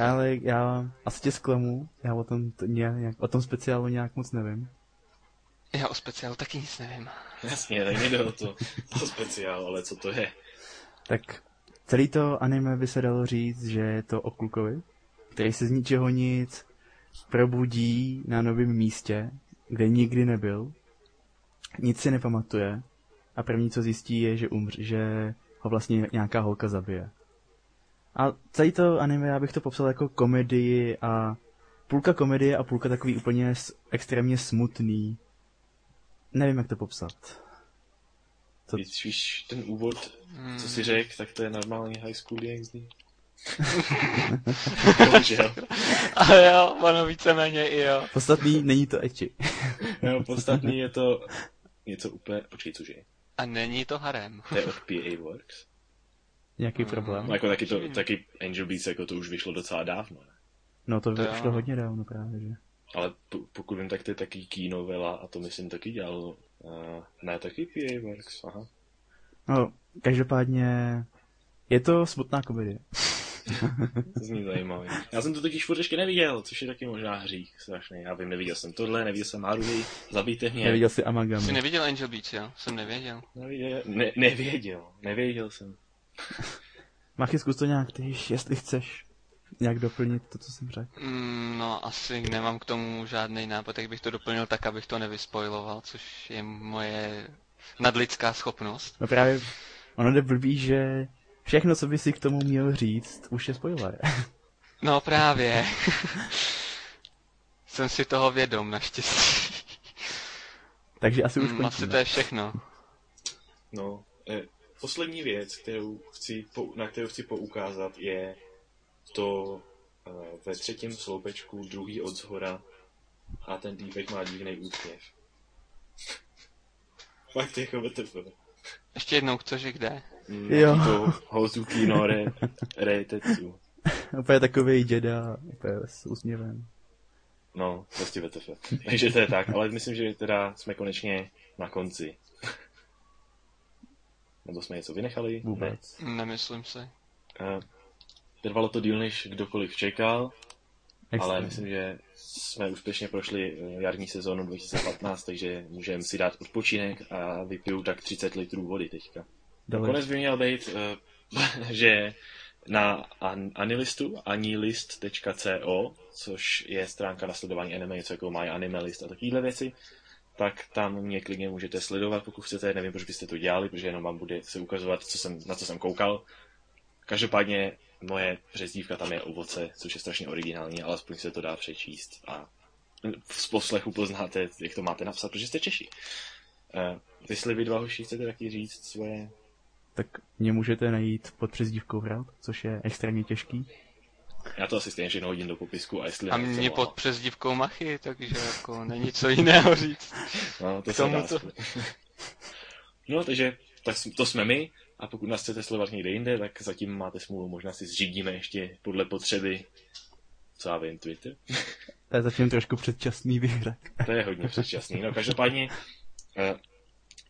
B: Ale já asi tě zklamu, já o tom, t- nějak, o tom speciálu nějak moc nevím.
C: Já o speciálu taky nic nevím.
A: Jasně, tak nejde o to, to speciál, ale co to je?
B: Tak celý to anime by se dalo říct, že je to o klukovi, který se z ničeho nic probudí na novém místě, kde nikdy nebyl, nic si nepamatuje a první, co zjistí, je, že, umř, že ho vlastně nějaká holka zabije. A celý to anime, já bych to popsal jako komedii a půlka komedie a půlka takový úplně s- extrémně smutný. Nevím, jak to popsat. To-
A: To... Víš, ten úvod,
C: Hmm.
A: co si řekl, tak to je normální high school DxD. Bohužel.
C: Ale jo, ono víceméně i jo.
B: Podstatný není to eči.
A: Jo, podstatný je to něco úplně... Počkej, cože?
C: A není to harem.
A: To je od PA Works?
B: Nějaký
C: Mhm.
B: problém.
A: No, jako taky, to, taky Angel Beats, jako to už vyšlo docela dávno. Ne?
B: No to
C: To jo.
B: vyšlo hodně dávno právě, že?
A: Ale po- pokud vím, tak to je taky kínovela a to myslím taky dělalo. Uh, ne, taky PA Works, aha.
B: No, každopádně je to smutná komedie.
A: To zní zajímavě. Já jsem to totiž furt ještě neviděl, což je taky možná hřích strašný. Já vím, neviděl jsem tohle, neviděl jsem Haruhi, zabijte mě.
B: Neviděl jsi
C: Jsi
B: Amagami.
C: neviděl Angel Beats, jo? Jsem nevěděl.
A: Neviděl, ne, nevěděl, nevěděl jsem.
B: Machy, zkus to nějak ty, jestli chceš nějak doplnit to, co jsem řekl.
C: Mm, no asi nemám k tomu žádný nápad, tak bych to doplnil tak, abych to nevyspojiloval, což je moje nadlidská schopnost.
B: No právě ono jde blbý, že všechno, co by si k tomu měl říct, už je spoiler.
C: No právě. Jsem si toho vědom, naštěstí.
B: Takže asi už
C: Mm, asi to
B: končíme.
C: je všechno.
A: No, eh, poslední věc, kterou chci, pou- na kterou chci poukázat, je to eh, ve třetím sloupečku, druhý od zhora a ten týpek má divný úsměv. Fakt jako BTF.
C: Ještě jednou, cože kde?
A: Mm,
B: Jo.
A: To Hozuki no re, re tetsu.
B: Úplně takový děda, úplně s úsměvem.
A: No, prostě BTF. Takže to je tak, ale myslím, že teda jsme konečně na konci. Nebo jsme něco vynechali? Ne.
B: Vůbec.
C: Nemyslím si.
A: Eh, Trvalo to díl, než kdokoliv čekal, ale
B: Extra.
A: myslím, že jsme úspěšně prošli eh, jarní sezónu 2015, takže můžeme si dát odpočinek a vypiju tak 30 litrů vody teďka.
B: dali.
A: Konec by měl být, eh, že na an- anilistu, anilist.co, což je stránka na sledování anime, něco jako mají animalist a takovéhle věci, tak tam mě klidně můžete sledovat, pokud chcete, nevím, proč byste to dělali, protože jenom vám bude se ukazovat, co jsem, na co jsem koukal. Každopádně moje přezdívka tam je ovoce, což je strašně originální, ale aspoň se to dá přečíst a z poslechu poznáte, jak to máte napsat, protože jste Češi. Eh, Jestli vy dva hoši chcete taky říct svoje
B: Tak mě můžete najít pod přezdívkou Hrad, což je extrémně těžký.
A: Já to asi stejně všechno hodím do popisku a jestli...
C: A
A: nechce
C: mě pod
A: volat.
C: přezdívkou Machy, takže jako není co jiného říct.
A: No, to
C: k
A: se
C: tomu
A: dá.
C: to-
A: aspoň. no, takže tak s- to jsme my. A pokud nás chcete sledovat někde jinde, tak zatím máte smůlu. Možná si zřídíme ještě podle potřeby, co já vím, Twitter.
B: To je zatím trošku předčasný výhra.
A: To je hodně předčasný. No, každopádně, eh,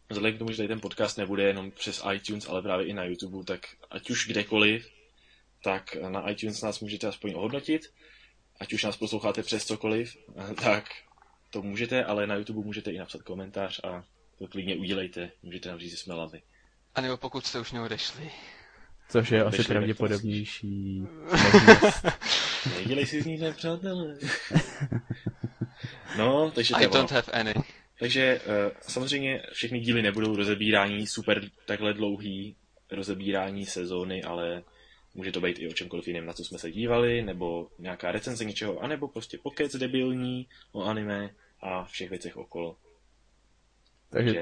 A: vzhledem k tomu, že tady ten podcast nebude jenom přes iTunes, ale právě i na YouTube, tak ať už kdekoliv, tak na iTunes nás můžete aspoň ohodnotit. Ať už nás posloucháte přes cokoliv, eh, tak to můžete, ale na YouTube můžete i napsat komentář a to klidně udělejte. Můžete nám říct, že jsme lali.
C: A nebo pokud jste už neodešli.
B: Což je asi
A: Než jinak to
B: pravděpodobnější.
A: Nedělej si z ní nepřátelé. No, takže to
C: I
A: je ono.
C: don't have any.
A: Takže eh, samozřejmě všechny díly nebudou rozebírání super takhle dlouhý rozebírání sezóny, ale může to být i o čemkoliv jiném, na co jsme se dívali, nebo nějaká recenze něčeho, anebo prostě pokec debilní o anime a všech věcech okolo.
B: takže,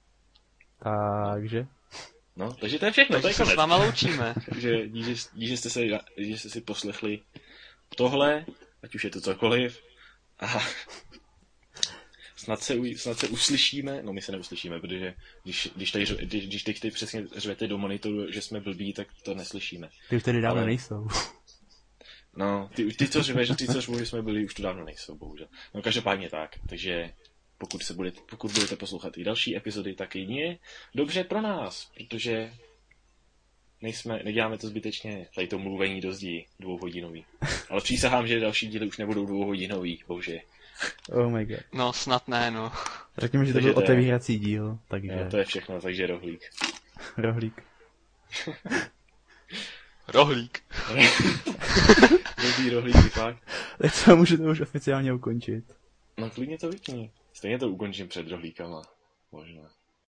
A: Takže,
B: takže,
A: no, takže to je všechno, to
C: Takže
A: je
C: se s
A: konec.
C: váma loučíme.
A: Takže díky, že- díky, že jste, se, díky, že jste si poslechli tohle, ať už je to cokoliv. A snad se, u- snad se uslyšíme, no my se neuslyšíme, protože když, když, tady, ř- když, když teď ty přesně řvete do monitoru, že jsme blbí, tak to neslyšíme.
B: ty už tady dávno
A: Ale-
B: nejsou.
A: No, ty, ty co řveš, a ty co řvou, že jsme byli, už tu dávno nejsou, bohužel. No každopádně tak, takže pokud, se budete, pokud budete poslouchat i další epizody, tak jedině dobře pro nás, protože nejsme, neděláme to zbytečně, tady to mluvení do zdi dvouhodinový. Ale přísahám, že další díly už nebudou dvouhodinový, bože.
B: Oh my god.
C: No, snad ne, no.
B: Řekněme, že to
A: Takže
B: byl
A: to je-
B: otevírací díl, takže
A: No, to je všechno, takže rohlík.
B: rohlík.
C: Rohlík.
A: Dobrý rohlíky, fakt.
B: Tak co, můžete už oficiálně ukončit.
A: No klidně to vypni. Stejně to ukončím před rohlíkama. Možná.